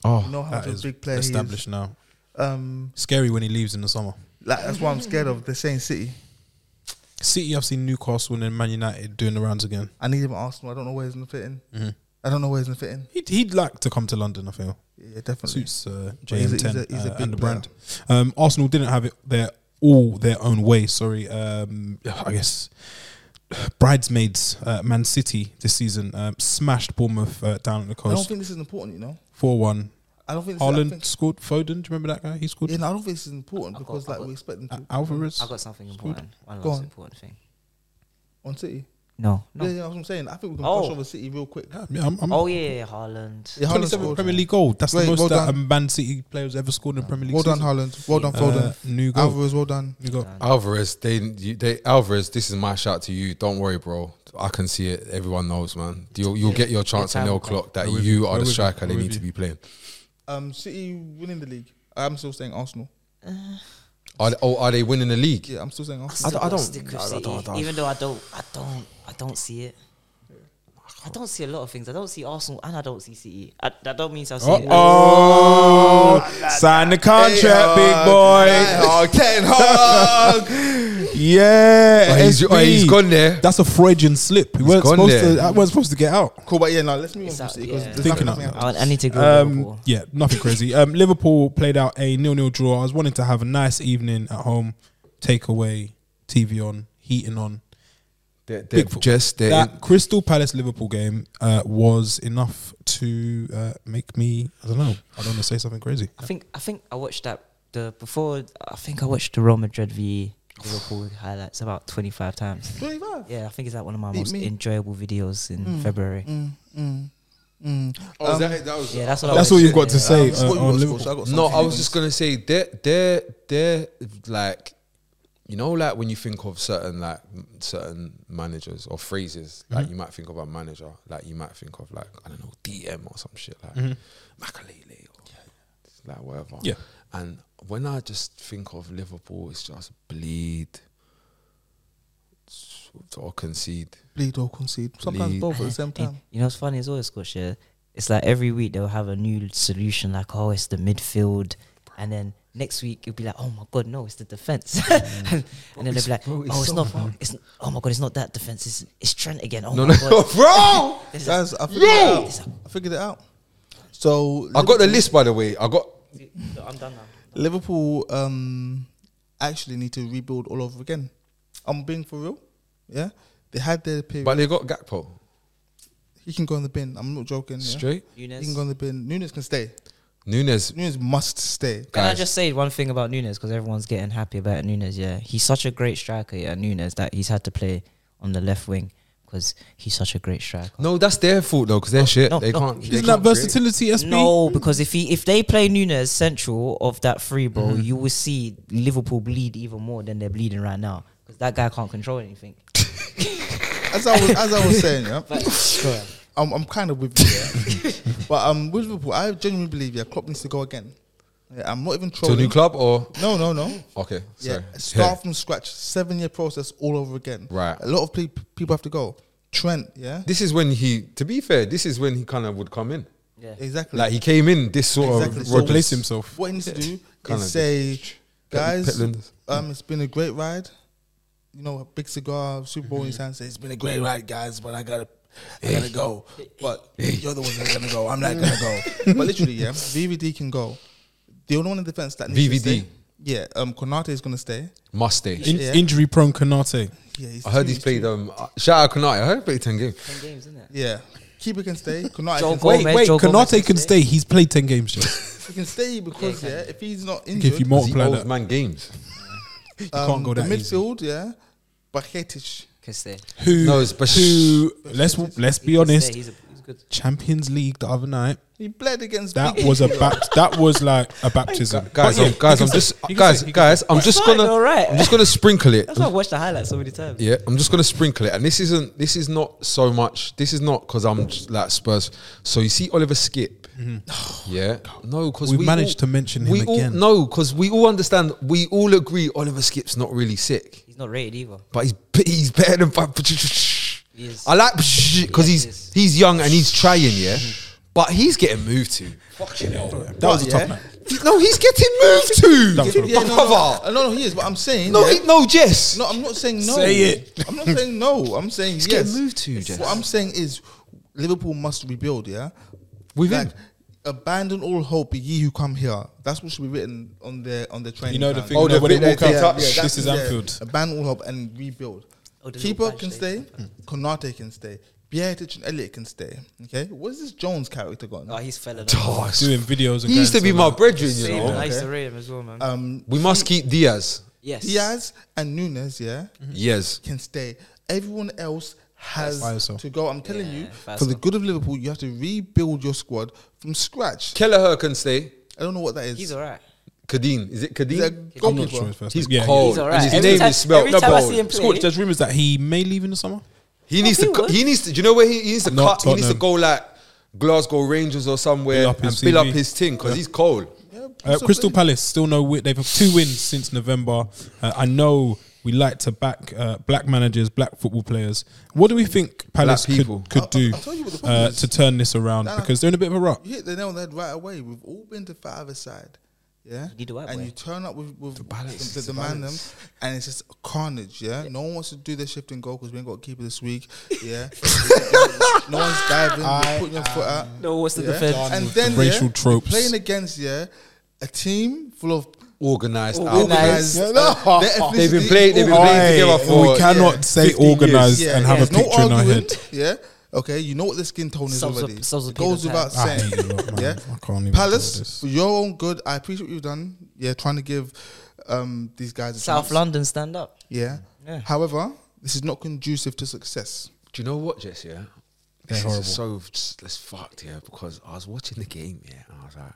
Speaker 3: Oh,
Speaker 7: You know how
Speaker 2: that
Speaker 7: much a
Speaker 2: is
Speaker 7: big player he is.
Speaker 2: established now.
Speaker 7: Um,
Speaker 2: Scary when he leaves in the summer.
Speaker 7: like that's what I'm scared of. They're saying City.
Speaker 2: City, I've seen Newcastle and then Man United doing the rounds again.
Speaker 7: I need him at Arsenal. I don't know where he's gonna fit in.
Speaker 2: Mm-hmm.
Speaker 7: I don't know where he's gonna fit in.
Speaker 2: He'd, he'd like to come to London, I feel.
Speaker 7: Yeah, definitely.
Speaker 2: Suits uh,
Speaker 7: he's a- he's
Speaker 2: JM10
Speaker 7: a- he's a
Speaker 2: uh,
Speaker 7: big
Speaker 2: and the brand. Um, Arsenal didn't have it their all their own way. Sorry, um, I guess bridesmaids. Uh, Man City this season um, smashed Bournemouth uh, down at the
Speaker 7: I don't
Speaker 2: coast
Speaker 7: think this is important. You know,
Speaker 2: four one.
Speaker 7: I don't think. This Is, I
Speaker 2: Haaland
Speaker 7: think-
Speaker 2: scored. Foden, do you remember that guy? He scored.
Speaker 7: yeah, no, I don't think this is important
Speaker 4: I've got-
Speaker 7: because
Speaker 4: I've
Speaker 7: like
Speaker 4: got-
Speaker 7: we expect them
Speaker 2: Uh,
Speaker 7: to
Speaker 2: Alvarez.
Speaker 4: I got something important. One
Speaker 7: Go
Speaker 4: last
Speaker 7: on.
Speaker 4: important thing.
Speaker 7: on City.
Speaker 4: No. no.
Speaker 7: Yeah, yeah, that's what I'm saying. I think we can
Speaker 4: Oh.
Speaker 7: push over City real quick.
Speaker 2: Yeah, yeah, I'm, I'm
Speaker 4: Oh yeah, yeah, Haaland.
Speaker 7: Yeah, Haaland
Speaker 2: 27
Speaker 7: scored.
Speaker 2: Premier League goal. That's
Speaker 7: Great,
Speaker 2: the most
Speaker 7: well
Speaker 2: that a
Speaker 7: done.
Speaker 2: Man City player has ever scored in Premier League.
Speaker 7: Well done,
Speaker 2: season.
Speaker 7: Haaland. Well done,
Speaker 2: Uh,
Speaker 7: Foden.
Speaker 2: new goal.
Speaker 7: Alvarez, well done.
Speaker 2: New goal.
Speaker 3: Alvarez, they, you- they Alvarez, this is my shout to you. Don't worry, bro. I can see it. Everyone knows, man. You'll, you'll get your chance
Speaker 4: Yeah,
Speaker 3: and they'll
Speaker 4: time will
Speaker 3: clock that
Speaker 2: We're with you.
Speaker 3: you
Speaker 2: We're
Speaker 3: are the
Speaker 2: with you.
Speaker 3: striker they
Speaker 2: We're with
Speaker 3: need to
Speaker 2: you.
Speaker 3: be playing.
Speaker 7: Um, City winning the league. I'm still saying Arsenal.
Speaker 3: Are they, oh, are they winning the league?
Speaker 7: Yeah, I'm still saying Arsenal.
Speaker 4: Still
Speaker 3: I
Speaker 4: gotta
Speaker 3: don't-
Speaker 4: stick
Speaker 3: I
Speaker 4: with
Speaker 3: don't- I
Speaker 4: City,
Speaker 3: don't- I don't-
Speaker 4: Even though I don't, I don't, I don't see it. I don't see a lot of things. I don't see Arsenal and I don't see City. I, that don't mean I'll see it.
Speaker 2: Oh, sign the contract,
Speaker 3: uh,
Speaker 2: big boy.
Speaker 3: Oh, Ten Hag.
Speaker 2: Yeah,
Speaker 3: *laughs* Oh, he's-
Speaker 2: SB.
Speaker 3: oh, he's gone there.
Speaker 2: That's a Freudian slip. We weren't
Speaker 3: gone
Speaker 2: supposed
Speaker 3: there.
Speaker 2: to. That weren't supposed to get out.
Speaker 7: Cool, but yeah, no, let's move
Speaker 2: oh,
Speaker 7: on
Speaker 4: It's
Speaker 7: from
Speaker 4: out,
Speaker 7: City because
Speaker 4: yeah.
Speaker 7: there's
Speaker 2: Thinking
Speaker 7: nothing, nothing
Speaker 2: out.
Speaker 7: happening.
Speaker 4: I, I need to go.
Speaker 2: Um,
Speaker 4: Liverpool.
Speaker 2: yeah, nothing crazy. Um, Liverpool played out a nil-nil draw. I was wanting to have a nice evening at home, takeaway, TV on, heating on.
Speaker 3: They're, they're
Speaker 2: Bigfoot.
Speaker 3: just they're
Speaker 2: that
Speaker 3: in-
Speaker 2: Crystal Palace Liverpool game uh, was enough to uh, make me. I don't know. I don't want to say something crazy.
Speaker 4: I think I think I watched that the before. I think I watched the Real Madrid v Liverpool highlights about twenty five times.
Speaker 7: 25.
Speaker 4: Yeah, I think it's like one of my
Speaker 7: Beat
Speaker 4: most
Speaker 7: me.
Speaker 4: enjoyable videos in February.
Speaker 7: Mm, mm, mm.
Speaker 3: Oh, is
Speaker 7: Um,
Speaker 3: that, that was,
Speaker 4: Yeah, that's what. I
Speaker 2: That's
Speaker 4: watched.
Speaker 2: all you've got
Speaker 4: Yeah.
Speaker 2: to say
Speaker 7: Um,
Speaker 2: uh,
Speaker 7: what you
Speaker 2: on
Speaker 7: got,
Speaker 2: Liverpool.
Speaker 7: Scots? I got some
Speaker 3: no, I was
Speaker 7: feelings.
Speaker 3: just gonna say they're they're they're like you know like when you think of certain like m- certain managers or phrases like you might think of a manager like you might think of like I don't know DM or some shit like Makalele or like whatever
Speaker 2: Yeah.
Speaker 3: and when I just think of Liverpool it's just bleed s- or concede
Speaker 7: Bleed or concede. Sometimes
Speaker 3: Bleed.
Speaker 7: both at
Speaker 3: *laughs*
Speaker 7: the same
Speaker 4: Hey,
Speaker 7: time.
Speaker 4: You know what's funny as always, Scotch, yeah? It's like every week they'll have a new solution, like, oh, it's the midfield. And then next week you'll be like, oh my God, no, it's the defense. *laughs* and, and then they'll be like,
Speaker 3: Mm. bro, it's
Speaker 4: oh, it's
Speaker 3: so
Speaker 4: not,
Speaker 3: hard.
Speaker 4: it's, oh my God, it's not that defense. It's, it's Trent again. Oh
Speaker 3: no
Speaker 4: my
Speaker 3: no
Speaker 4: God.
Speaker 3: *laughs* bro
Speaker 4: *laughs* There's a-
Speaker 7: Guys, I figured it out.
Speaker 4: there's a-
Speaker 7: I figured it out. So
Speaker 3: I got the list by the way I got
Speaker 4: No, I'm done now.
Speaker 7: Liverpool um, actually need to rebuild all over again. I'm being for real. Yeah, they had their period.
Speaker 3: but they got Gakpo
Speaker 7: he can go in the bin. I'm not joking. Yeah?
Speaker 3: straight
Speaker 7: He can go in the bin. Nunes can stay.
Speaker 3: Nunes
Speaker 7: Nunes must stay.
Speaker 4: Can I
Speaker 3: Guys.
Speaker 4: just say one thing about Nunes? Because everyone's getting happy about Nunes. Yeah, he's such a great striker. Yeah, Nunes that he's had to play on the left wing because he's such a great striker.
Speaker 3: No, that's their fault though, because they're shit.
Speaker 4: no,
Speaker 3: they
Speaker 4: no.
Speaker 3: can't.
Speaker 2: Isn't that versatility, SB?
Speaker 4: No, because if he if they play Nunes central of that free bro,
Speaker 3: Mm-hmm.
Speaker 4: you will see Liverpool bleed even more than they're bleeding right now because that guy can't control anything.
Speaker 7: As I was, as I was saying, yeah,
Speaker 4: *laughs* But, go on.
Speaker 7: I'm, I'm kind of with you. Yeah? *laughs* but um, with Liverpool, I genuinely believe yeah, Klopp needs to go again. Yeah, I'm not even
Speaker 3: To a
Speaker 7: trolling.
Speaker 3: new club or
Speaker 7: No, no, no.
Speaker 3: okay,
Speaker 7: Yeah,
Speaker 3: sorry.
Speaker 7: start from scratch. Seven year process all over again.
Speaker 3: Right.
Speaker 7: A lot of pe- people have to go. Trent, yeah,
Speaker 3: This is when he. To be fair, this is when he kind of would come in.
Speaker 4: yeah.
Speaker 7: exactly.
Speaker 3: Like he came in this sort
Speaker 7: Exactly.
Speaker 3: of
Speaker 7: So
Speaker 3: Rodgers.
Speaker 2: Replace himself.
Speaker 7: what he needs to
Speaker 3: *laughs*
Speaker 7: do
Speaker 3: Kinda
Speaker 7: is say,
Speaker 3: Pet-
Speaker 7: guys,
Speaker 3: Petlanders.
Speaker 7: um, it's been a great ride. You know, a big cigar, Super
Speaker 3: Mm-hmm.
Speaker 7: Bowl in his hand. Say it's been a great ride, guys, but I gotta, I gotta go. *laughs* But you're the one that's gonna go. I'm not gonna go. *laughs* but literally, yeah, VVD can go. The only one in defense that needs to
Speaker 3: VVD.
Speaker 7: stay, yeah, um, Konate is gonna stay.
Speaker 3: Must stay.
Speaker 2: In-
Speaker 7: Yeah.
Speaker 2: Injury prone Kanate.
Speaker 7: Yeah, he's
Speaker 3: I heard
Speaker 7: two,
Speaker 3: he's played. Um, uh, shout out Konate. I heard he played ten games.
Speaker 4: Ten games, isn't it?
Speaker 7: two. Yeah, keeper can *laughs* stay. Konate
Speaker 4: Joe
Speaker 7: can
Speaker 4: Gomez,
Speaker 7: stay.
Speaker 2: Wait, wait,
Speaker 4: Joe Gomez
Speaker 2: Kanate can stay. He's played 10 games.
Speaker 3: *laughs*
Speaker 2: Joe.
Speaker 7: He can stay because yeah, if he's not injured,
Speaker 2: if you
Speaker 3: He
Speaker 2: multiply
Speaker 3: owes
Speaker 2: that,
Speaker 3: man games.
Speaker 7: you
Speaker 2: can't go
Speaker 7: the
Speaker 2: that easy.
Speaker 7: midfield, yeah, Baketic.
Speaker 4: Can stay.
Speaker 2: who,
Speaker 3: No, it's Bash-
Speaker 2: who let's let's
Speaker 4: He
Speaker 2: be
Speaker 4: can
Speaker 2: honest.
Speaker 4: stay. He's, a, he's good.
Speaker 2: Champions League the other night.
Speaker 7: He bled against
Speaker 3: *laughs*
Speaker 2: That
Speaker 7: Big
Speaker 2: was a bapt- that was like a baptism.
Speaker 3: Guys,
Speaker 2: But yeah,
Speaker 3: I'm, guys,
Speaker 2: he
Speaker 3: I'm
Speaker 2: can
Speaker 3: just
Speaker 2: stay. He can
Speaker 3: guys,
Speaker 2: stay. He can
Speaker 3: guys.
Speaker 2: stay.
Speaker 3: I'm just
Speaker 4: Fine,
Speaker 3: gonna.
Speaker 4: all right.
Speaker 3: I'm just gonna sprinkle it.
Speaker 4: That's why I watched the highlights so many times.
Speaker 3: Yeah, I'm just gonna sprinkle it, and this isn't. This is not so much. This is not because I'm just, like Spurs. So you see Oliver Skip, yeah, no, because
Speaker 2: We
Speaker 3: we,
Speaker 2: managed
Speaker 3: all-
Speaker 2: to mention him
Speaker 3: we all-
Speaker 2: again.
Speaker 3: no, because we all understand. We all agree Oliver Skip's not really sick,
Speaker 4: He's not rated either.
Speaker 3: but he's *laughs* he's better *laughs* than. Van-
Speaker 4: He is.
Speaker 3: I like *laughs* because
Speaker 4: Yeah, he
Speaker 3: he's
Speaker 4: is.
Speaker 3: he's young and he's trying, yeah. But he's getting moved to. *laughs*
Speaker 2: That was a tough man.
Speaker 3: No, he's getting moved to.
Speaker 2: That was a tough
Speaker 7: Yeah, no, no,
Speaker 3: Brother.
Speaker 7: no, no, he is. But I'm saying,
Speaker 3: No,
Speaker 7: yeah,
Speaker 3: he- no, Jess.
Speaker 7: no, I'm not saying no.
Speaker 2: Say it.
Speaker 7: I'm not saying no. I'm saying yes.
Speaker 3: getting moved to, Jess.
Speaker 7: What I'm saying is, Liverpool must rebuild. Yeah,
Speaker 3: With
Speaker 7: like,
Speaker 3: him.
Speaker 7: abandon all hope, ye who come here. That's what should be written on their on their training.
Speaker 2: You know the
Speaker 7: plan.
Speaker 2: thing
Speaker 3: Oh,
Speaker 2: no,
Speaker 3: the
Speaker 2: when it
Speaker 3: bit they
Speaker 2: walk out,
Speaker 3: take up, yeah,
Speaker 2: this is Anfield.
Speaker 7: Abandon all hope and rebuild.
Speaker 4: Oh, the little
Speaker 7: Keeper
Speaker 4: badge
Speaker 7: can
Speaker 4: they-
Speaker 7: stay.
Speaker 4: Hmm.
Speaker 7: Konate can stay. Bjertic and Elliot can stay. Okay, where's this Jones character gone?
Speaker 4: Oh, he's fella.
Speaker 3: Oh,
Speaker 2: Doing videos. And
Speaker 3: he used to
Speaker 2: going
Speaker 3: be
Speaker 2: to
Speaker 3: my
Speaker 2: that.
Speaker 3: brethren, you
Speaker 4: Same, man. I
Speaker 3: know.
Speaker 4: used to rate him as well, man.
Speaker 7: Um,
Speaker 3: We must keep Diaz.
Speaker 4: yes.
Speaker 7: Diaz and Nunes, yeah,
Speaker 3: Yes.
Speaker 7: can stay. Everyone else
Speaker 2: By
Speaker 7: has
Speaker 2: yourself.
Speaker 7: to go. I'm telling you,
Speaker 4: Yeah, by
Speaker 7: for the
Speaker 4: yourself.
Speaker 7: good of Liverpool, you have to rebuild your squad from scratch.
Speaker 3: Kelleher can stay.
Speaker 7: I don't know what that is.
Speaker 4: He's alright.
Speaker 3: Kadeen. Is it
Speaker 7: He's a
Speaker 3: Kadeen?
Speaker 2: I'm not
Speaker 7: goalkeeper.
Speaker 2: sure his first
Speaker 3: He's
Speaker 2: name.
Speaker 3: cold.
Speaker 4: He's
Speaker 3: And
Speaker 4: alright.
Speaker 3: his
Speaker 4: every
Speaker 3: name
Speaker 4: time,
Speaker 3: is spelt
Speaker 4: every time I see him
Speaker 2: Scorch,
Speaker 4: play,
Speaker 2: there's rumors that he may leave in the summer.
Speaker 3: He needs
Speaker 4: he
Speaker 3: to.
Speaker 4: would.
Speaker 3: He needs to. Do you know where he, he needs to
Speaker 2: Not
Speaker 3: cut? He needs to go
Speaker 2: Tottenham.
Speaker 3: like Glasgow Rangers or somewhere
Speaker 2: Build up
Speaker 3: and
Speaker 2: his
Speaker 3: fill up
Speaker 2: CV.
Speaker 3: his thing because
Speaker 2: Yeah.
Speaker 3: he's cold.
Speaker 2: Uh, Crystal Palace still no win. They've had two wins since November. Uh, I know we like to back uh, black managers, black football players. What do we think Palace
Speaker 3: people.
Speaker 2: could, could do
Speaker 7: I'll tell you what the problem
Speaker 2: uh,
Speaker 7: is.
Speaker 2: to turn this around
Speaker 7: Nah.
Speaker 2: because they're in a bit of a rut.
Speaker 7: You hit the nail on the head right away. We've all been to five side. Yeah.
Speaker 4: You do it
Speaker 7: and
Speaker 4: way.
Speaker 7: you turn up with, with the,
Speaker 3: balance,
Speaker 7: the,
Speaker 3: it's the
Speaker 7: man them and it's just carnage, yeah? No one wants to do their shift in goal because we ain't got a keeper this week.
Speaker 4: *laughs*
Speaker 7: Yeah. no one's diving, you're putting your foot out.
Speaker 4: No, what's the
Speaker 7: yeah?
Speaker 4: defense?
Speaker 7: And then
Speaker 2: the racial
Speaker 7: yeah,
Speaker 2: tropes.
Speaker 7: playing against yeah, a team full of
Speaker 3: Organized. outfit.
Speaker 4: Organised.
Speaker 7: organized.
Speaker 2: Yeah,
Speaker 7: uh,
Speaker 2: no.
Speaker 7: their
Speaker 3: They've been
Speaker 7: ethnicity-
Speaker 3: playing. They've been
Speaker 2: Aye,
Speaker 3: playing together for.
Speaker 2: we cannot
Speaker 7: yeah,
Speaker 2: say
Speaker 3: 15 years.
Speaker 2: organised
Speaker 7: Yeah,
Speaker 2: and have
Speaker 7: yeah.
Speaker 2: a
Speaker 7: No
Speaker 2: picture in our
Speaker 7: arguing,
Speaker 2: head.
Speaker 7: Yeah. Okay, you know what the skin tone is
Speaker 4: Subs are-
Speaker 7: already.
Speaker 4: subs are
Speaker 7: It goes
Speaker 4: peanut
Speaker 7: without
Speaker 2: Ah, I
Speaker 7: saying.
Speaker 2: hate *laughs* you lot, man.
Speaker 7: Yeah.
Speaker 2: I can't even do
Speaker 7: Palace,
Speaker 2: this.
Speaker 7: for your own good, I appreciate what you've done. Yeah, trying to give um, these guys a
Speaker 4: South
Speaker 7: chance.
Speaker 4: London stand up.
Speaker 7: Yeah.
Speaker 4: Yeah.
Speaker 7: However, this is not conducive to success.
Speaker 3: Do you know what, Jess? Yeah,
Speaker 2: They're
Speaker 3: this
Speaker 2: horrible.
Speaker 3: is so just, it's fucked here because I was watching the game, yeah, and I was like,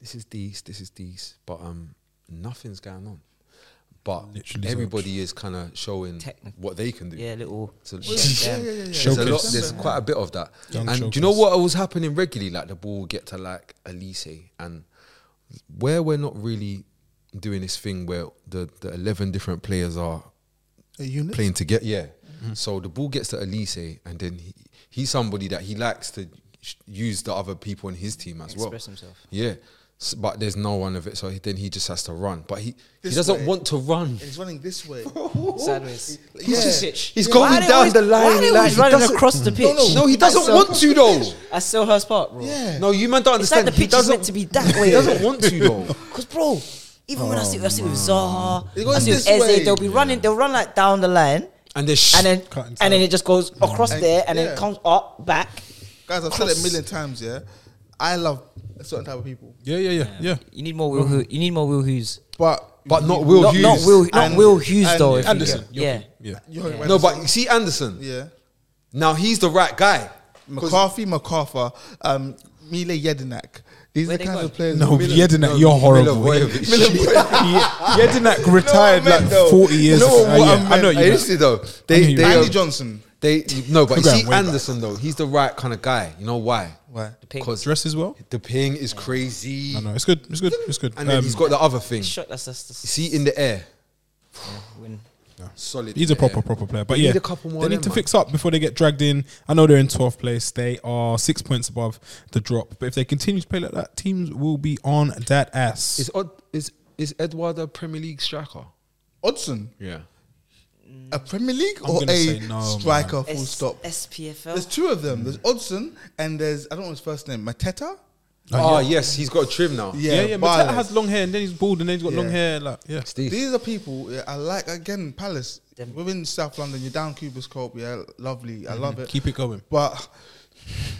Speaker 3: "This is these, this is these," but um, nothing's going on. But
Speaker 2: Literally so
Speaker 3: everybody is kind of showing
Speaker 4: Technical.
Speaker 3: what they can do.
Speaker 4: Yeah, little.
Speaker 3: So
Speaker 4: Yeah.
Speaker 7: Yeah, yeah, yeah. yeah.
Speaker 3: There's a lot.
Speaker 2: Showcase.
Speaker 3: There's quite a bit of that.
Speaker 2: Young
Speaker 3: and
Speaker 2: showcase.
Speaker 3: do you know what was happening regularly? Like the ball would get to like Elise, and where we're not really doing this thing where the the eleven different players are
Speaker 7: A unit.
Speaker 3: playing to get yeah.
Speaker 4: Mm-hmm.
Speaker 3: So the ball gets to Elise, and then he, he's somebody that he likes to sh- use the other people in his team as
Speaker 4: Express
Speaker 3: well.
Speaker 4: himself.
Speaker 3: Yeah, S but there's no one of it. So he, then he just has to run, but he
Speaker 7: This
Speaker 3: he doesn't
Speaker 7: way.
Speaker 3: want to run.
Speaker 7: He's running
Speaker 4: *laughs*
Speaker 7: this way.
Speaker 4: Sideways.
Speaker 7: Yeah.
Speaker 3: He's going
Speaker 4: Why they
Speaker 3: down
Speaker 4: always-
Speaker 3: the line.
Speaker 4: Why are they
Speaker 3: like,
Speaker 4: always
Speaker 3: he
Speaker 4: running
Speaker 3: doesn't-
Speaker 4: across the pitch?
Speaker 3: No, no, he doesn't want to though.
Speaker 4: I still Hurst Park, bro.
Speaker 7: Yeah.
Speaker 3: No, you man don't
Speaker 4: It's like
Speaker 3: understand.
Speaker 4: the
Speaker 3: he
Speaker 4: pitch is
Speaker 3: doesn't
Speaker 4: meant to be
Speaker 3: *laughs*
Speaker 4: that
Speaker 3: He
Speaker 4: way.
Speaker 3: doesn't want to
Speaker 4: *laughs*
Speaker 3: though.
Speaker 4: Because, bro, even when I see, I see with Zaha,
Speaker 7: It goes
Speaker 4: I see with
Speaker 7: this way.
Speaker 4: Eze, they'll be running, they'll run like down the line,
Speaker 3: And then, sh-
Speaker 4: and then
Speaker 2: Cut
Speaker 4: and
Speaker 2: inside.
Speaker 4: then it just goes across
Speaker 7: And-
Speaker 4: there, and then
Speaker 7: yeah.
Speaker 4: it comes up back.
Speaker 7: Guys, I've said it a million times, yeah. I love a certain type of people.
Speaker 2: Yeah, yeah, yeah, yeah.
Speaker 4: *laughs* You need more Will. Who, you need more Will Hughes.
Speaker 7: But
Speaker 3: but not Will
Speaker 4: not,
Speaker 3: Hughes.
Speaker 4: not Will. Not
Speaker 7: And-
Speaker 4: Will Hughes
Speaker 7: and
Speaker 4: though. if you
Speaker 2: Anderson.
Speaker 4: get-
Speaker 2: your
Speaker 4: Yeah.
Speaker 2: team. yeah.
Speaker 7: You're right.
Speaker 3: No, but you see Anderson.
Speaker 7: yeah.
Speaker 3: Now he's the right guy.
Speaker 7: McCarthy, McCarthy, um, Mile Jedinak. These
Speaker 4: Where
Speaker 7: are the
Speaker 4: they
Speaker 7: kinds
Speaker 4: going?
Speaker 7: of players.
Speaker 2: No,
Speaker 3: Milo-
Speaker 2: Yedinak,
Speaker 3: no,
Speaker 2: you're
Speaker 3: Milo
Speaker 2: horrible.
Speaker 3: *laughs* Vojevic.
Speaker 2: Ye-
Speaker 7: *laughs*
Speaker 2: Yedinak retired
Speaker 7: meant,
Speaker 2: like
Speaker 7: though?
Speaker 2: 40 years
Speaker 3: You know what
Speaker 2: ago. Uh,
Speaker 3: I
Speaker 2: yeah,
Speaker 3: meant?
Speaker 2: I know you.
Speaker 3: Hey,
Speaker 2: meant.
Speaker 3: this is though.
Speaker 2: I
Speaker 3: They,
Speaker 2: knew
Speaker 3: they,
Speaker 2: you.
Speaker 7: Andy
Speaker 3: um,
Speaker 7: Johnson.
Speaker 3: they no,
Speaker 2: *laughs*
Speaker 3: but you
Speaker 2: Go on,
Speaker 3: see
Speaker 2: way back.
Speaker 3: Anderson though. He's the right kind of guy. You know why?
Speaker 7: Why?
Speaker 4: The pink
Speaker 3: Because
Speaker 2: Dress as well.
Speaker 3: the ping is crazy,
Speaker 2: I know. It's good. It's good. It's good.
Speaker 3: and then
Speaker 2: Um,
Speaker 3: he's got the other thing.
Speaker 4: shot. That's that's, that's
Speaker 3: See in the air,
Speaker 4: win.
Speaker 3: solid.
Speaker 2: He's
Speaker 3: in
Speaker 2: a
Speaker 3: the
Speaker 2: proper,
Speaker 3: air.
Speaker 2: proper player. But
Speaker 3: They
Speaker 2: yeah,
Speaker 3: need a couple more
Speaker 2: they
Speaker 3: of
Speaker 2: need
Speaker 3: them,
Speaker 2: to
Speaker 3: man.
Speaker 2: fix up before they get dragged in. I know they're in 12th place. They are six points above the drop. But if they continue to play like that, teams will be on that ass.
Speaker 3: Is Od- is is Edward a Premier League striker?
Speaker 7: Odson.
Speaker 3: Yeah.
Speaker 7: A Premier League
Speaker 2: I'm
Speaker 7: or
Speaker 2: gonna
Speaker 7: a
Speaker 2: say no, man. Mm.
Speaker 7: striker? Full
Speaker 4: S-
Speaker 7: stop. There's
Speaker 4: SPFL.
Speaker 7: two of them. There's Odson and there's I don't know his first name. Mateta.
Speaker 3: Oh, yes, he's got a trim now.
Speaker 7: Yeah,
Speaker 2: yeah, yeah.
Speaker 7: Barnes.
Speaker 2: Mateta has long hair, and then he's bald, and then he's got
Speaker 7: Yeah.
Speaker 2: long hair. Like, yeah.
Speaker 3: Steve.
Speaker 7: These are people yeah, I like. Again, Palace
Speaker 4: Them-
Speaker 7: within South London. You're down Cooper's Cope. Yeah, lovely. I love it.
Speaker 2: Mm-hmm. Keep it going.
Speaker 7: But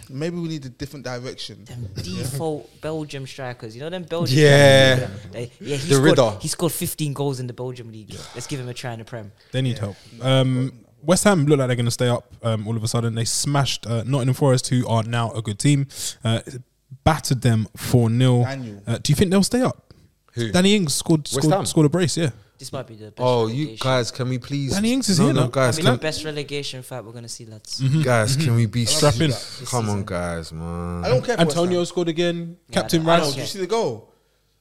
Speaker 7: maybe we need a different direction.
Speaker 4: Them default Belgium strikers. You know them Belgium.
Speaker 3: Yeah.
Speaker 4: strikers? They- yeah. He
Speaker 3: The
Speaker 4: scored,
Speaker 3: Ridder.
Speaker 4: He scored 15 goals in the Belgium league. Let's give him a try in the Prem.
Speaker 2: They need help. Um, West Ham look like they're going to stay up um, all of a sudden. They smashed uh, Nottingham Forest, who are now a good team, uh, battered them 4 0.
Speaker 7: Daniel.
Speaker 2: Uh, do you think they'll stay up?
Speaker 3: Who?
Speaker 2: Danny Ings scored,
Speaker 3: Ham?
Speaker 2: scored, scored a brace, yeah.
Speaker 4: This might be the best
Speaker 3: Oh, you
Speaker 4: relegation.
Speaker 3: guys, can we please?
Speaker 2: Danny Ings is
Speaker 3: no,
Speaker 2: here
Speaker 3: no,
Speaker 2: now.
Speaker 4: I
Speaker 3: guys,
Speaker 4: mean,
Speaker 3: can,
Speaker 4: the best relegation fight we're gonna see, lads.
Speaker 2: Mm-hmm.
Speaker 3: guys, can we be
Speaker 2: *laughs* Strap in.
Speaker 3: Come on, guys, man.
Speaker 7: I don't care. For West
Speaker 2: Antonio
Speaker 7: Ham.
Speaker 2: scored again.
Speaker 4: Yeah,
Speaker 2: Captain
Speaker 4: I don't- I
Speaker 7: No,
Speaker 2: Rice.
Speaker 4: don't
Speaker 7: did you
Speaker 4: care.
Speaker 7: see the goal?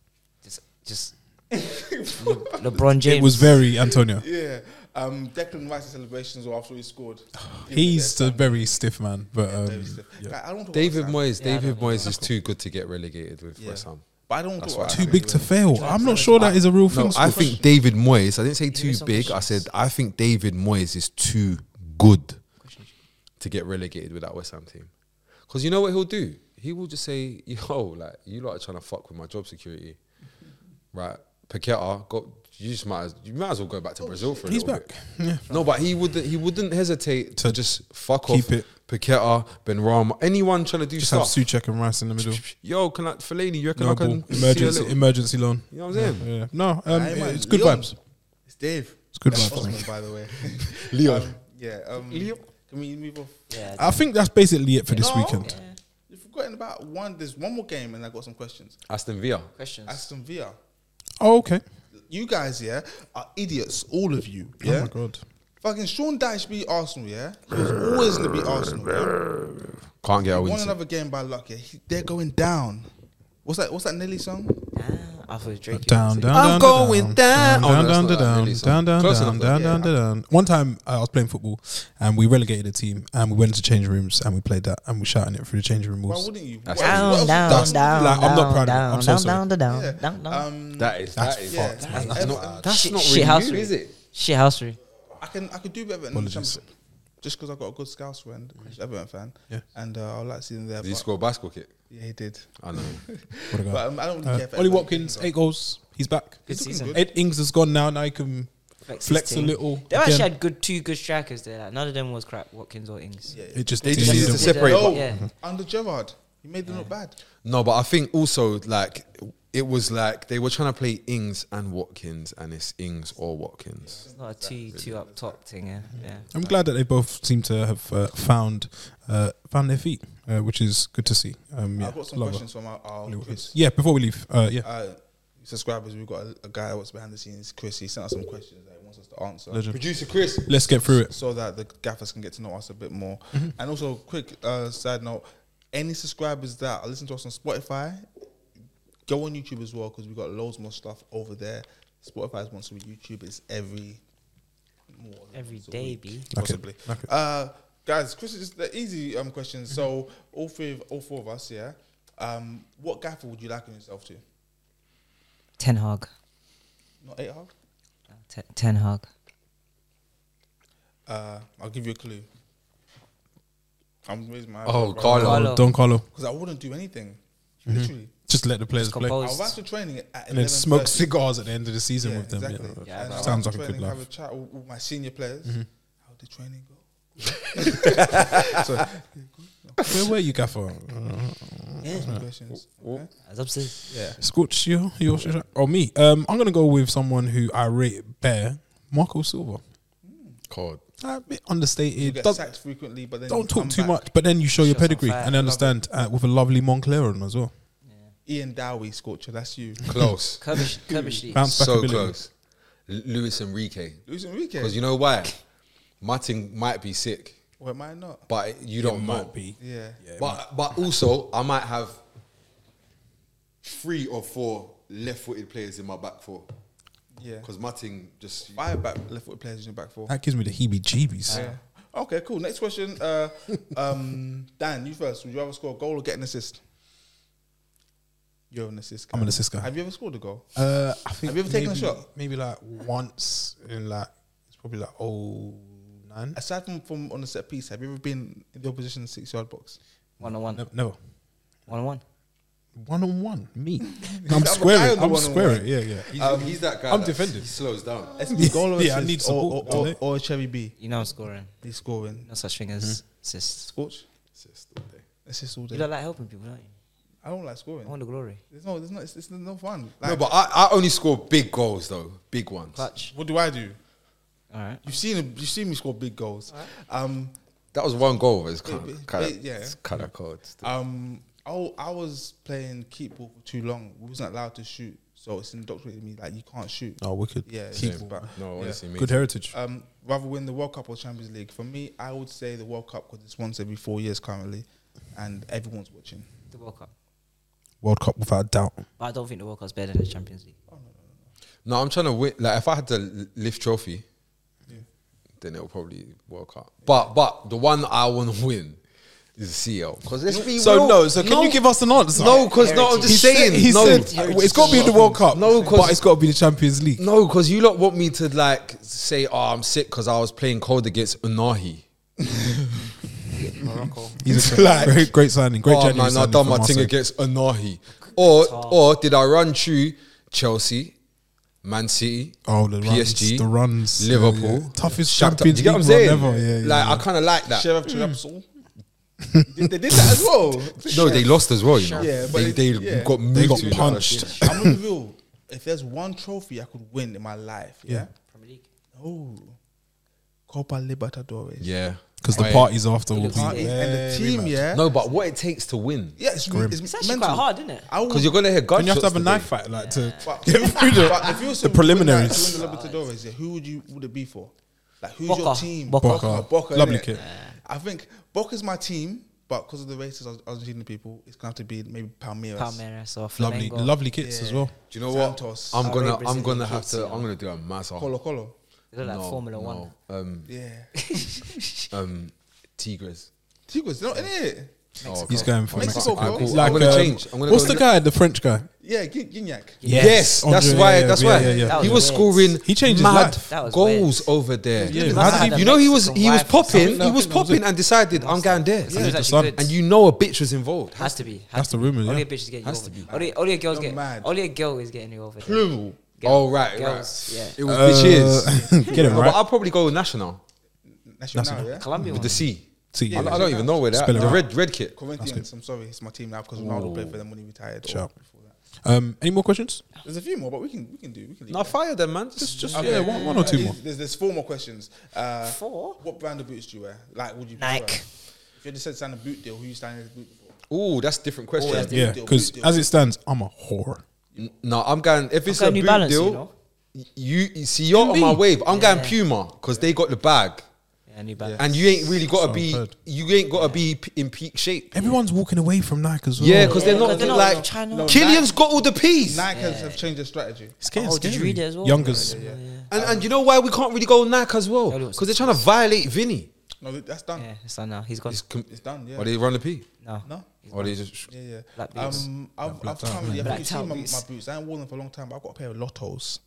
Speaker 8: *laughs*
Speaker 4: Just, just Le- LeBron James
Speaker 2: It was very Antonio.
Speaker 7: Yeah. Um, Declan Rice's celebrations were after he scored.
Speaker 2: He's a very stiff man, but um, yeah.
Speaker 7: Like, I don't talk
Speaker 3: David
Speaker 7: about Sam.
Speaker 3: Moyes. David Moyes is too good to get relegated with
Speaker 7: Yeah.
Speaker 3: West Ham.
Speaker 7: But I don't
Speaker 3: That's
Speaker 7: talk about
Speaker 3: why.
Speaker 2: too
Speaker 7: Sam
Speaker 2: big to
Speaker 7: anyway.
Speaker 2: fail. I'm not sure that is a real
Speaker 3: No,
Speaker 2: thing.
Speaker 3: I
Speaker 2: Scorch.
Speaker 3: think David Moyes. I didn't say too
Speaker 4: me some
Speaker 3: big. I
Speaker 4: questions.
Speaker 3: said I think David Moyes is too good to get relegated with that West Ham team. Because you know what he'll do? He will just say, "Yo, like you lot are trying to fuck with my job security, right? Paqueta, got you just might as, you might as well go back to Brazil for a
Speaker 2: He's
Speaker 3: little
Speaker 2: back.
Speaker 3: bit. No, but he would he wouldn't hesitate to just fuck
Speaker 2: keep
Speaker 3: off
Speaker 2: it.
Speaker 3: Paqueta, Ben Rama, anyone trying to do
Speaker 2: just have
Speaker 3: stuff.
Speaker 2: Suchek and Rice in the middle.
Speaker 3: Yo, can I, Fellaini, you reckon
Speaker 2: No
Speaker 3: I can
Speaker 2: ball.
Speaker 3: see a
Speaker 2: Emergency,
Speaker 3: little-
Speaker 2: emergency loan.
Speaker 3: You know what I'm saying?
Speaker 2: Yeah. No, um,
Speaker 7: Aye, man,
Speaker 2: it's good
Speaker 7: Leon.
Speaker 2: vibes.
Speaker 7: It's Dave.
Speaker 2: It's good
Speaker 7: That's
Speaker 2: vibes.
Speaker 7: Osman, by the
Speaker 2: *laughs*
Speaker 7: way.
Speaker 3: Leon.
Speaker 7: Um, yeah. Um,
Speaker 3: Leon.
Speaker 7: Can we move off?
Speaker 4: Yeah.
Speaker 2: I think that's basically it for this
Speaker 7: No.
Speaker 2: weekend.
Speaker 7: You've forgotten about one. There's one more game, and I got some questions.
Speaker 3: Aston Villa.
Speaker 4: Questions.
Speaker 7: Aston Villa.
Speaker 2: Oh, okay.
Speaker 7: You guys, yeah, are idiots, all of you. Yeah.
Speaker 2: Oh my god.
Speaker 7: Fucking Sean Dyche beat Arsenal, yeah? He was always going to beat Arsenal. Yeah?
Speaker 3: Can't get a win.
Speaker 7: Won another game by luck, yeah? He- they're going down. What's that What's that Nelly song?
Speaker 4: Ah, I thought it was Drake.
Speaker 2: Down, down,
Speaker 3: I'm
Speaker 2: down,
Speaker 3: going
Speaker 2: down,
Speaker 3: down. Oh, no,
Speaker 2: down,
Speaker 3: that's
Speaker 2: down,
Speaker 3: not that
Speaker 2: down,
Speaker 3: really
Speaker 2: down,
Speaker 3: song.
Speaker 2: down,
Speaker 3: Close
Speaker 2: down,
Speaker 3: enough,
Speaker 2: down,
Speaker 3: yeah.
Speaker 2: down, down. One time I was playing football and we relegated a team and we went into change rooms and we played that and we shouting it through the change room
Speaker 7: Why
Speaker 2: walls.
Speaker 7: wouldn't you?
Speaker 3: That's
Speaker 7: What else-
Speaker 8: Down,
Speaker 7: what else-
Speaker 8: down,
Speaker 2: That's-
Speaker 8: down.
Speaker 2: like, I'm not
Speaker 8: down,
Speaker 2: proud of it.
Speaker 8: down,
Speaker 2: I'm so
Speaker 8: down,
Speaker 2: sorry.
Speaker 8: down, down,
Speaker 7: Yeah.
Speaker 8: down, down.
Speaker 7: Um,
Speaker 3: That is
Speaker 2: That's
Speaker 3: that is
Speaker 7: yeah.
Speaker 3: fucked.
Speaker 7: That's
Speaker 3: That's
Speaker 7: not-
Speaker 3: not that's
Speaker 4: shit-
Speaker 3: not
Speaker 4: shit
Speaker 3: really
Speaker 4: house
Speaker 3: you,
Speaker 4: rule.
Speaker 3: is it?
Speaker 4: Shit housery.
Speaker 7: I can I could do better than
Speaker 2: Apologies.
Speaker 7: Champions just because I got a good Scouse friend, who's an Everton fan,
Speaker 2: Yeah.
Speaker 7: and uh, I like seeing them there.
Speaker 3: Did he
Speaker 7: but-
Speaker 3: score a basketball kick?
Speaker 7: Yeah, he did.
Speaker 3: I know.
Speaker 2: What a guy.
Speaker 7: But um, I don't really
Speaker 2: Uh,
Speaker 7: care. for
Speaker 2: Ollie
Speaker 7: Everton.
Speaker 2: Watkins, eight goals. He's back.
Speaker 4: Good
Speaker 7: looking
Speaker 4: season.
Speaker 7: good.
Speaker 2: Ed Ings has gone now. Now he can
Speaker 4: Flex,
Speaker 2: flex
Speaker 4: his
Speaker 2: a
Speaker 4: team.
Speaker 2: little.
Speaker 4: They actually
Speaker 2: again.
Speaker 4: had good two good strikers there. Like, none of them was crap. Watkins or Ings.
Speaker 7: Yeah,
Speaker 2: It just
Speaker 3: They
Speaker 2: didn't
Speaker 3: just
Speaker 2: need
Speaker 3: needed
Speaker 2: them.
Speaker 3: to separate.
Speaker 7: No,
Speaker 4: Yeah.
Speaker 2: *laughs*
Speaker 7: under Gerrard, he made them look bad.
Speaker 3: No, but I think also like it was like they were trying to play Ings and Watkins, and it's Ings or Watkins.
Speaker 4: It's not a two two up top thing. Yeah. yeah.
Speaker 2: I'm glad that they both seem to have uh, found uh, found their feet, uh, which is good to see. Um, yeah,
Speaker 7: I've got some
Speaker 2: love
Speaker 7: questions from our, our
Speaker 2: Ollie
Speaker 7: Chris.
Speaker 2: Watkins. Yeah, before we leave, uh, yeah,
Speaker 7: uh, subscribers, we've got a, a guy that's behind the scenes, Chris. He sent us some questions that he wants us to answer
Speaker 2: legend.
Speaker 3: Producer Chris.
Speaker 2: Let's get through it.
Speaker 7: so that the gaffers can get to know us a bit more. And also, quick uh, side note any subscribers that are listening to us on Spotify, go on YouTube as well because we've got loads more stuff over there. Spotify is once a week, YouTube is every more than
Speaker 4: Every
Speaker 7: once a
Speaker 4: day,
Speaker 7: week,
Speaker 4: B.
Speaker 7: Possibly.
Speaker 2: like it.
Speaker 7: Uh, guys, Chris, is the easy um, question. So, all three of all four of us, yeah. Um, what gaffer would you liken yourself to?
Speaker 4: Ten Hag.
Speaker 7: Not eight hard.
Speaker 4: Ten, ten Hag.
Speaker 7: Uh, I'll give you a clue. I'm raising my
Speaker 3: Oh, Carlo.
Speaker 4: Carlo.
Speaker 2: Don Carlo,
Speaker 7: because I wouldn't do anything. Literally,
Speaker 2: just let the players play,
Speaker 4: compose.
Speaker 7: I was after training at
Speaker 2: and then smoke cigars at the end of the season
Speaker 7: yeah,
Speaker 2: with them.
Speaker 7: Exactly.
Speaker 2: Yeah.
Speaker 4: Yeah,
Speaker 7: And
Speaker 4: bro.
Speaker 7: I
Speaker 2: Sounds like
Speaker 7: was
Speaker 2: a
Speaker 7: training,
Speaker 2: good
Speaker 7: Have a
Speaker 2: laugh.
Speaker 7: chat with, with my senior players.
Speaker 2: Mm-hmm.
Speaker 7: How did training go?
Speaker 2: Where were you, Gaffer?
Speaker 7: Those are the questions. Okay?
Speaker 4: As obsessed.
Speaker 7: Yeah.
Speaker 2: Scorch, you, you, or me? Um, I'm gonna go with someone who I rate bare, Marco Silva.
Speaker 3: Cod.
Speaker 2: A bit
Speaker 7: You
Speaker 2: understated.
Speaker 7: get
Speaker 2: does-
Speaker 7: sacked frequently, but then you
Speaker 2: don't
Speaker 7: come
Speaker 2: talk too
Speaker 7: back.
Speaker 2: much, but then you show your
Speaker 4: Show some
Speaker 2: pedigree
Speaker 4: fire.
Speaker 2: and understand uh, with a lovely Moncler on as well.
Speaker 7: Ian Dowie, Scorcher,
Speaker 2: *laughs*
Speaker 7: that's you.
Speaker 4: *laughs*
Speaker 3: Close.
Speaker 4: Kurbish, Kurbish League.
Speaker 2: Bounce back
Speaker 3: so
Speaker 2: ability.
Speaker 3: close. L- Luis Enrique.
Speaker 7: Luis
Speaker 3: Because
Speaker 7: Enrique.
Speaker 3: you know why? Martin might be sick,
Speaker 7: Or am I not?
Speaker 3: but you don't know.
Speaker 2: Might be.
Speaker 7: Yeah.
Speaker 3: But but also I might have three or four left-footed players in my back four
Speaker 7: Yeah.
Speaker 3: because Martin just
Speaker 7: Five back left foot players in your back four.
Speaker 2: That gives me the heebie-jeebies.
Speaker 7: Oh, Yeah. Okay, cool. Next question. Uh, um, *laughs* Dan, you first. Would you rather score a goal or get an assist? You're an assist guy.
Speaker 2: I'm an assist guy.
Speaker 7: Have you ever scored a goal?
Speaker 2: Uh, I think
Speaker 7: Have you ever taken a
Speaker 2: maybe-
Speaker 7: shot?
Speaker 2: Maybe like once in like it's probably like oh nine.
Speaker 7: Aside from, from on a set piece, have you ever been in the opposition six yard
Speaker 2: *laughs*
Speaker 7: box?
Speaker 4: One on one.
Speaker 2: No, no.
Speaker 4: One on one.
Speaker 2: one on one.
Speaker 3: *laughs*
Speaker 2: Me,
Speaker 7: I'm
Speaker 2: I'm
Speaker 7: a guy on
Speaker 2: squaring.
Speaker 7: the
Speaker 2: I'm
Speaker 7: one on
Speaker 2: squaring.
Speaker 7: one.
Speaker 2: Yeah, yeah.
Speaker 3: he's, he's that guy
Speaker 2: I'm
Speaker 3: that
Speaker 2: defending.
Speaker 3: he slows down
Speaker 7: It's been goal or
Speaker 2: Yeah, I
Speaker 7: assist
Speaker 2: need
Speaker 7: or,
Speaker 2: support,
Speaker 7: or, or,
Speaker 2: don't
Speaker 7: or a Cherry B.
Speaker 4: You know I'm scoring.
Speaker 7: He's scoring.
Speaker 4: No such thing as assists.
Speaker 7: Scorch.
Speaker 3: Assist all day.
Speaker 7: Assist all
Speaker 4: Mm-hmm. You
Speaker 7: day.
Speaker 4: don't like helping people, don't you?
Speaker 7: I don't like
Speaker 4: I
Speaker 7: scoring.
Speaker 4: want the glory.
Speaker 7: There's no, there's no, it's, it's no fun.
Speaker 3: no,
Speaker 7: Like,
Speaker 3: but I, I only score big goals though, big ones.
Speaker 4: Clutch.
Speaker 7: what do I do?
Speaker 4: All right.
Speaker 7: You've seen, you've seen me score big goals. Um,
Speaker 3: That was one goal. It's kind
Speaker 7: Big- big-
Speaker 3: of kind
Speaker 7: big,
Speaker 3: of
Speaker 7: yeah.
Speaker 3: yeah. it's kind of cold.
Speaker 7: Um, I, I was playing keep ball for too long. We wasn't allowed to shoot, so it's indoctrinated me like you can't shoot.
Speaker 2: Oh, wicked.
Speaker 7: Yeah, it's
Speaker 2: Keep
Speaker 7: just bad.
Speaker 3: No,
Speaker 7: Yeah.
Speaker 3: honestly, me.
Speaker 2: good heritage.
Speaker 7: Um, rather win the World Cup or Champions League. For me, I would say the World Cup because it's once every four years currently, and everyone's watching.
Speaker 4: The World Cup.
Speaker 2: World Cup without a doubt.
Speaker 4: But I don't think the World Cup's better than the Champions League.
Speaker 3: No, I'm trying to win. Like if I had to lift trophy, then it'll probably work out. But but the one I want to win is CL. Because let's be
Speaker 2: So
Speaker 3: real,
Speaker 2: no. So can you give us an answer?
Speaker 3: No, because no, I'm
Speaker 2: He
Speaker 3: just
Speaker 2: said,
Speaker 3: saying.
Speaker 2: he
Speaker 3: no,
Speaker 2: said it's got to be the World Cup.
Speaker 3: No, 'cause-
Speaker 2: but it's got to be the Champions League.
Speaker 3: No, because you lot want me to like say, "Oh, I'm sick" because I was playing cold against Unahi. *laughs*
Speaker 2: He's a great, great, great signing. Great
Speaker 3: oh
Speaker 2: January
Speaker 3: man, I
Speaker 2: signing
Speaker 3: done
Speaker 2: for
Speaker 3: my thing
Speaker 2: Marseille.
Speaker 3: against Unahi. Or or did I run through Chelsea, Man City,
Speaker 2: Oh, the
Speaker 3: PSG,
Speaker 2: runs, the runs, yeah,
Speaker 3: Liverpool,
Speaker 2: yeah. toughest
Speaker 3: Shakhtar.
Speaker 2: Champions
Speaker 3: You get what I'm
Speaker 2: League
Speaker 3: saying?
Speaker 2: run ever. Yeah, yeah,
Speaker 3: like
Speaker 2: yeah.
Speaker 3: I kind of like that.
Speaker 9: Sheriff Trapsall. they did that as well.
Speaker 3: No, they lost as well. You know,
Speaker 9: Yeah, but
Speaker 3: they,
Speaker 9: it-
Speaker 3: they
Speaker 9: yeah.
Speaker 3: got moved
Speaker 2: they got
Speaker 3: to-
Speaker 2: punched.
Speaker 7: I'm gonna be real. If there's one trophy I could win in my life, yeah,
Speaker 4: Premier League.
Speaker 7: oh, Copa Libertadores.
Speaker 3: Oh, Yeah,
Speaker 2: Because the
Speaker 3: Wait.
Speaker 2: parties after will
Speaker 7: The party
Speaker 2: be.
Speaker 7: and the team, yeah,
Speaker 3: No, but what it takes to win,
Speaker 7: yeah, it's, it's,
Speaker 4: It's actually
Speaker 7: mental.
Speaker 4: quite
Speaker 7: *laughs*
Speaker 4: hard, isn't it?
Speaker 7: I would,
Speaker 3: because you're gonna hear
Speaker 2: And
Speaker 3: gunshots.
Speaker 2: you have to have a
Speaker 3: today.
Speaker 2: knife fight, like to
Speaker 7: but
Speaker 2: get through the,
Speaker 7: but if you were
Speaker 2: the
Speaker 7: to win
Speaker 2: preliminaries.
Speaker 7: that- to win the Libertadores, yeah, who would you would it be for? Like who's your
Speaker 4: Boca.
Speaker 7: team?
Speaker 4: Boca.
Speaker 2: Boca.
Speaker 7: Boca
Speaker 2: Lovely
Speaker 7: innit?
Speaker 2: kid.
Speaker 7: I think Boca's my team, but because of the racist Argentinian people, it's gonna have to be maybe Palmeiras.
Speaker 4: Palmeiras or
Speaker 2: Lovely,
Speaker 4: Flamengo.
Speaker 2: lovely kits as well.
Speaker 3: Do you know what?
Speaker 7: Santos.
Speaker 3: I'm
Speaker 4: Sorry,
Speaker 3: gonna, I'm
Speaker 4: Brazilian
Speaker 3: gonna have to,
Speaker 4: kids,
Speaker 3: I'm gonna do a massive.
Speaker 7: Colo Colo.
Speaker 4: They look like Formula One.
Speaker 3: One. Um,
Speaker 7: Yeah,
Speaker 3: um, Tigres.
Speaker 7: Tigres, they're not in
Speaker 4: *laughs*
Speaker 7: it.
Speaker 3: Oh,
Speaker 2: He's
Speaker 3: okay.
Speaker 2: going for Mexico.
Speaker 7: Mexico, bro.
Speaker 3: Alright, cool.
Speaker 2: Like,
Speaker 3: I'm gonna
Speaker 2: um,
Speaker 3: change. I'm gonna
Speaker 2: what's
Speaker 3: go
Speaker 2: the
Speaker 3: look-
Speaker 2: guy? The French guy.
Speaker 7: Yeah, Gin- Gignac.
Speaker 3: Yes,
Speaker 2: Andre,
Speaker 3: that's
Speaker 2: yeah,
Speaker 3: why.
Speaker 2: yeah,
Speaker 3: that's
Speaker 2: yeah,
Speaker 3: why
Speaker 2: yeah, yeah.
Speaker 3: he
Speaker 4: That
Speaker 3: was
Speaker 4: was
Speaker 3: scoring.
Speaker 2: He changed his
Speaker 3: mad
Speaker 2: life.
Speaker 4: That was
Speaker 3: goals
Speaker 4: weird.
Speaker 3: over there.
Speaker 2: Yeah, how did he-
Speaker 3: You know he was
Speaker 4: Mexican
Speaker 3: he was
Speaker 4: wife or something.
Speaker 3: popping. He was
Speaker 2: No, I think that was
Speaker 3: popping and decided I'm going there.
Speaker 4: He was
Speaker 2: the
Speaker 4: actually
Speaker 2: son.
Speaker 4: good.
Speaker 3: And you know a bitch was involved.
Speaker 4: has to be. Has
Speaker 2: That's
Speaker 4: to
Speaker 2: the
Speaker 4: be.
Speaker 2: rumour,
Speaker 4: Only
Speaker 2: yeah.
Speaker 4: a bitch is getting
Speaker 3: Has
Speaker 4: you
Speaker 3: to
Speaker 4: over. Only, only a girl's
Speaker 7: You're
Speaker 4: getting.
Speaker 7: mad.
Speaker 4: Only a girl is getting you over. there.
Speaker 3: Plural.
Speaker 4: Girl-
Speaker 3: Oh right,
Speaker 4: girls,
Speaker 3: right. It
Speaker 4: yeah.
Speaker 3: was bitches.
Speaker 2: *laughs* Get
Speaker 3: No,
Speaker 2: it
Speaker 3: but
Speaker 2: Uh, right.
Speaker 3: I'll probably go national
Speaker 7: That's your now, yeah.
Speaker 4: Colombia.
Speaker 3: with
Speaker 4: one.
Speaker 3: the C.
Speaker 2: See,
Speaker 3: I, I don't even know where that.
Speaker 2: Spell it
Speaker 3: The
Speaker 2: out.
Speaker 3: red red kit.
Speaker 7: Corinthians, I'm sorry, it's my team now because Ronaldo played for them when he retired.
Speaker 2: Sure.
Speaker 7: Or before that.
Speaker 2: Um, any more questions?
Speaker 7: There's a few more, but we can we can do we can. leave
Speaker 3: Now
Speaker 7: that.
Speaker 3: fire them, man. Just just
Speaker 2: Yeah, one, one or two
Speaker 7: There's-
Speaker 2: more.
Speaker 7: There's, there's four more questions. Uh,
Speaker 4: Four?
Speaker 7: What brand of boots do you wear? Like, would you prefer?
Speaker 4: Nike.
Speaker 7: If you had to sit down a boot deal, who you standing as boot for?
Speaker 3: Ooh, that's different question.
Speaker 7: Oh, that's different.
Speaker 2: Yeah,
Speaker 7: deal,
Speaker 2: because
Speaker 7: big deal.
Speaker 2: as it stands, I'm a whore.
Speaker 3: N- No, I'm going. If it's
Speaker 4: going
Speaker 3: a
Speaker 4: New
Speaker 3: boot
Speaker 4: Balance,
Speaker 3: deal,
Speaker 4: you know?
Speaker 3: y- you, you see, you're on my wave. I'm going Puma because they got the bag,
Speaker 4: Yeah, New Balance.
Speaker 3: and you ain't really got to
Speaker 2: I've
Speaker 3: be.
Speaker 2: heard.
Speaker 3: You ain't got to be p- in peak shape.
Speaker 2: Everyone's walking away from Nike as well.
Speaker 3: Yeah, because they're
Speaker 4: Yeah,
Speaker 3: not
Speaker 4: 'cause they're not
Speaker 3: like
Speaker 4: like China.
Speaker 7: No,
Speaker 3: Killian's got all the peas,
Speaker 7: Nike has have changed their strategy.
Speaker 2: it's getting
Speaker 4: Oh, did you
Speaker 2: scary.
Speaker 4: read it as well?
Speaker 2: Youngers.
Speaker 4: Yeah, yeah.
Speaker 3: and and you know why we can't really go Nike as well
Speaker 4: Yeah, look,
Speaker 3: because they're trying to violate Vinny.
Speaker 7: No, that's done.
Speaker 4: Yeah, it's done now. He's gone.
Speaker 3: It's com-
Speaker 7: It's done. Yeah.
Speaker 3: Or they run the P,
Speaker 4: No.
Speaker 7: no.
Speaker 3: or they just.
Speaker 7: Yeah, yeah.
Speaker 4: Black boots.
Speaker 7: um, I've, I've finally, I think you've
Speaker 4: Blacked
Speaker 7: seen
Speaker 4: out
Speaker 7: my, my
Speaker 4: boots.
Speaker 7: boots. I haven't worn them for a long time. But I've got a pair of Lottos.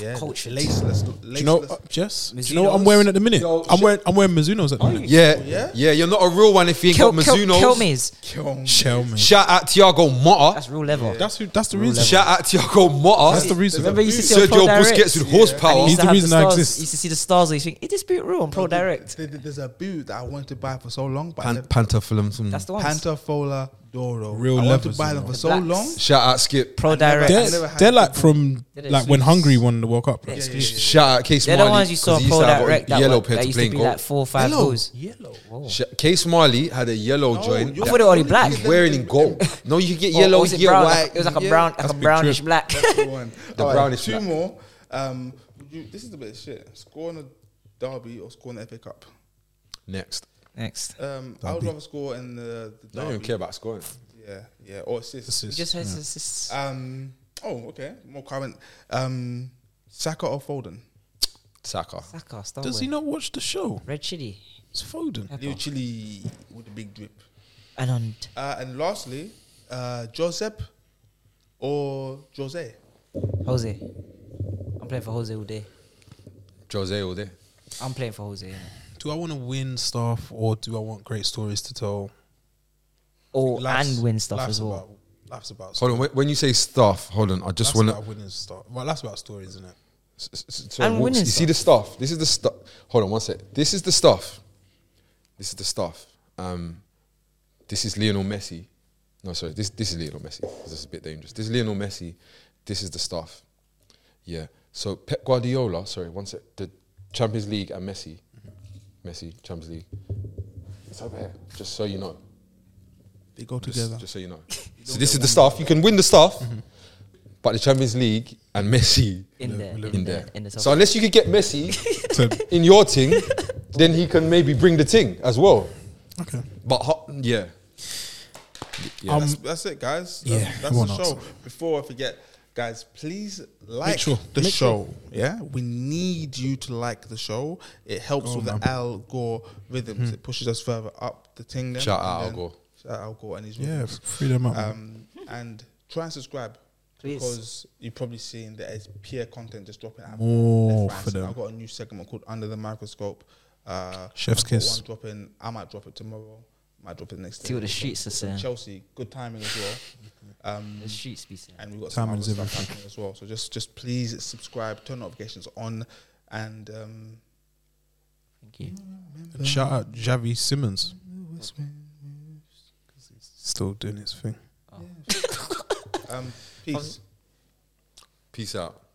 Speaker 7: Yeah,
Speaker 4: Cultured.
Speaker 7: laceless. laceless.
Speaker 2: Do you know, uh, Jess? Do you know what I'm
Speaker 4: Mizunos.
Speaker 2: wearing at the minute?
Speaker 3: Yo,
Speaker 2: I'm
Speaker 3: sh-
Speaker 2: wearing I'm wearing Mizuno's at the minute.
Speaker 4: Oh,
Speaker 3: Yeah, yeah,
Speaker 7: yeah?
Speaker 3: You're not a real one if you ain't
Speaker 4: Kel-
Speaker 3: got
Speaker 4: Kel-
Speaker 3: Mizuno's.
Speaker 4: Kelmes.
Speaker 7: Kilmes.
Speaker 2: Shell me.
Speaker 3: Shout out Tiago Motta.
Speaker 4: That's real level.
Speaker 2: That's who. That's the reason.
Speaker 3: Shout out Tiago Motta.
Speaker 2: That's the reason.
Speaker 4: Remember, you used to see on
Speaker 3: Sergio
Speaker 4: Pro Direct.
Speaker 3: Busquets with
Speaker 4: And
Speaker 3: horsepower.
Speaker 4: he used
Speaker 2: He's
Speaker 4: to
Speaker 2: the
Speaker 4: have
Speaker 2: reason I
Speaker 4: stars-
Speaker 2: exist. Mm.
Speaker 4: You used to see the stars. and You think, is this boot real on Pro Direct?
Speaker 7: There- there- There's a boot that I wanted to buy for so long, but I
Speaker 3: Pan-
Speaker 7: never-
Speaker 3: Pantafilm.
Speaker 4: That's the one.
Speaker 7: Pantafola Doro.
Speaker 2: Real
Speaker 7: I wanted
Speaker 2: levers,
Speaker 7: to buy
Speaker 2: you
Speaker 7: them
Speaker 2: know.
Speaker 7: for so
Speaker 4: Blacks.
Speaker 7: long.
Speaker 3: Shout out Skip.
Speaker 4: Pro Direct.
Speaker 7: never- I
Speaker 2: They're,
Speaker 7: had
Speaker 2: they're
Speaker 7: the
Speaker 2: like from
Speaker 4: They're
Speaker 2: like when
Speaker 4: exclusives.
Speaker 2: Hungary won the World Cup. like.
Speaker 4: Yeah, yeah, yeah.
Speaker 3: Shout out Case
Speaker 4: They're
Speaker 3: Marley.
Speaker 4: the ones you saw
Speaker 3: 'cause
Speaker 4: on
Speaker 3: he used
Speaker 4: Pro
Speaker 3: to have a
Speaker 4: Direct. That,
Speaker 3: Yellow
Speaker 4: yellow
Speaker 3: pair
Speaker 4: that
Speaker 3: to
Speaker 4: used
Speaker 3: play
Speaker 4: to
Speaker 3: in
Speaker 4: be
Speaker 3: goal.
Speaker 4: like four or five
Speaker 7: Yellow.
Speaker 4: goals.
Speaker 7: Yellow.
Speaker 3: Sh- Case Marley had a yellow joint.
Speaker 7: you're-
Speaker 4: I
Speaker 3: that
Speaker 4: thought it already black.
Speaker 3: was wearing in gold. No, you could
Speaker 4: *laughs*
Speaker 3: get yellow,
Speaker 4: Or was
Speaker 3: you
Speaker 4: it
Speaker 3: get
Speaker 4: brown?
Speaker 3: white.
Speaker 4: It was like a
Speaker 7: yeah.
Speaker 4: brown, like a brownish black.
Speaker 7: That's the one.
Speaker 3: The
Speaker 7: *laughs* Alright,
Speaker 3: brownish
Speaker 7: Two
Speaker 3: black.
Speaker 7: more. Um, would you, this is a bit of shit. Score in a derby or score in the FA Cup?
Speaker 3: Next.
Speaker 4: Next.
Speaker 7: Um, I would rather score in the, the
Speaker 3: I don't
Speaker 7: derby.
Speaker 3: even care about scoring.
Speaker 7: Yeah, yeah, or assists.
Speaker 4: You just heard this-
Speaker 2: Ah.
Speaker 4: this-
Speaker 7: Um, oh, okay. More current. Um, Saka or Foden?
Speaker 3: Saka.
Speaker 4: Saka, Starboy.
Speaker 2: Does he not watch the show?
Speaker 4: Red Chili.
Speaker 2: It's Foden.
Speaker 4: Pepper.
Speaker 7: Leo Chile with the big drip.
Speaker 4: And on. t-
Speaker 7: Uh, and lastly, uh, Josep or Jose?
Speaker 4: Jose. I'm playing for Jose all day.
Speaker 3: Jose all day.
Speaker 4: I'm playing for Jose. innit?
Speaker 2: Do I want to win stuff or do I want great stories to tell?
Speaker 4: Or
Speaker 2: Life's-
Speaker 4: and win stuff
Speaker 2: life's
Speaker 4: as well.
Speaker 2: About, life's about.
Speaker 3: Hold on. wh- When you say stuff, hold on. I just
Speaker 2: That's
Speaker 3: want
Speaker 2: about
Speaker 3: to.
Speaker 2: winning stuff. Well, that's about stories, isn't it? *laughs*
Speaker 4: And
Speaker 3: You
Speaker 4: winning
Speaker 3: see the stuff. This is the stuff. Hold on one sec. This is the stuff. This is the stuff. Um, this is Lionel Messi. No, sorry. This this is Lionel Messi. This is a bit dangerous. This is Lionel Messi. This is the stuff. Yeah. So Pep Guardiola. Sorry, one sec. The Champions League and Messi. Messi Champions League. It's over here. Just so you know.
Speaker 7: They go
Speaker 3: Just,
Speaker 7: together.
Speaker 3: just so
Speaker 7: *laughs*
Speaker 3: you know. so this is the stuff. You can win the stuff, but the Champions League and Messi
Speaker 4: In there.
Speaker 3: in there.
Speaker 4: In the
Speaker 3: so unless you could get Messi
Speaker 2: To-
Speaker 3: in your thing, then he can maybe bring the thing as well.
Speaker 2: *laughs* okay.
Speaker 3: But ho- yeah, yeah,
Speaker 2: Um,
Speaker 4: Um,
Speaker 7: that's, that's it, guys. That's,
Speaker 2: yeah,
Speaker 7: that's
Speaker 2: why
Speaker 7: the
Speaker 2: not?
Speaker 7: show. Before I forget, guys, please like
Speaker 2: sure-
Speaker 7: the
Speaker 2: make
Speaker 7: show. Yeah, we need you to like the show. It helps with the Al Gore rhythms. It pushes us further up the thing. Then,
Speaker 3: Shout
Speaker 7: and
Speaker 3: out Al
Speaker 7: then-
Speaker 3: Gore.
Speaker 7: Shout out Al Gore and his
Speaker 2: Yeah,
Speaker 7: rhythms.
Speaker 2: free them up.
Speaker 7: Um, and try and subscribe.
Speaker 4: Please.
Speaker 7: Because you're probably seeing that it's peer content just dropping out.
Speaker 2: More
Speaker 7: left, right,
Speaker 2: for
Speaker 7: center.
Speaker 2: them.
Speaker 7: I've got a new segment called Under the Microscope. Uh,
Speaker 2: Chef's
Speaker 7: I've got
Speaker 2: kiss.
Speaker 7: One dropping. I might drop it tomorrow. Might drop it next.
Speaker 4: See what
Speaker 7: day.
Speaker 4: the streets are saying.
Speaker 7: Chelsea, good timing as
Speaker 4: *laughs*
Speaker 7: well. Um,
Speaker 4: The streets be saying.
Speaker 7: and we've got
Speaker 2: Timing
Speaker 7: some other
Speaker 2: is
Speaker 7: stuff
Speaker 2: everything.
Speaker 7: happening as well. So just just please subscribe, turn notifications on, and um,
Speaker 4: Thank you.
Speaker 2: Shout out Javi Simmons. Still doing his thing.
Speaker 7: um, peace.
Speaker 3: Peace out.